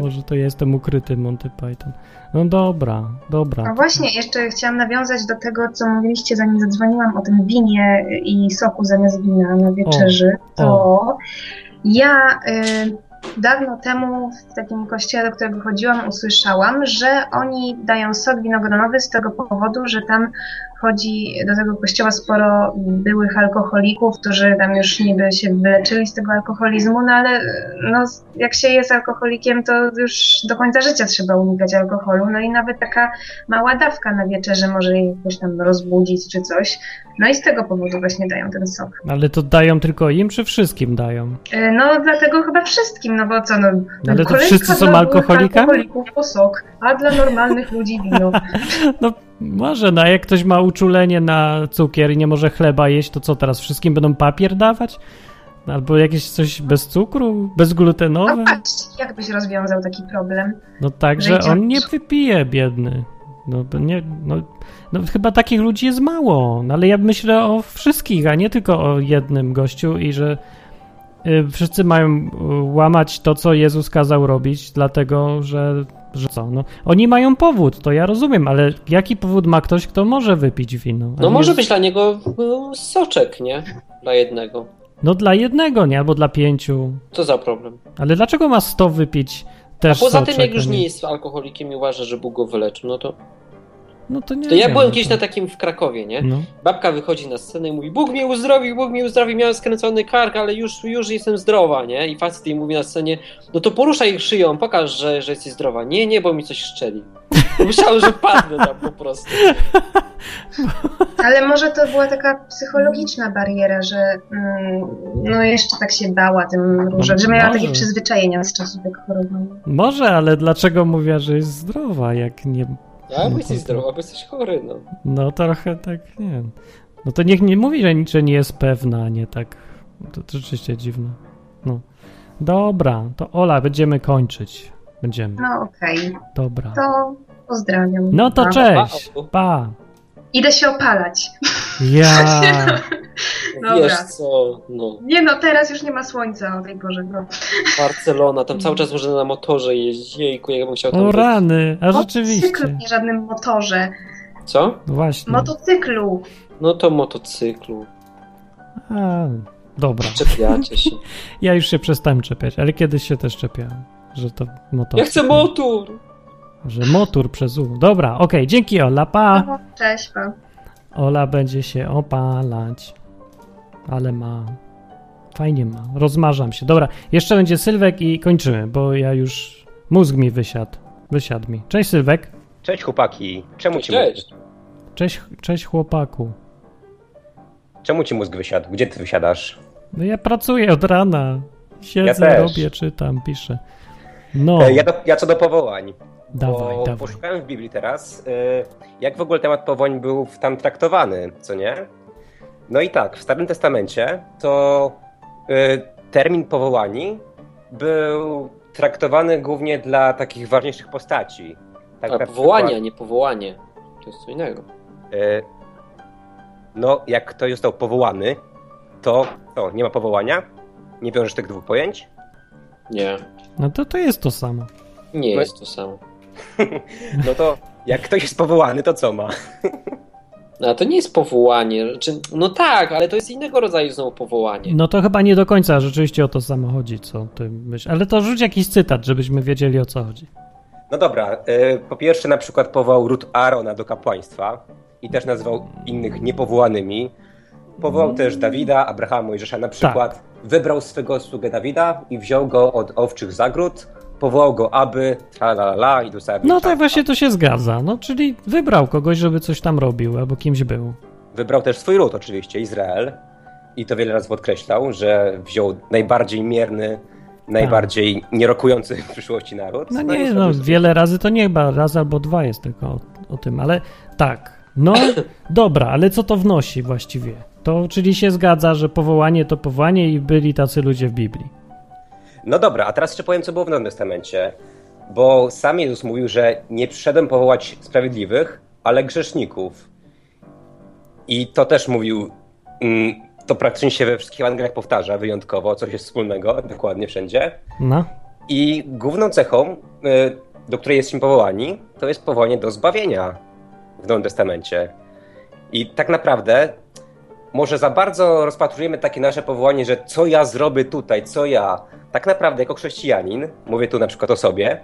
Może to ja jestem ukryty Monty Python. No dobra, dobra.
A właśnie, jeszcze chciałam nawiązać do tego, co mówiliście, zanim zadzwoniłam o tym winie i soku zamiast wina No, na wieczerzy. To ja y, dawno temu w takim kościele, do którego chodziłam, usłyszałam, że oni dają sok winogronowy z tego powodu, że tam chodzi do tego kościoła sporo byłych alkoholików, którzy tam już niby się wyleczyli z tego alkoholizmu, no ale no, jak się jest alkoholikiem, to już do końca życia trzeba unikać alkoholu, no i nawet taka mała dawka na wieczerze może jakoś tam rozbudzić czy coś. No i z tego powodu właśnie dają ten sok.
Ale to dają tylko im, czy wszystkim dają?
E, No dlatego chyba wszystkim, no bo co, no,
ale to
kolejka
wszyscy są
dla
alkoholikami?
alkoholików po sok, a dla normalnych ludzi wino.
No może, no a jak ktoś ma uczulenie na cukier i nie może chleba jeść, to co teraz? Wszystkim będą papier dawać? Albo jakieś coś bez cukru, bezglutenowe?
No patrz, jak byś rozwiązał taki problem?
No tak, że on nie wypije, biedny. No, bo nie, no, no chyba takich ludzi jest mało, no, ale ja myślę o wszystkich, a nie tylko o jednym gościu i że y, wszyscy mają y, łamać to, co Jezus kazał robić, dlatego, że, że co, no, oni mają powód, to ja rozumiem, ale jaki powód ma ktoś, kto może wypić wino? A
No
nie
może
z-
być dla niego no, soczek, nie? Dla jednego.
No dla jednego, nie? Albo dla pięciu.
Co za problem.
Ale dlaczego ma sto wypić
A
też
poza
soczek,
tym, jak już
a
nie jest alkoholikiem i uważa, że Bóg go wyleczył, no to...
No to nie
To ja
wiem,
byłem
no
kiedyś
to-
na takim w Krakowie, nie?
No.
Babka wychodzi na scenę i mówi, Bóg mnie uzdrowił, Bóg mnie uzdrowił, miałem skręcony kark, ale już, już jestem zdrowa, nie? I facet jej mówi na scenie, no to poruszaj szyją, pokaż, że, że jesteś zdrowa. Nie, nie, bo mi coś szczeli. Myślałem, że padnę tam po prostu.
Ale może to była taka psychologiczna bariera, że mm, no jeszcze tak się bała tym różem, że miała
może.
takie przyzwyczajenia z czasów jak chorowała.
Może, ale dlaczego mówiła, że jest zdrowa, jak nie...
A, bo
no,
jesteś
to-
zdrowa, bo jesteś chory, no.
No trochę tak, nie wiem. No to niech nie mówi, że niczego nie jest pewna, a nie tak. To, to rzeczywiście dziwne. No. Dobra, to Ola, będziemy kończyć. Będziemy.
No okej,
Dobra.
to Pozdrawiam.
No to
Pa.
cześć. Pa.
Idę się opalać.
Ja.
Wiesz
Dobra.
co, no,
Nie no, teraz już nie ma słońca o tej porze. No.
Barcelona, tam
No.
cały czas można na motorze jeździć, jejku, jakbym chciał tam...
O rany, a
Motocyklu,
rzeczywiście.
nie żadnym motorze.
Co?
Właśnie.
Motocyklu.
No to motocyklu,
A, dobra.
czepiacie się.
Ja już się przestałem czepiać, ale kiedyś się też czepiałem, że to motor.
Ja chcę motor!
Że motor przez U. Dobra, okej, dzięki Ola, pa.
No, Cześć, pa.
Ola będzie się opalać. Ale ma. Fajnie ma. Rozmarzam się. Dobra, jeszcze będzie Sylwek i kończymy, bo ja już. Mózg mi wysiadł. Wysiadł mi. Cześć Sylwek.
Cześć chłopaki, czemu ci,
Cześć.
mózg,
Cześć, cześć chłopaku.
czemu ci mózg wysiadł? Gdzie ty wysiadasz?
No ja pracuję od rana. Siedzę,
też.
robię, czytam, piszę. No,
E, Ja, do, ja co do powołań.
dawaj,
bo
dawaj.
poszukałem w Biblii teraz, e, jak w ogóle temat powołań był w- tam traktowany, co nie? No i tak, w Starym Testamencie to e, termin powołani był traktowany głównie dla takich ważniejszych postaci. Tak
A
na
powołanie, a
przykład,
nie powołanie. To jest co innego.
e, No, jak ktoś został powołany, to o, nie ma powołania, nie wiążesz tych dwóch pojęć.
Nie,
No to to jest to samo.
nie
No-
jest to samo.
No to jak ktoś jest powołany, to co ma?
A to nie jest powołanie. Czy, no tak, ale to jest innego rodzaju znowu powołanie.
No to chyba nie do końca rzeczywiście o to samo chodzi, co ty myślisz. Ale to rzuć jakiś cytat, żebyśmy wiedzieli o co chodzi.
No dobra, y, po pierwsze na przykład powołał Ruth Arona do kapłaństwa i też nazwał innych niepowołanymi. Powołał też Dawida, Abrahama Mojżesza na przykład. Wybrał swego sługę Dawida i wziął go od owczych zagród. Powołał go, aby tralalala i do całego
No
świata.
tak właśnie to się zgadza. No czyli wybrał kogoś, żeby coś tam robił albo kimś był.
Wybrał też swój lud oczywiście, Izrael. I to wiele razy podkreślał, że wziął najbardziej mierny, najbardziej nierokujący w przyszłości naród.
Tak. No
i
nie,
zrobił
no
sobie-
wiele razy to nie chyba raz albo dwa jest tylko o, o tym, ale tak. No dobra, ale co to wnosi właściwie? To czyli się zgadza, że powołanie to powołanie i byli tacy ludzie w Biblii.
No dobra, a teraz jeszcze powiem, co było w Nowym Testamencie. Bo sam Jezus mówił, że nie przyszedłem powołać sprawiedliwych, ale grzeszników. I to też mówił, mm, to praktycznie się we wszystkich Ewangeliach powtarza wyjątkowo, coś jest wspólnego, dokładnie wszędzie.
No.
I główną cechą, y, do której jesteśmy powołani, to jest powołanie do zbawienia w Nowym Testamencie. I tak naprawdę może za bardzo rozpatrujemy takie nasze powołanie, że co ja zrobię tutaj, co ja. Tak naprawdę jako chrześcijanin, mówię tu na przykład o sobie,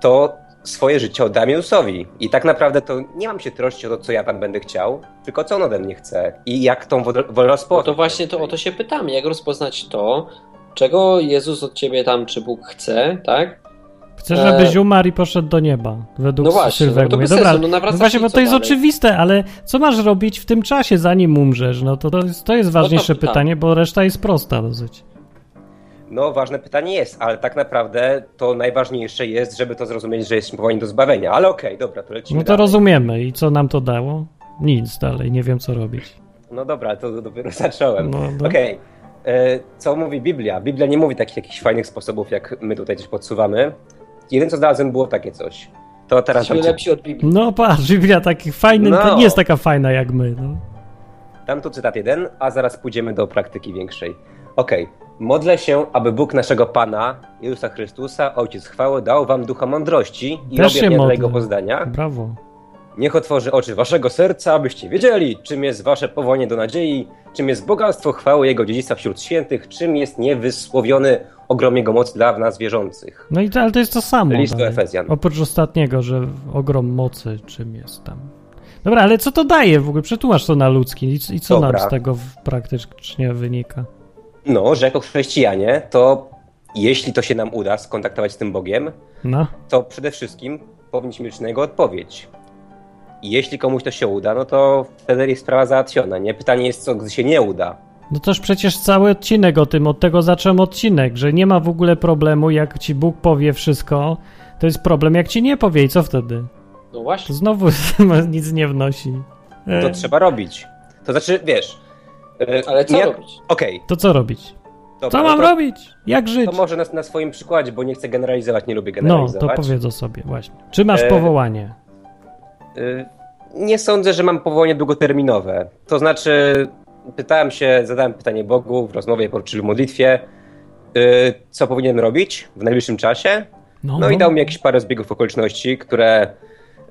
to swoje życie oddam Jezusowi. I tak naprawdę to nie mam się troszczyć o to, co ja tam będę chciał, tylko co on ode mnie chce i jak tą wol- wolność
No to właśnie to, o to się pytamy, jak rozpoznać to, czego Jezus od ciebie tam, czy Bóg chce, tak?
Chcesz,
E,
żebyś umarł i poszedł do nieba, według
No właśnie,
Sylwego.
no to bez
Dobra,
sensu, no nawracasz
no właśnie,
się,
bo
co
to jest
dalej?
oczywiste, ale co masz robić w tym czasie, zanim umrzesz? No to, to, jest, to jest ważniejsze
tak.
pytanie, bo reszta jest prosta dosyć.
No, ważne pytanie jest, ale tak naprawdę to najważniejsze jest, żeby to zrozumieć, że jesteśmy powołani do zbawienia. Ale okej, dobra, to lecimy
No to
dalej.
rozumiemy. I co nam to dało? Nic dalej, nie wiem co robić.
No dobra, to dopiero zacząłem.
No, no.
Okej, e, co mówi Biblia? Biblia nie mówi takich jakichś fajnych sposobów, jak my tutaj też podsuwamy. Jeden, co znalazłem, było takie coś. To teraz
Jesteśmy
tam,
lepsi od Biblii.
No patrz, Biblia takich fajny, to
No.
nie jest taka fajna jak my. No.
tam tu cytat jeden, a zaraz pójdziemy do praktyki większej. Okej, modlę się, aby Bóg naszego Pana, Jezusa Chrystusa, Ojciec chwały, dał wam ducha mądrości i
Też się
objawienia
modlę.
dla Jego poznania.
Brawo.
Niech otworzy oczy waszego serca, abyście wiedzieli, czym jest wasze powołanie do nadziei, czym jest bogactwo chwały Jego dziedzictwa wśród świętych, czym jest niewysłowiony ogrom Jego mocy dla nas wierzących.
No i to, ale to jest to samo.
List do
dalej.
Efezjan.
Oprócz ostatniego, że ogrom mocy czym jest tam. Dobra, ale co to daje w ogóle? Przetłumacz to na ludzki i, i co
Dobra.
nam z tego w- praktycznie wynika?
No, że jako chrześcijanie, to jeśli to się nam uda skontaktować z tym Bogiem,
No.
to przede wszystkim powinniśmy mieć na Jego odpowiedź. I jeśli komuś to się uda, no to wtedy jest sprawa załatwiona. Nie? Pytanie jest, co gdy się nie uda.
No toż przecież cały odcinek o tym, od tego zacząłem odcinek, że nie ma w ogóle problemu, jak ci Bóg powie wszystko, to jest problem, jak ci nie powie i co wtedy?
No
To
właśnie.
znowu nic nie wnosi. E,
To trzeba robić. To znaczy, wiesz... e,
Ale co
nie-
robić?
Okej,
to co robić?
dobra.
Co
no
mam
to-
robić? Jak żyć?
To może na, na swoim przykładzie, bo nie chcę generalizować, nie lubię
No,
generalizować.
to powiedz o sobie, właśnie. Czy masz
E,
powołanie?
Y, Nie sądzę, że mam powołanie długoterminowe. To znaczy, pytałem się, zadałem pytanie Bogu w rozmowie czy w modlitwie, y, co powinienem robić w najbliższym czasie.
No,
No,
no.
i dał mi jakieś parę zbiegów okoliczności, które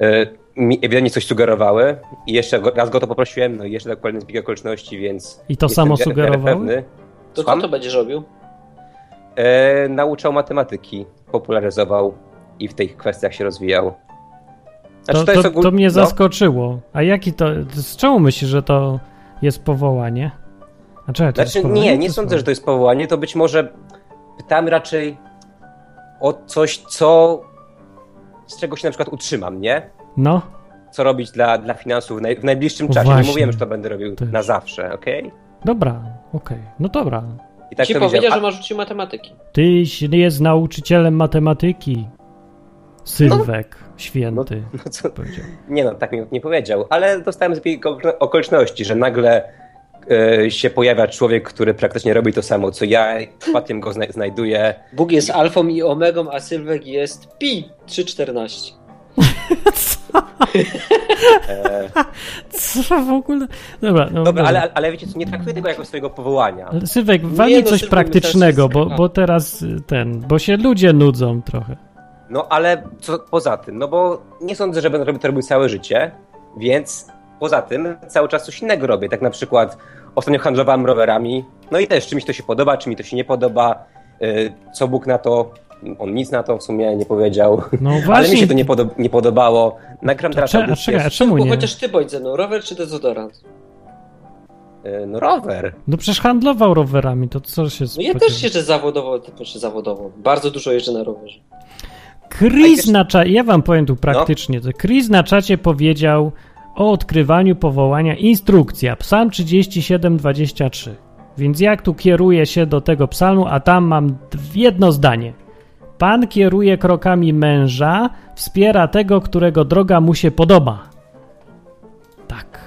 y, mi ewidentnie coś sugerowały. I jeszcze go- raz go to poprosiłem, no i jeszcze dał kolejny zbieg okoliczności, więc.
I to
jestem
samo
w miarę
sugerowały?
pewny.
To
Słucham?
co to będziesz robił?
E, nauczał matematyki, popularyzował i w tych kwestiach się rozwijał.
To, to, to,
ogól-
mnie
no.
zaskoczyło. A jaki to. Z czemu myślisz, że to jest powołanie? A czekaj, to jest
Znaczy,
powołanie,
nie,
czy
nie
to
sądzę,
słowo?
że to jest powołanie. To być może pytam raczej o coś, co z czego się na przykład utrzymam, nie?
No,
Co robić dla, dla finansów w, naj, w najbliższym czasie.
Właśnie.
Nie mówiłem, że to będę robił
Też.
na zawsze, okej?
dobra, okej. No dobra.
I tak
Ci
to
powiedział,
widziałem.
że masz uczyć matematyki.
Tyś jest nauczycielem matematyki. Sylwek święty.
A, no co?
powiedział.
Nie no, tak mi nie powiedział, ale dostałem zbieg ok- okoliczności, że nagle e, się pojawia człowiek, który praktycznie robi to samo, co ja, przypadkiem go zna- znajduję.
Bóg jest alfą i omegą, a Sylwek jest pi 3,14.
E,
Co No, w ogóle? Dobra, no,
dobra, ale, ale wiecie co, nie traktuję tego jako swojego powołania.
Ale Sylwek, wali
no,
coś
Sylwek,
praktycznego,
myślałem,
bo,
że jest-
bo teraz y, ten, bo się ludzie nudzą trochę.
No ale co poza tym, no bo nie sądzę, że będę robił to robił całe życie, więc poza tym cały czas coś innego robię. Tak na przykład ostatnio handlowałem rowerami, no i też czy mi to się podoba, czy mi to się nie podoba, y, co Bóg na to, on nic na to w sumie nie powiedział,
No
ale mi
właśnie.
się to nie, podo- nie podobało. Nagram teraz
Cze- a
audycję
czekaj, a
z-
czemu
No Bo
nie?
chociaż ty bądź ze mną, rower czy dezodorant?
y, no rower.
No przecież handlował rowerami, to co się
No ja
spodziewa?
też jeżdżę zawodowo, znaczy zawodowo. Bardzo dużo jeżdżę na rowerze.
Chris na czacie, ja wam powiem tu praktycznie, to Chris na czacie powiedział o odkrywaniu powołania instrukcja, psalm 37,23. Więc jak tu kieruję się do tego psalmu, a tam mam d- jedno zdanie. Pan kieruje krokami męża, wspiera tego, którego droga mu się podoba. Tak.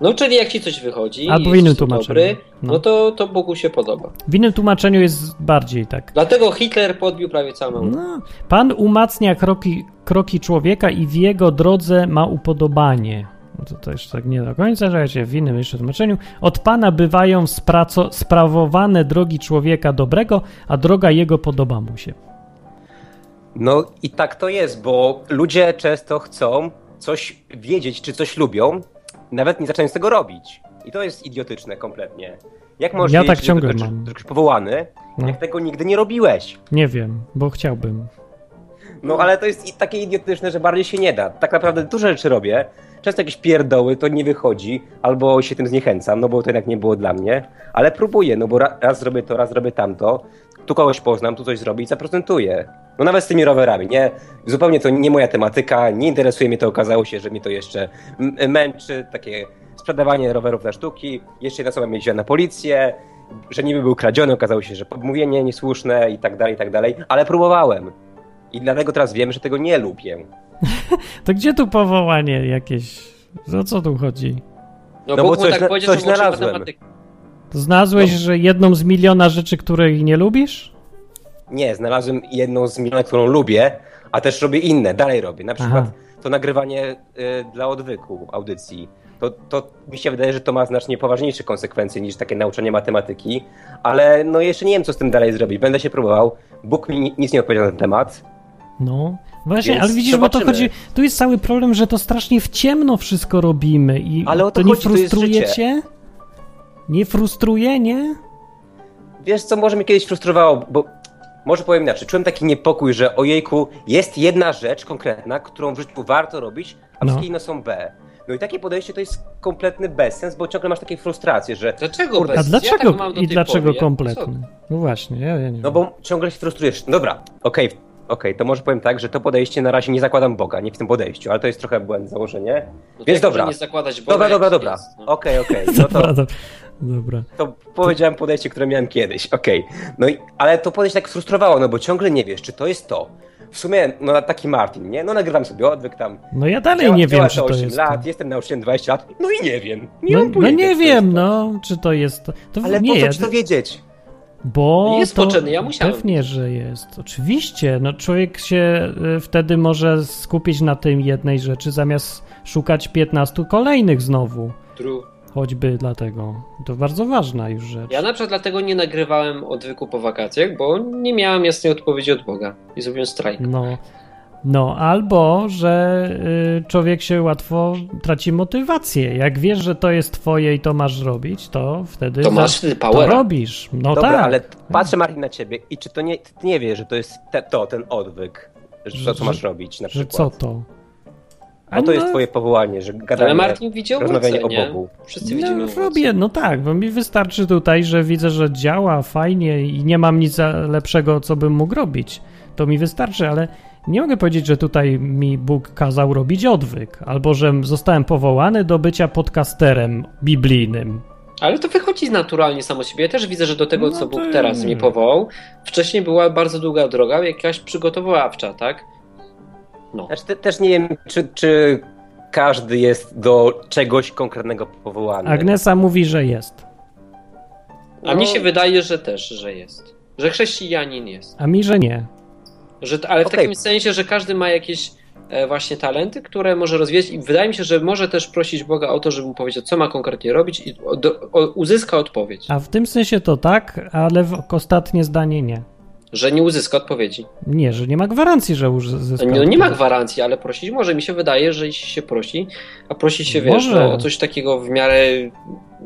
No, czyli jak ci coś wychodzi,
Albo w
jest
innym
ci
tłumaczeniu.
dobry,
No.
no, to, to Bogu się podoba.
W innym tłumaczeniu jest bardziej tak.
Dlatego Hitler podbił prawie całą Europę.
No, pan umacnia kroki, kroki człowieka i w jego drodze ma upodobanie. No To, to jeszcze tak nie do końca, że ja się w innym jeszcze tłumaczeniu. Od pana bywają spraco, sprawowane drogi człowieka dobrego, a droga jego podoba mu się.
No i tak to jest, bo ludzie często chcą coś wiedzieć, czy coś lubią, nawet nie zaczynają z tego robić. I to jest idiotyczne kompletnie. Jak możesz
Ja
wiedzieć,
tak
że
ciągle
do- do-
mam.
do czegoś powołany,
No.
jak tego nigdy nie robiłeś?
Nie wiem, bo chciałbym.
No ale to jest i takie idiotyczne, że bardziej się nie da. Tak naprawdę dużo rzeczy robię. Często jakieś pierdoły, to nie wychodzi, albo się tym zniechęcam, no bo to jednak nie było dla mnie, ale próbuję, no bo ra- raz zrobię to, raz zrobię tamto, tu kogoś poznam, tu coś zrobię i zaprezentuję. No nawet z tymi rowerami, nie? Zupełnie to nie moja tematyka, nie interesuje mnie to, okazało się, że mnie to jeszcze m- męczy, takie sprzedawanie rowerów na sztuki, jeszcze jedna osoba mnie wzięła na policję, że niby był kradziony, okazało się, że podmówienie niesłuszne i tak dalej, i tak dalej, ale próbowałem. I dlatego teraz wiem, że tego nie lubię.
To gdzie tu powołanie jakieś? O co tu chodzi?
No,
bo
Bóg mu
coś na-
tak powiedział,
coś
że mu uczy
znalazłem.
matematyki.
Znalazłeś,
No.
że jedną z miliona rzeczy, których nie lubisz?
Nie, znalazłem jedną zmianę, którą lubię, a też robię inne, dalej robię. Na przykład to nagrywanie y, dla odwyku audycji. To, to mi się wydaje, że to ma znacznie poważniejsze konsekwencje niż takie nauczanie matematyki, ale no jeszcze nie wiem, co z tym dalej zrobić. Będę się próbował. Bóg mi ni- nic nie odpowiedział na ten temat.
No, właśnie,
Więc
ale widzisz, bo to
zobaczymy.
chodzi. Tu jest cały problem, że to strasznie w ciemno wszystko robimy i
Ale o to
nie
chodzi, to jest
frustruje
życie.
cię? Nie frustruje, nie?
Wiesz, co może mnie kiedyś frustrowało, bo może powiem inaczej. Czułem taki niepokój, że ojejku, jest jedna rzecz konkretna, którą w życiu warto robić, a
No.
wszystkie inne są B. No i takie podejście to jest kompletny bezsens, bo ciągle masz takie frustracje, że
Dlaczego
Kurde,
A
bez? Ja
dlaczego
tak mam do
i
tej
dlaczego
pory, ja-
kompletny? No właśnie, ja, ja nie wiem.
no bo ciągle się frustrujesz. Dobra, okej, okej, to może powiem tak, że to podejście na razie nie zakładam Boga, nie w tym podejściu, ale to jest trochę błędne założenie.
No to
Więc
jak może
dobra.
Nie zakładać Boga,
Dobra,
jak
dobra,
jest,
dobra.
no.
Okej, okej.
Dobra,
No
dobra. dobra.
to, to powiedziałem podejście, które miałem kiedyś. Okej. No i ale to podejście tak frustrowało, no bo ciągle nie wiesz, czy to jest to. W sumie, no taki Martin, nie? No nagrywam sobie odwyk tam.
No ja dalej
Działa-
nie wiem,
działa
czy to
8
jest.
lat,
to.
jestem nauczycielem 20 lat. No i nie wiem. Nie
No,
mam
no
pojęcia,
nie
co jest
wiem,
to.
no, czy to jest. To, to
Ale
nie
po co
jest.
ci to wiedzieć?
Bo
Jest
to
potrzebny, ja musiałem.
Pewnie, że jest. Oczywiście. No człowiek się y, wtedy może skupić na tym jednej rzeczy, zamiast szukać 15 kolejnych znowu.
True.
Choćby dlatego. To bardzo ważna już rzecz.
Ja na przykład dlatego nie nagrywałem odwyku po wakacjach, bo nie miałem jasnej odpowiedzi od Boga i zrobiłem strajk.
No, no albo, że y, człowiek się łatwo traci motywację. Jak wiesz, że to jest twoje i to masz robić, to wtedy
To
za-
masz wtedy
to
powera.
robisz. No
Dobra,
tak.
ale patrzę Martin na ciebie i czy to nie, ty nie wiesz, że to jest te, to, ten odwyk, że to, co
Że-
masz robić na
Że
przykład.
co to?
Bo to jest
no-
twoje powołanie, że gadanie,
Ale Martin widział
rozmawianie
owoce, nie?
o Bogu.
Wszyscy widzimy owoce.
no, robię, no tak, bo mi wystarczy tutaj, że widzę, że działa fajnie i nie mam nic za- lepszego, co bym mógł robić. To mi wystarczy, ale nie mogę powiedzieć, że tutaj mi Bóg kazał robić odwyk, albo że zostałem powołany do bycia podcasterem biblijnym.
Ale to wychodzi naturalnie samo z siebie. Ja też widzę, że do tego,
No
co Bóg
to-
teraz mnie powołał, wcześniej była bardzo długa droga, jakaś przygotowawcza, tak? No.
Znaczy, te, też nie wiem, czy, czy każdy jest do czegoś konkretnego powołany.
Agnesa mówi, że jest.
A mi się wydaje, że też, że jest. Że chrześcijanin jest.
A mi, że nie.
Że, ale w
Okej.
takim sensie, że każdy ma jakieś e, właśnie talenty, które może rozwijać i wydaje mi się, że może też prosić Boga o to, żeby mu powiedział, co ma konkretnie robić i o, do, o, uzyska odpowiedź.
A w tym sensie to tak, ale w ostatnie zdanie nie.
Że nie uzyska odpowiedzi.
Nie, że nie ma gwarancji, że już zyskam.
No, nie ma gwarancji, ale prosić może. Mi się wydaje, że jeśli się prosi, a prosi się, wiesz,
Może.
no, o coś takiego w miarę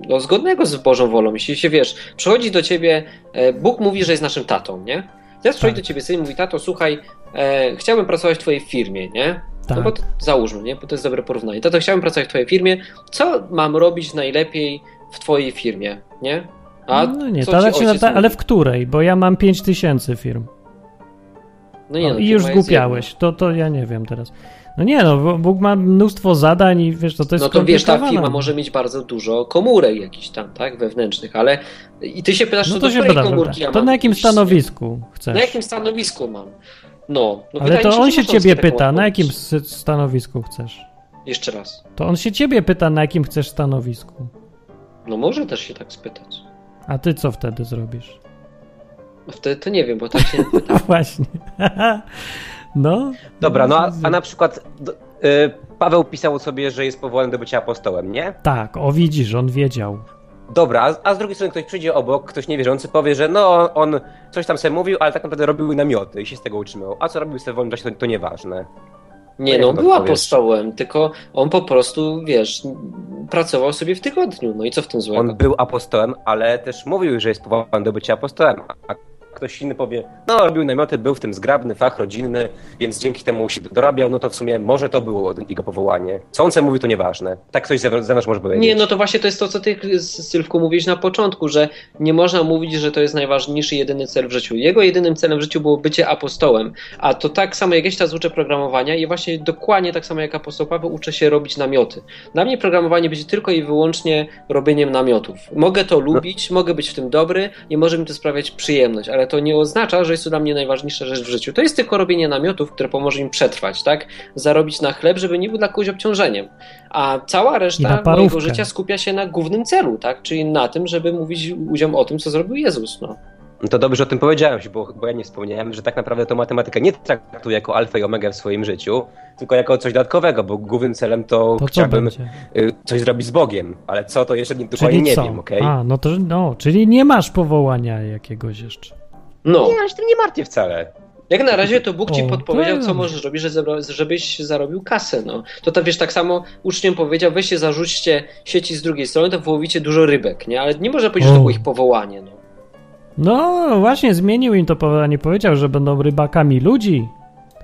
no, zgodnego z Bożą wolą. Jeśli się, wiesz, przychodzi do ciebie, e, Bóg mówi, że jest naszym tatą, nie? Teraz przychodzi
Tak.
do ciebie syn i mówi, tato, słuchaj, e, chciałbym pracować w twojej firmie, nie?
Tak.
No bo to, załóżmy, nie? Bo to jest dobre porównanie. Tato, chciałbym pracować w twojej firmie. Co mam robić najlepiej w twojej firmie, nie? A
no nie,
co
to
ci
raczej,
ojciec
ta,
mówi?
ale w której? Bo ja mam 5000 firm.
No nie, no,
I już
firma jest
zgłupiałeś. To, to ja nie wiem teraz. No nie, no, bo Bóg ma mnóstwo zadań i wiesz, to, to jest
No to wiesz, ta
skomplikowane.
firma może mieć bardzo dużo komórek jakichś tam, tak, wewnętrznych, ale i ty się pytasz,
No
co
to
do
się
której
pyta,
komórki ja
to
mam
na jakim
iść,
stanowisku
nie?
chcesz?
Na jakim stanowisku mam? No, no
ale
wydaje
to
mi
on
że
się
można uzyskać
ciebie
taką
pyta, no. na
odpowiedź.
jakim s- stanowisku chcesz?
Jeszcze raz.
To on się ciebie pyta, na jakim chcesz stanowisku.
No może też się tak spytać.
A ty co wtedy zrobisz?
No wtedy to nie wiem, bo tak się nie pyta.
No właśnie. no.
Dobra, no a, a na przykład do, y, Paweł pisał o sobie, że jest powołany do bycia apostołem, nie?
Tak, o widzisz, on wiedział.
Dobra, a, a z drugiej strony ktoś przyjdzie obok, ktoś niewierzący powie, że no on coś tam sobie mówił, ale tak naprawdę robił namioty i się z tego utrzymywał. A co robił sobie w wolnym czasie, to, to nieważne.
Nie
Jak
no,
to
był
odpowiesz?
apostołem, tylko on po prostu, wiesz, pracował sobie w tygodniu, no i co w tym złego?
On był apostołem, ale też mówił, że jest powołany do bycia apostołem. A ktoś inny powie, no robił namioty, był w tym zgrabny, fach rodzinny, więc dzięki temu się dorabiał, no to w sumie może to było jego powołanie. Co on sobie mówi, to nieważne. Tak ktoś ze ze nas może powiedzieć.
Nie, no to właśnie to jest to, co ty, Sylwku, mówiłeś na początku, że nie można mówić, że to jest najważniejszy, jedyny cel w życiu. Jego jedynym celem w życiu było bycie apostołem, a to tak samo jak ja się teraz uczę programowania i właśnie dokładnie tak samo jak apostoł Paweł uczę się robić namioty. Dla mnie programowanie będzie tylko i wyłącznie robieniem namiotów. Mogę to lubić, mogę być w tym dobry i może mi to sprawiać przyjemność, ale to nie oznacza, że jest to dla mnie najważniejsza rzecz w życiu. To jest tylko robienie namiotów, które pomoże im przetrwać, tak? Zarobić na chleb, żeby nie był dla kogoś obciążeniem. A cała
I na
reszta
parówkę.
mojego życia skupia się na głównym celu, tak? Czyli na tym, żeby mówić ludziom o tym, co zrobił Jezus. No.
No to dobrze że o tym powiedziałeś, bo, bo ja nie wspomniałem, że tak naprawdę to matematykę nie traktuję jako alfa i omega w swoim życiu, tylko jako coś dodatkowego, bo głównym celem to,
To co
chciałbym
będzie?
y, coś zrobić z Bogiem, ale co to jeszcze nie, dokładnie
Czyli
nie
co?
wiem, okej?
A, no to no, czyli nie masz powołania jakiegoś jeszcze.
no.
Nie, ja się tym nie martwię wcale.
Jak na razie to Bóg ci
O,
podpowiedział,
tak.
co możesz robić, że zebra- żebyś zarobił kasę. No. To tak wiesz, tak samo uczniom powiedział, weźcie, zarzućcie sieci z drugiej strony, to wyłowicie dużo rybek, nie? Ale nie można powiedzieć, że
O.
to było ich powołanie. No.
No, właśnie zmienił im to powołanie, powiedział, że będą rybakami ludzi.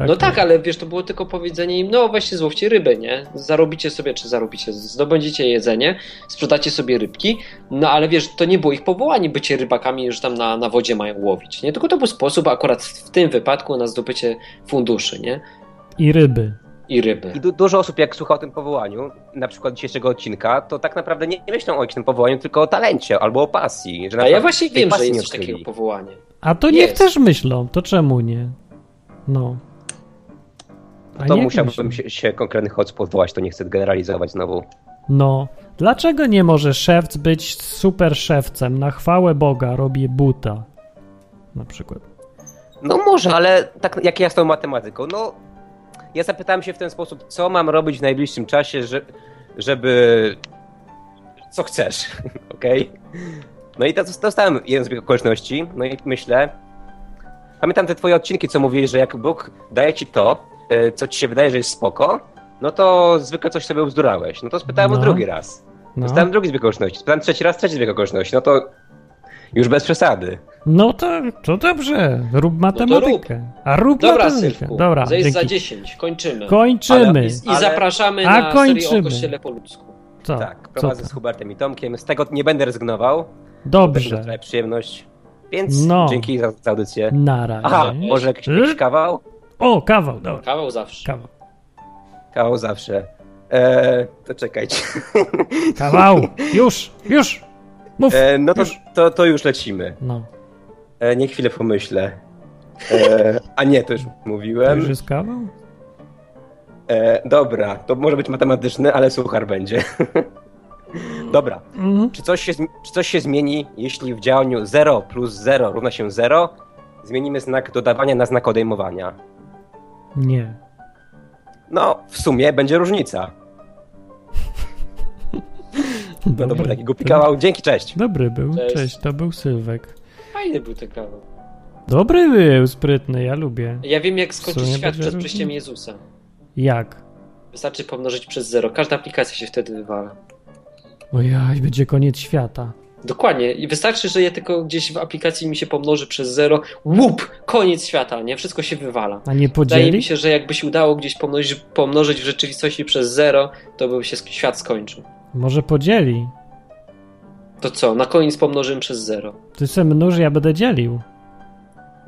no tak, ale wiesz, to było tylko powiedzenie im, no weźcie, złowcie ryby, nie? Zarobicie sobie, czy zarobicie, zdobędziecie jedzenie, sprzedacie sobie rybki, no ale wiesz, to nie było ich powołanie, bycie rybakami, że tam na, na wodzie mają łowić, nie? Tylko to był sposób akurat w tym wypadku na zdobycie funduszy, nie?
I ryby.
I ryby.
I du- dużo osób jak słucha o tym powołaniu, na przykład dzisiejszego odcinka, to tak naprawdę nie, nie myślą o jakimś tym powołaniu, tylko o talencie albo o pasji. Że na
A ja
przykład
właśnie
tej
wiem, że
pasji
jest
nie
coś
odkryli.
takiego powołanie.
A to niech
Jest.
też myślą, to czemu nie? No. A
To
niech
musiałbym
myślą.
się, się konkretnych hotspot wołać, to nie chcę generalizować znowu.
No. Dlaczego nie może szewc być super szewcem? Na chwałę Boga robi buta. na przykład.
No może, ale tak jak ja z tą matematyką, no ja zapytałem się w ten sposób, co mam robić w najbliższym czasie, że, żeby... co chcesz, okej? No i to- dostałem jeden zbieg okoliczności, no i myślę... Pamiętam te twoje odcinki, co mówiłeś, że jak Bóg daje ci to, e, co ci się wydaje, że jest spoko, no to zwykle coś sobie ubzdurałeś. No to spytałem
No.
o drugi raz.
No.
Dostałem drugi zbieg okoliczności, spytałem trzeci raz, trzeci zbieg okoliczności, no to już bez przesady.
No to, to dobrze, rób matematykę. A rób
No Dobra,
matematykę.
Sylwku.
Dobra,
za, jest za
dzięki.
10. Kończymy.
Kończymy.
Ale- I
Ale-
zapraszamy
A,
na serię
kończymy.
o Kościele po ludzku.
Co?
Tak,
Co
prowadzę
to?
z Hubertem i Tomkiem. Z tego nie będę rezygnował. Też
Dobrze.
dostaję przyjemność. Więc
No.
dzięki za, za audycję.
Na razie.
Aha, może jakiś,
Y?
jakiś kawał?
O, kawał, dobra.
Kawał zawsze.
Kawał.
Kawał zawsze. Eee, to czekajcie.
Kawał. Już, już. Mów.
Eee, no to, to, to już lecimy.
No,
Eee, nie chwilę pomyślę. Eee, a nie, to już
to
mówiłem.
już jest kawał?
Eee, dobra, to może być matematyczne, ale suchar będzie. dobra.
Mhm.
Czy coś, się, zm- czy coś się zmieni, jeśli w działaniu 0 plus 0 równa się 0 zmienimy znak dodawania na znak odejmowania?
Nie.
No, w sumie będzie różnica. No dobra, taki głupi kawał. Dzięki, cześć.
Dobry był,
Cześć.
cześć, to był Sylwek.
Fajny był ten kawał.
Dobry był, sprytny, ja lubię.
Ja wiem, jak
W
skończyć
sumie
świat
będzie
przed
różnie.
przyjściem Jezusa.
Jak?
Wystarczy pomnożyć przez zero. Każda aplikacja się wtedy wywala.
Ojaj, będzie koniec świata.
Dokładnie. I wystarczy, że ja tylko gdzieś w aplikacji mi się pomnoży przez zero. Łup! Koniec świata, nie? Wszystko się wywala.
A nie
Wydaje mi
podzieli?
się, że jakby się udało gdzieś pomnożyć, pomnożyć w rzeczywistości przez zero, to by się sk- świat skończył.
Może podzieli.
To co? Na koniec pomnożymy przez zero.
Ty se mnóż, ja będę dzielił.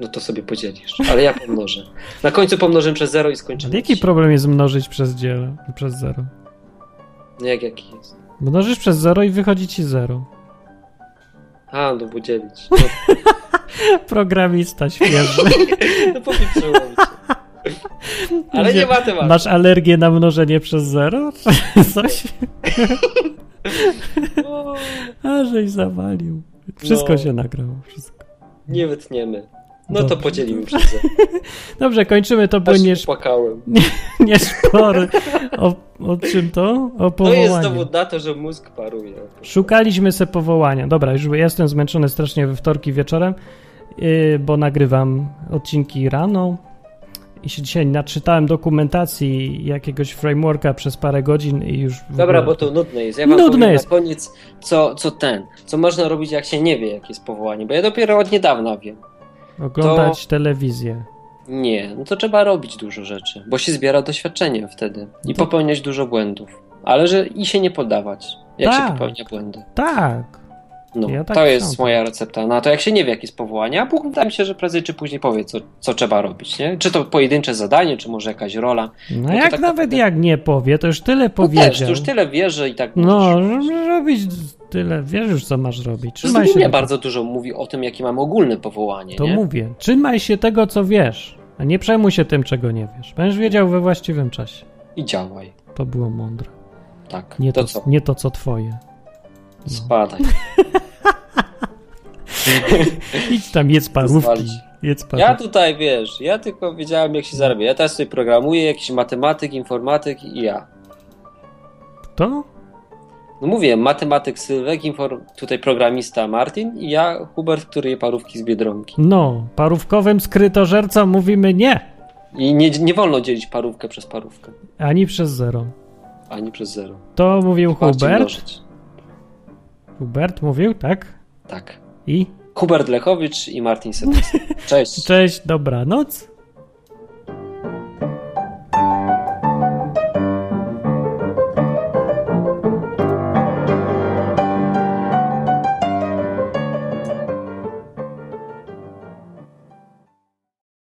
No to sobie podzielisz. Ale ja pomnożę. Na końcu pomnożymy przez zero i skończymy.
Ale jaki
dziś.
problem jest mnożyć przez dzielę, przez zero?
No jak jaki jest?
Mnożysz przez zero i wychodzi ci zero.
A, no bo dzielić. No,
Programista świeży.
no popieprzyło mi się. Ale nie matematyka.
Masz alergię na mnożenie przez zero? Czy Coś?
O,
A, żeś zawalił. Wszystko
No.
się nagrało. Wszystko.
Nie wytniemy. No to
Dobrze.
podzielimy przez zero.
Dobrze, kończymy. To był
Aż
nie,
nie płakałem.
nie szpory. O, o czym to? O
To jest
powołaniu.
dowód na to, że mózg paruje.
Szukaliśmy se powołania. Dobra, już jestem zmęczony strasznie we wtorki wieczorem, yy, bo nagrywam odcinki rano i się dzisiaj naczytałem dokumentacji jakiegoś frameworka przez parę godzin i już... w
Dobra,
ogóle-
bo to nudne jest. Ja wam
Nudne
powiem
jest.
na koniec, co, co ten, co można robić, jak się nie wie, jakie jest powołanie, bo ja dopiero od niedawna wiem.
Oglądać telewizję.
Nie, no to trzeba robić dużo rzeczy, bo się zbiera doświadczenie wtedy i popełniać dużo błędów. Ale że i się nie poddawać, jak
Tak.
się popełnia błędy.
Tak,
No,
Ja tak
to jest
sądzę.
moja recepta na to, jak się nie wie, jakie jest powołanie, a Bóg wydaje mi się, że prędzej czy później powie, co, co trzeba robić, nie? Czy to pojedyncze zadanie, czy może jakaś rola.
no
to
jak
tak
nawet
naprawdę-
jak nie powie, to już tyle
No też,
powiedział.
to już tyle wie, że i tak
No,
możesz-
żeby robić tyle, wiesz już co masz robić. Trzymaj się
Biblia
tego-
bardzo dużo mówi o tym, jakie mamy ogólne powołanie,
To
nie?
mówię, trzymaj się tego, co wiesz, a nie przejmuj się tym, czego nie wiesz. Będziesz wiedział we właściwym czasie.
I działaj.
To było mądre.
Tak.
Nie
to,
to,
co?
nie to co twoje. No.
Spadaj.
Idź tam, jedz parówki.
Zwalić.
Jedz parówki.
Ja tutaj, wiesz, ja tylko wiedziałem, jak się zarabia. Ja teraz sobie programuję, jakiś matematyk, informatyk i ja.
To?
No mówię, matematyk Sylwek, inform... tutaj programista Martin i ja, Hubert, który je parówki z Biedronki.
No, parówkowym skrytożercom mówimy nie.
I nie, nie wolno dzielić parówkę przez parówkę,
Ani przez zero.
ani przez zero.
To mówił
Bardziej
Hubert.
mnożyć.
Hubert mówił, tak?
Tak.
I
Hubert Lechowicz i Martin Sedys. Cześć.
cześć, dobranoc.